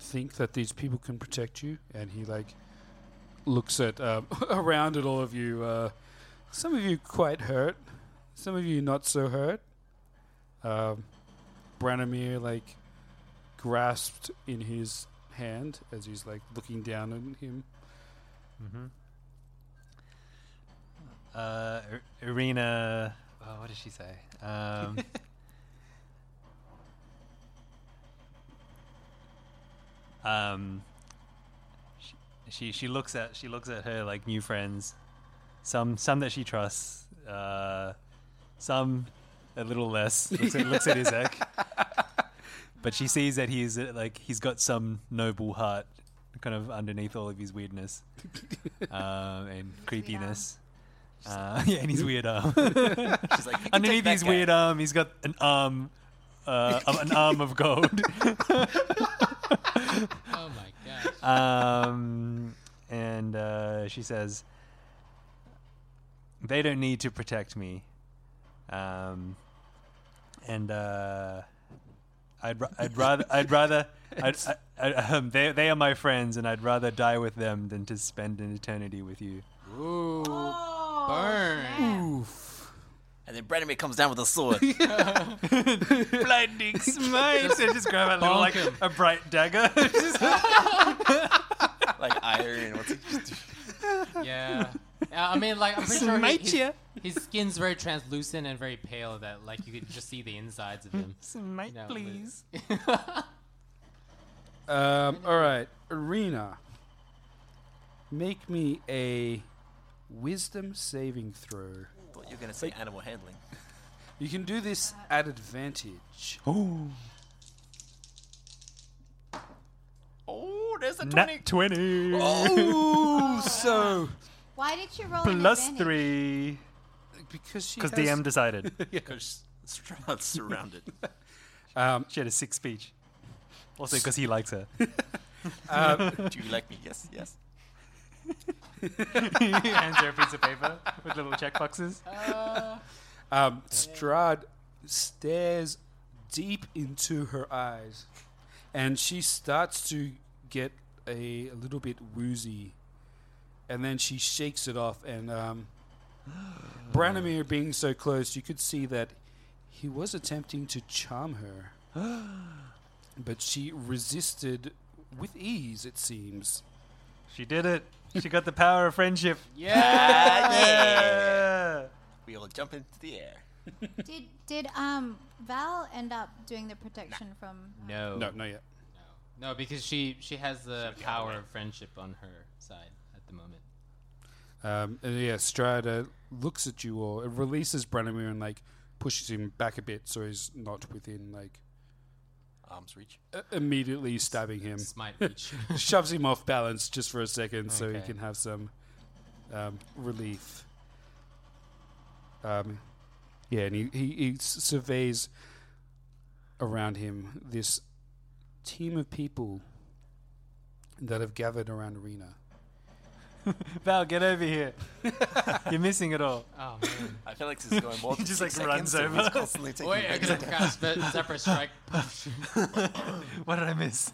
Speaker 4: think that these people can protect you? And he like looks at um, around at all of you. Uh, some of you quite hurt, some of you not so hurt. Um, Branimir like grasped in his hand as he's like looking down at him.
Speaker 5: Uh, Ir- Irina. Oh, what did she say? Um, um, sh- she she looks at she looks at her like new friends, some some that she trusts, uh, some a little less. Looks at, looks at Izek, but she sees that he's uh, like he's got some noble heart, kind of underneath all of his weirdness um, and creepiness. Uh, yeah, and his weird arm.
Speaker 8: She's like, "You can take
Speaker 5: Underneath
Speaker 8: that
Speaker 5: his
Speaker 8: guy."
Speaker 5: weird arm, he's got an arm, uh, of- an arm of gold.
Speaker 6: Oh my gosh.
Speaker 5: Um, and uh, she says, "They don't need to protect me." Um, and uh, I'd, ra- I'd rather I'd rather I'd, I, I, um, they they are my friends, and I'd rather die with them than to spend an eternity with you.
Speaker 6: Ooh,
Speaker 7: Oh.
Speaker 6: burn.
Speaker 8: And then Branimir comes down with a sword.
Speaker 5: Blinding smite! they just grab a little, like
Speaker 6: bonk him.
Speaker 5: a bright dagger.
Speaker 8: like iron. What's it?
Speaker 6: Yeah. Yeah, I mean, like, I'm pretty sure
Speaker 5: Smite
Speaker 6: his,
Speaker 5: ya.
Speaker 6: his, his skin's very translucent and very pale that, like, you could just see the insides of him.
Speaker 5: smite,
Speaker 6: No, but-
Speaker 5: please.
Speaker 4: Um, all right, Arena, make me a wisdom saving throw.
Speaker 8: thought you were going to say animal handling.
Speaker 4: You can do this at advantage.
Speaker 8: Oh, there's a
Speaker 5: Nat twenty
Speaker 4: Oh, so
Speaker 7: Why did you roll an
Speaker 5: plus
Speaker 7: advantage?
Speaker 5: three
Speaker 4: because she
Speaker 5: because
Speaker 4: has,
Speaker 5: DM decided.
Speaker 8: Because Strahd's surrounded.
Speaker 4: Um,
Speaker 5: She had a sick speech. Also, because he likes her.
Speaker 4: Um,
Speaker 8: do you like me? Yes, yes.
Speaker 5: he hands her a piece of paper with little checkboxes.
Speaker 4: um, Strad stares deep into her eyes, and she starts to get a, a little bit woozy, and then she shakes it off. And um, Branimir, being so close, you could see that he was attempting to charm her, but she resisted with ease. It seems.
Speaker 5: She did it. She got the power of friendship.
Speaker 8: We all jump into the air.
Speaker 7: Did did um Val end up doing the protection from?
Speaker 6: No.
Speaker 4: No, not yet.
Speaker 6: No, because she she has the power of friendship on her side at the moment.
Speaker 4: Um, and yeah, Strada looks at you all. It releases Branimir and like pushes him back a bit so he's not within like
Speaker 8: Arms reach.
Speaker 4: i- immediately stabbing him.
Speaker 6: Smite reach.
Speaker 4: Shoves him off balance just for a second so he
Speaker 6: Okay.
Speaker 4: can have some um, relief. Um, yeah, and he, he, he s- surveys around him this team of people that have gathered around Arena.
Speaker 5: Val, get over here. You're missing it all.
Speaker 6: Oh man.
Speaker 8: I feel like this is going more
Speaker 5: He
Speaker 8: than
Speaker 5: just
Speaker 8: six
Speaker 5: like runs
Speaker 8: seconds, so
Speaker 5: over.
Speaker 8: he's constantly taking
Speaker 6: Wait, I
Speaker 8: breaks.
Speaker 6: gotta cast Ve- Zephyr Strike.
Speaker 5: what did I miss?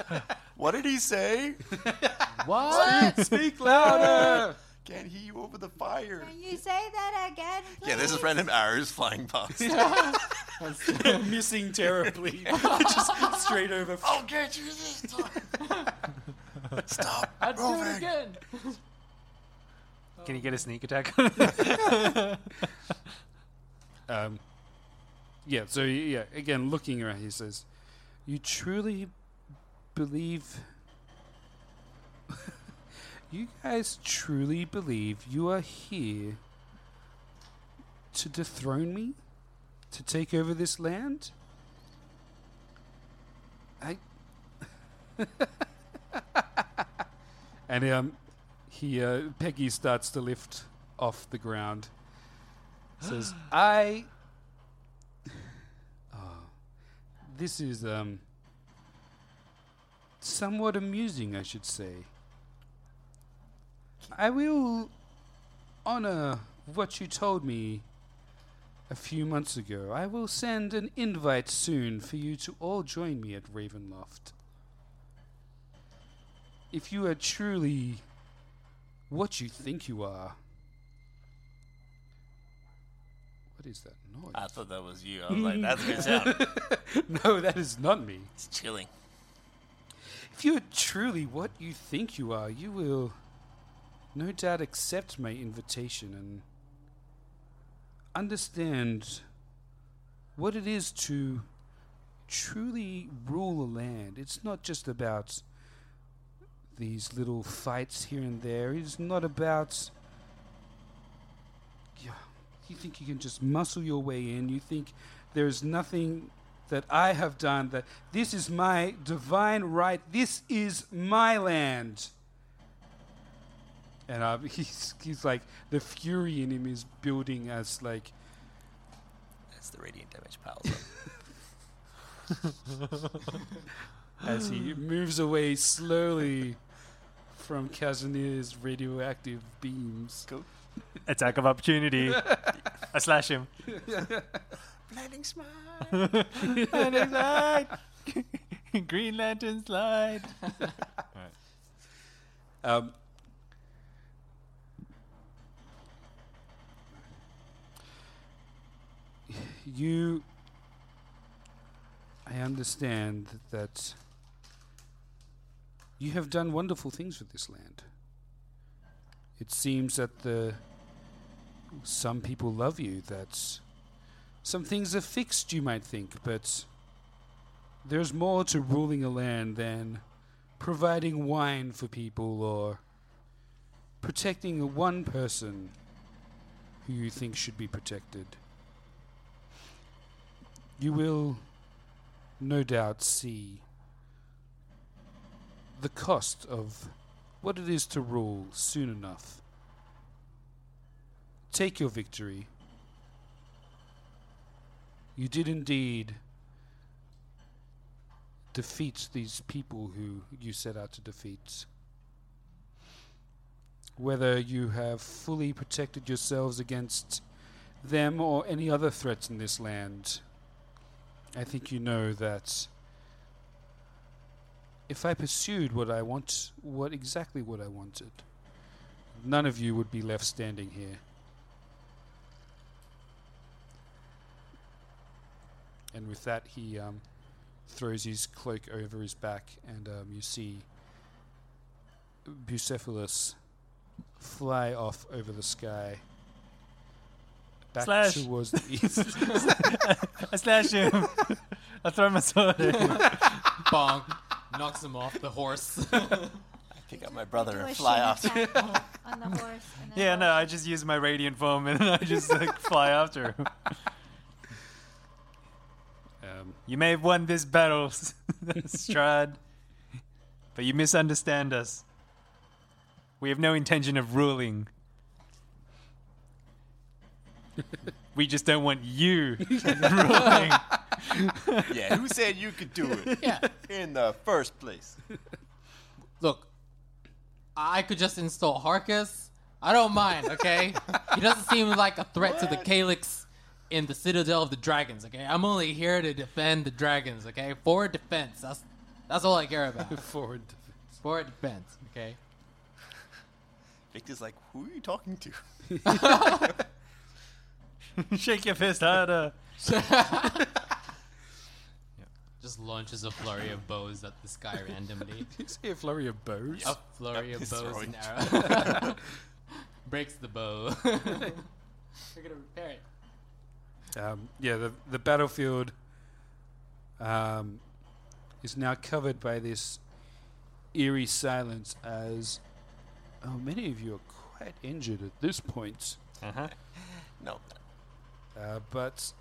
Speaker 8: What did he say?
Speaker 6: What?
Speaker 4: Speak louder!
Speaker 8: Can't hear you over the fire.
Speaker 7: Can you say that again?
Speaker 8: Yeah, this is
Speaker 7: please?
Speaker 8: random arrows flying past.
Speaker 4: Missing terribly. just straight over.
Speaker 8: I'll get you this time. Stop.
Speaker 6: I'd do
Speaker 8: moving.
Speaker 6: it again.
Speaker 5: Can you get a sneak attack?
Speaker 4: Um, yeah, so yeah, again, looking around, he says, You truly believe. you guys truly believe you are here to dethrone me? To take over this land? I. and um, he, uh, Peggy starts to lift off the ground. Says, I Ah, this is um somewhat amusing, I should say. I will honor what you told me a few months ago. I will send an invite soon for you to all join me at Ravenloft. If you are truly what you think you are. What is that noise?
Speaker 8: I thought that was you. I was like, that's a good sound.
Speaker 4: no, that is not me.
Speaker 8: It's chilling.
Speaker 4: If you are truly what you think you are, you will no doubt accept my invitation and understand what it is to truly rule a land. It's not just about these little fights here and there. It's not about. Yeah, you think you can just muscle your way in. You think there is nothing that I have done that this is my divine right. This is my land. And uh, he's, he's like the fury in him is building as like
Speaker 8: That's the radiant damage piles up.
Speaker 4: as he moves away slowly from Kazumir's radioactive beams.
Speaker 5: attack of opportunity. I slash him.
Speaker 8: Blinding smile.
Speaker 5: Landing slide. Green Lantern slide.
Speaker 4: Um, you. I understand that you have done wonderful things with this land. It seems that the. Some people love you, that. Some things are fixed, you might think, but. There's more to ruling a land than providing wine for people or protecting the one person who you think should be protected. You will no doubt see the cost of what it is to rule soon enough. Take your victory. You did indeed defeat these people who you set out to defeat. Whether you have fully protected yourselves against them or any other threats in this land, I think you know that if I pursued what I want, what exactly what I wanted, none of you would be left standing here. And with that, he um, throws his cloak over his back, and um, you see Bucephalus fly off over the sky back
Speaker 5: Slash.
Speaker 4: towards the east.
Speaker 5: I slash him. I throw my sword. at him.
Speaker 6: Bonk. Knocks him off the horse.
Speaker 8: Pick up my brother
Speaker 7: Do a
Speaker 8: and fly
Speaker 7: shin
Speaker 8: off.
Speaker 7: attack on the horse. and then
Speaker 5: Yeah,
Speaker 7: go
Speaker 5: no, I just use my radiant form and I just like fly after him. You may have won this battle, Strad, but you misunderstand us. We have no intention of ruling. we just don't want you ruling.
Speaker 8: yeah, who said you could do it?
Speaker 6: Yeah.
Speaker 8: In the first place.
Speaker 6: Look, I could just install Harkus. I don't mind, okay? he doesn't seem like a threat to the Calyx in the Citadel of the Dragons, okay? I'm only here to defend the dragons, okay? Forward defense. That's that's all I care about.
Speaker 4: Forward defense.
Speaker 6: Forward defense, okay?
Speaker 8: Victor's like, who are you talking to?
Speaker 5: Shake your fist harder.
Speaker 6: Just launches a flurry of bows at this guy randomly.
Speaker 4: you say a flurry of bows?
Speaker 6: A flurry of bows and arrows.
Speaker 4: arrows.
Speaker 6: Breaks the bow. We're gonna repair it.
Speaker 4: Um, yeah, the, the battlefield um, is now covered by this eerie silence as oh, many of you are quite injured at this point.
Speaker 5: Uh-huh.
Speaker 8: No.
Speaker 4: Uh, but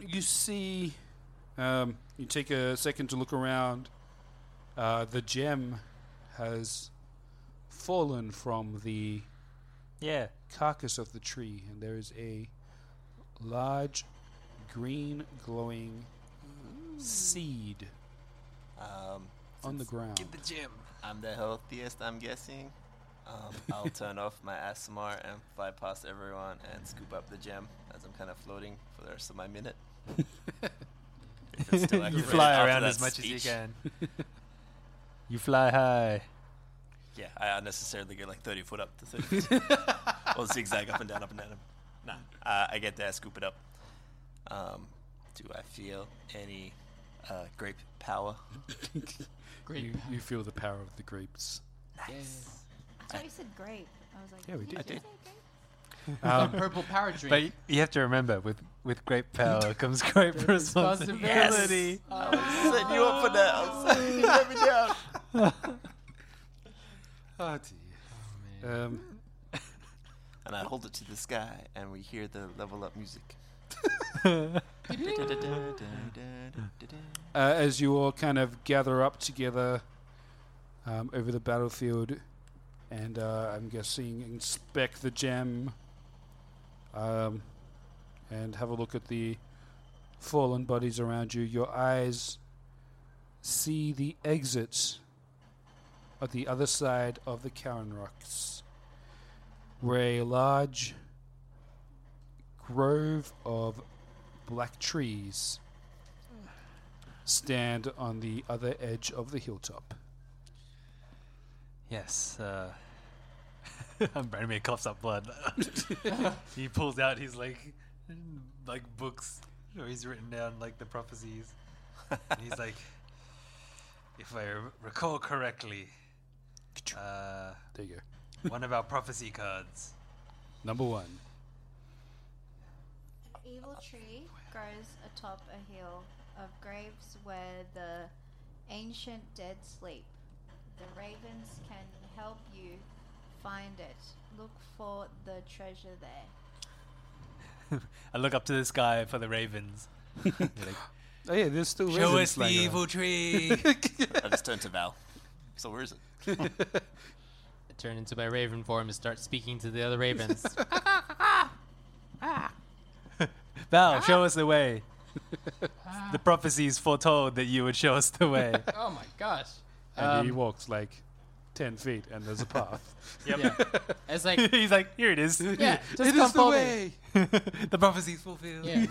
Speaker 4: you see, um, you take a second to look around. Uh, the gem has fallen from the
Speaker 5: yeah
Speaker 4: carcass of the tree, and there is a large green glowing seed
Speaker 8: Um,
Speaker 4: on the ground.
Speaker 8: gym. I'm the healthiest, I'm guessing. Um, I'll turn off my ASMR and fly past everyone and scoop up the gem as I'm kind of floating for the rest of my minute. If it's still
Speaker 5: you
Speaker 8: activated
Speaker 5: fly
Speaker 8: after
Speaker 5: around
Speaker 8: that
Speaker 5: as much as you
Speaker 8: speech.
Speaker 5: can. you fly high.
Speaker 8: Yeah, I unnecessarily get like 30 foot up to 30 foot. well, zigzag up and down, up and down. Nah, uh, I get there, scoop it up. Um, do I feel any uh, grape power?
Speaker 6: Grape
Speaker 4: you, you feel the power of the grapes.
Speaker 6: Yes.
Speaker 7: That's why you said grape. I was like,
Speaker 4: Yeah, we
Speaker 7: you
Speaker 4: did.
Speaker 7: say
Speaker 4: I did.
Speaker 7: grape?
Speaker 5: Um,
Speaker 6: Purple power
Speaker 5: But
Speaker 6: drink.
Speaker 5: y- you have to remember, with with great power comes great responsibility.
Speaker 6: Responsibility.
Speaker 8: I set you up for that. I'm setting you let me down.
Speaker 4: Oh, dear. Um,
Speaker 8: And I hold it to the sky, and we hear the level up music.
Speaker 4: uh, as you all kind of gather up together um, over the battlefield, and uh, I'm guessing inspect the gem, um, and have a look at the fallen bodies around you. Your eyes see the exits at the other side of the Karen Rocks, where a large grove of black trees stand on the other edge of the hilltop.
Speaker 5: Yes. Uh, Brandomir coughs up blood. he pulls out his like like books where he's written down like the prophecies. and he's like, if I r- recall correctly, uh,
Speaker 4: There you go.
Speaker 5: one of our prophecy cards.
Speaker 4: Number one.
Speaker 7: An evil tree grows atop a hill of graves where the ancient dead sleep. The ravens can help you find it. Look for the treasure there.
Speaker 5: I look up to the sky for the ravens. They're like,
Speaker 4: Oh yeah, there's still
Speaker 5: Show
Speaker 4: ravens
Speaker 5: us the
Speaker 4: flying around.
Speaker 5: evil tree.
Speaker 8: I just turn to Val. So where is it?
Speaker 6: I turn into my raven form and start speaking to the other ravens.
Speaker 7: Ah.
Speaker 5: Val, show us the way. the prophecies foretold that you would show us the way.
Speaker 6: oh my gosh. Um,
Speaker 4: And
Speaker 7: Um,
Speaker 4: he walks like ten feet, and there's a path.
Speaker 6: Yeah. It's like
Speaker 5: He's like, here it is.
Speaker 6: yeah, just
Speaker 4: It
Speaker 6: come
Speaker 4: is the
Speaker 6: follow me.
Speaker 4: way.
Speaker 5: the prophecies fulfilled.
Speaker 6: Yeah.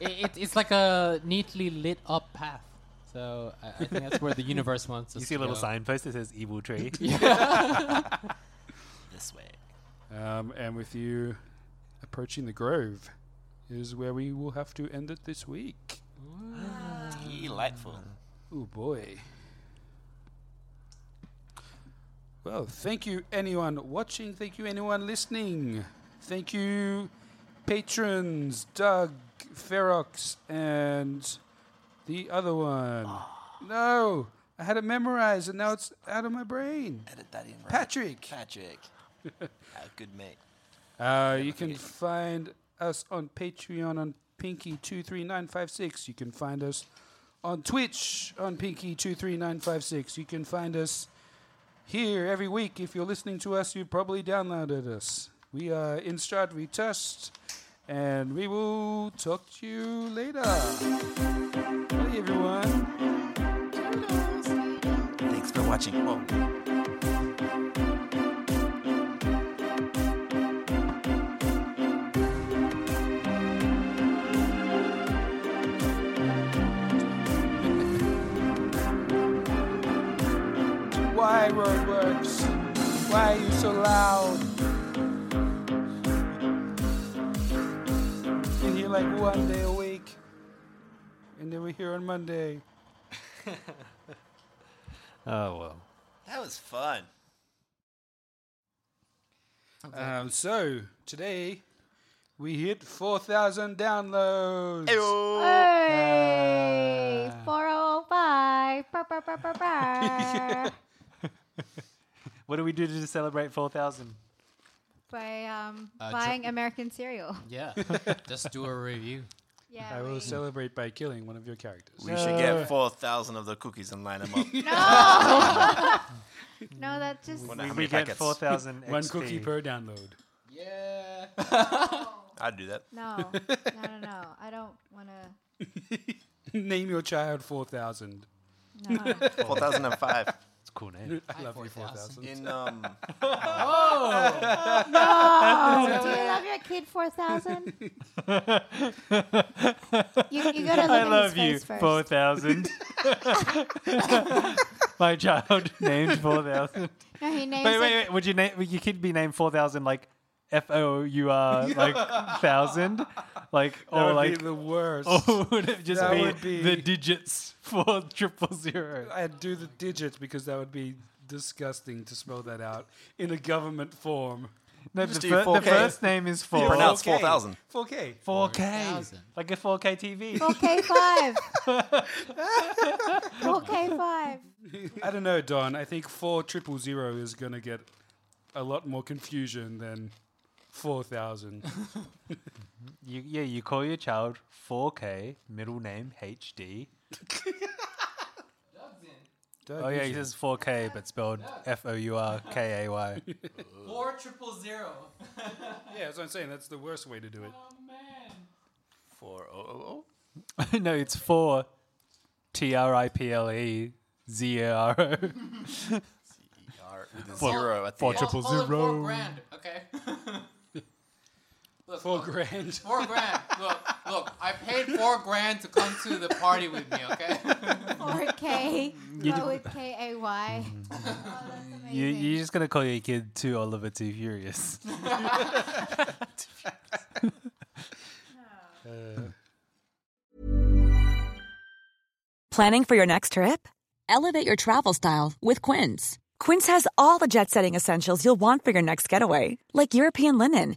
Speaker 6: it, it, it's like a neatly lit up path. So I, I think that's where the universe wants us.
Speaker 5: You see
Speaker 6: to
Speaker 5: a
Speaker 6: go.
Speaker 5: little signpost that says evil tree.
Speaker 8: This way.
Speaker 4: Um, and with you approaching the grove, is where we will have to end it this week.
Speaker 5: Ah.
Speaker 8: Delightful.
Speaker 4: Oh boy. Well, thank you anyone watching. Thank you anyone listening. Thank you patrons Doug, Ferox, and the other one.
Speaker 8: Ah.
Speaker 4: No, I had it memorized and now it's out of my brain.
Speaker 8: Edit that in. Right?
Speaker 4: Patrick.
Speaker 8: Patrick. a good mate.
Speaker 4: Uh, you can find us on Patreon on Pinky23956. You can find us on Twitch on Pinky23956. You can find us here every week. If you're listening to us, you probably downloaded us. We are Instrad Retest, and we will talk to you later. Bye, everyone.
Speaker 8: Thanks for watching. Whoa.
Speaker 4: Why roadworks? Why are you so loud? In here like one day a week, and then we're here on Monday.
Speaker 5: Oh well.
Speaker 8: That was fun.
Speaker 4: Um, so today we hit four thousand downloads.
Speaker 7: Hey, 405. Brr, brr, brr, brr, brr.
Speaker 5: What do we do to celebrate four thousand?
Speaker 7: By um,
Speaker 5: Uh, dr-
Speaker 7: buying American cereal.
Speaker 6: Yeah. Just do a review.
Speaker 7: Yeah,
Speaker 4: I will celebrate by killing one of your characters.
Speaker 8: We should
Speaker 4: No.
Speaker 8: get 4,000 of the cookies and line them up.
Speaker 7: no, that's just.
Speaker 8: Wonder how many packets.
Speaker 4: One cookie per download.
Speaker 6: Yeah.
Speaker 8: I'd do that.
Speaker 7: No, no, no, no. I don't want to.
Speaker 4: Name your child 4000.
Speaker 7: No.
Speaker 8: 4005.
Speaker 5: It's a cool name.
Speaker 4: I love you 4000.
Speaker 8: In, um,
Speaker 7: Oh! No! Do you love your kid 4000? You- you gotta look
Speaker 5: I
Speaker 7: at his
Speaker 5: love you,
Speaker 7: face first.
Speaker 5: 4000. My child named 4000.
Speaker 7: No, he names
Speaker 5: Wait,
Speaker 7: it-
Speaker 5: wait, wait. Would, you name, would your kid be named 4000 like F O U R, like
Speaker 4: Yeah.
Speaker 5: 1000? Like,
Speaker 4: That
Speaker 5: or
Speaker 4: would
Speaker 5: like.
Speaker 4: be the worst.
Speaker 5: Or would it just
Speaker 4: That
Speaker 5: be,
Speaker 4: would be-
Speaker 5: the digits for triple zero?
Speaker 4: I'd do the digits because that would be disgusting to spell that out in a government form.
Speaker 5: No, the, fir- the first name is 4.
Speaker 8: Pronounce 4,000.
Speaker 4: 4K.
Speaker 5: 4K. Like a 4K TV.
Speaker 7: 4K5. 4K5.
Speaker 4: I don't know, Don. I think four triple zero is gonna get a lot more confusion than four thousand.
Speaker 5: You, yeah, you call your child 4K, middle name HD. Oh, yeah, he says 4K, but spelled F O U R K A Y.
Speaker 6: Four triple zero.
Speaker 4: yeah, that's what I'm saying. That's the worst way to do it. Oh
Speaker 6: man.
Speaker 8: 4000?
Speaker 5: No, it's 4 T R I P L E Z A R O.
Speaker 8: With a
Speaker 5: Four-
Speaker 8: zero at the
Speaker 5: four
Speaker 8: end.
Speaker 5: triple
Speaker 6: Call it Four
Speaker 5: zero.
Speaker 6: grand, okay? Look,
Speaker 4: Four
Speaker 6: look,
Speaker 4: grand.
Speaker 6: Four grand. Look, look, I paid four grand to come to the party with me, okay?
Speaker 7: 4K.
Speaker 5: You
Speaker 7: but
Speaker 5: do- Mm-hmm.
Speaker 7: with K-A-Y.
Speaker 5: You, you're just gonna call your kid Too Oliver Too Furious. Mm-hmm.
Speaker 10: Planning for your next trip?
Speaker 11: Elevate your travel style with Quince.
Speaker 10: Quince has all the jet setting essentials you'll want for your next getaway, like European linen,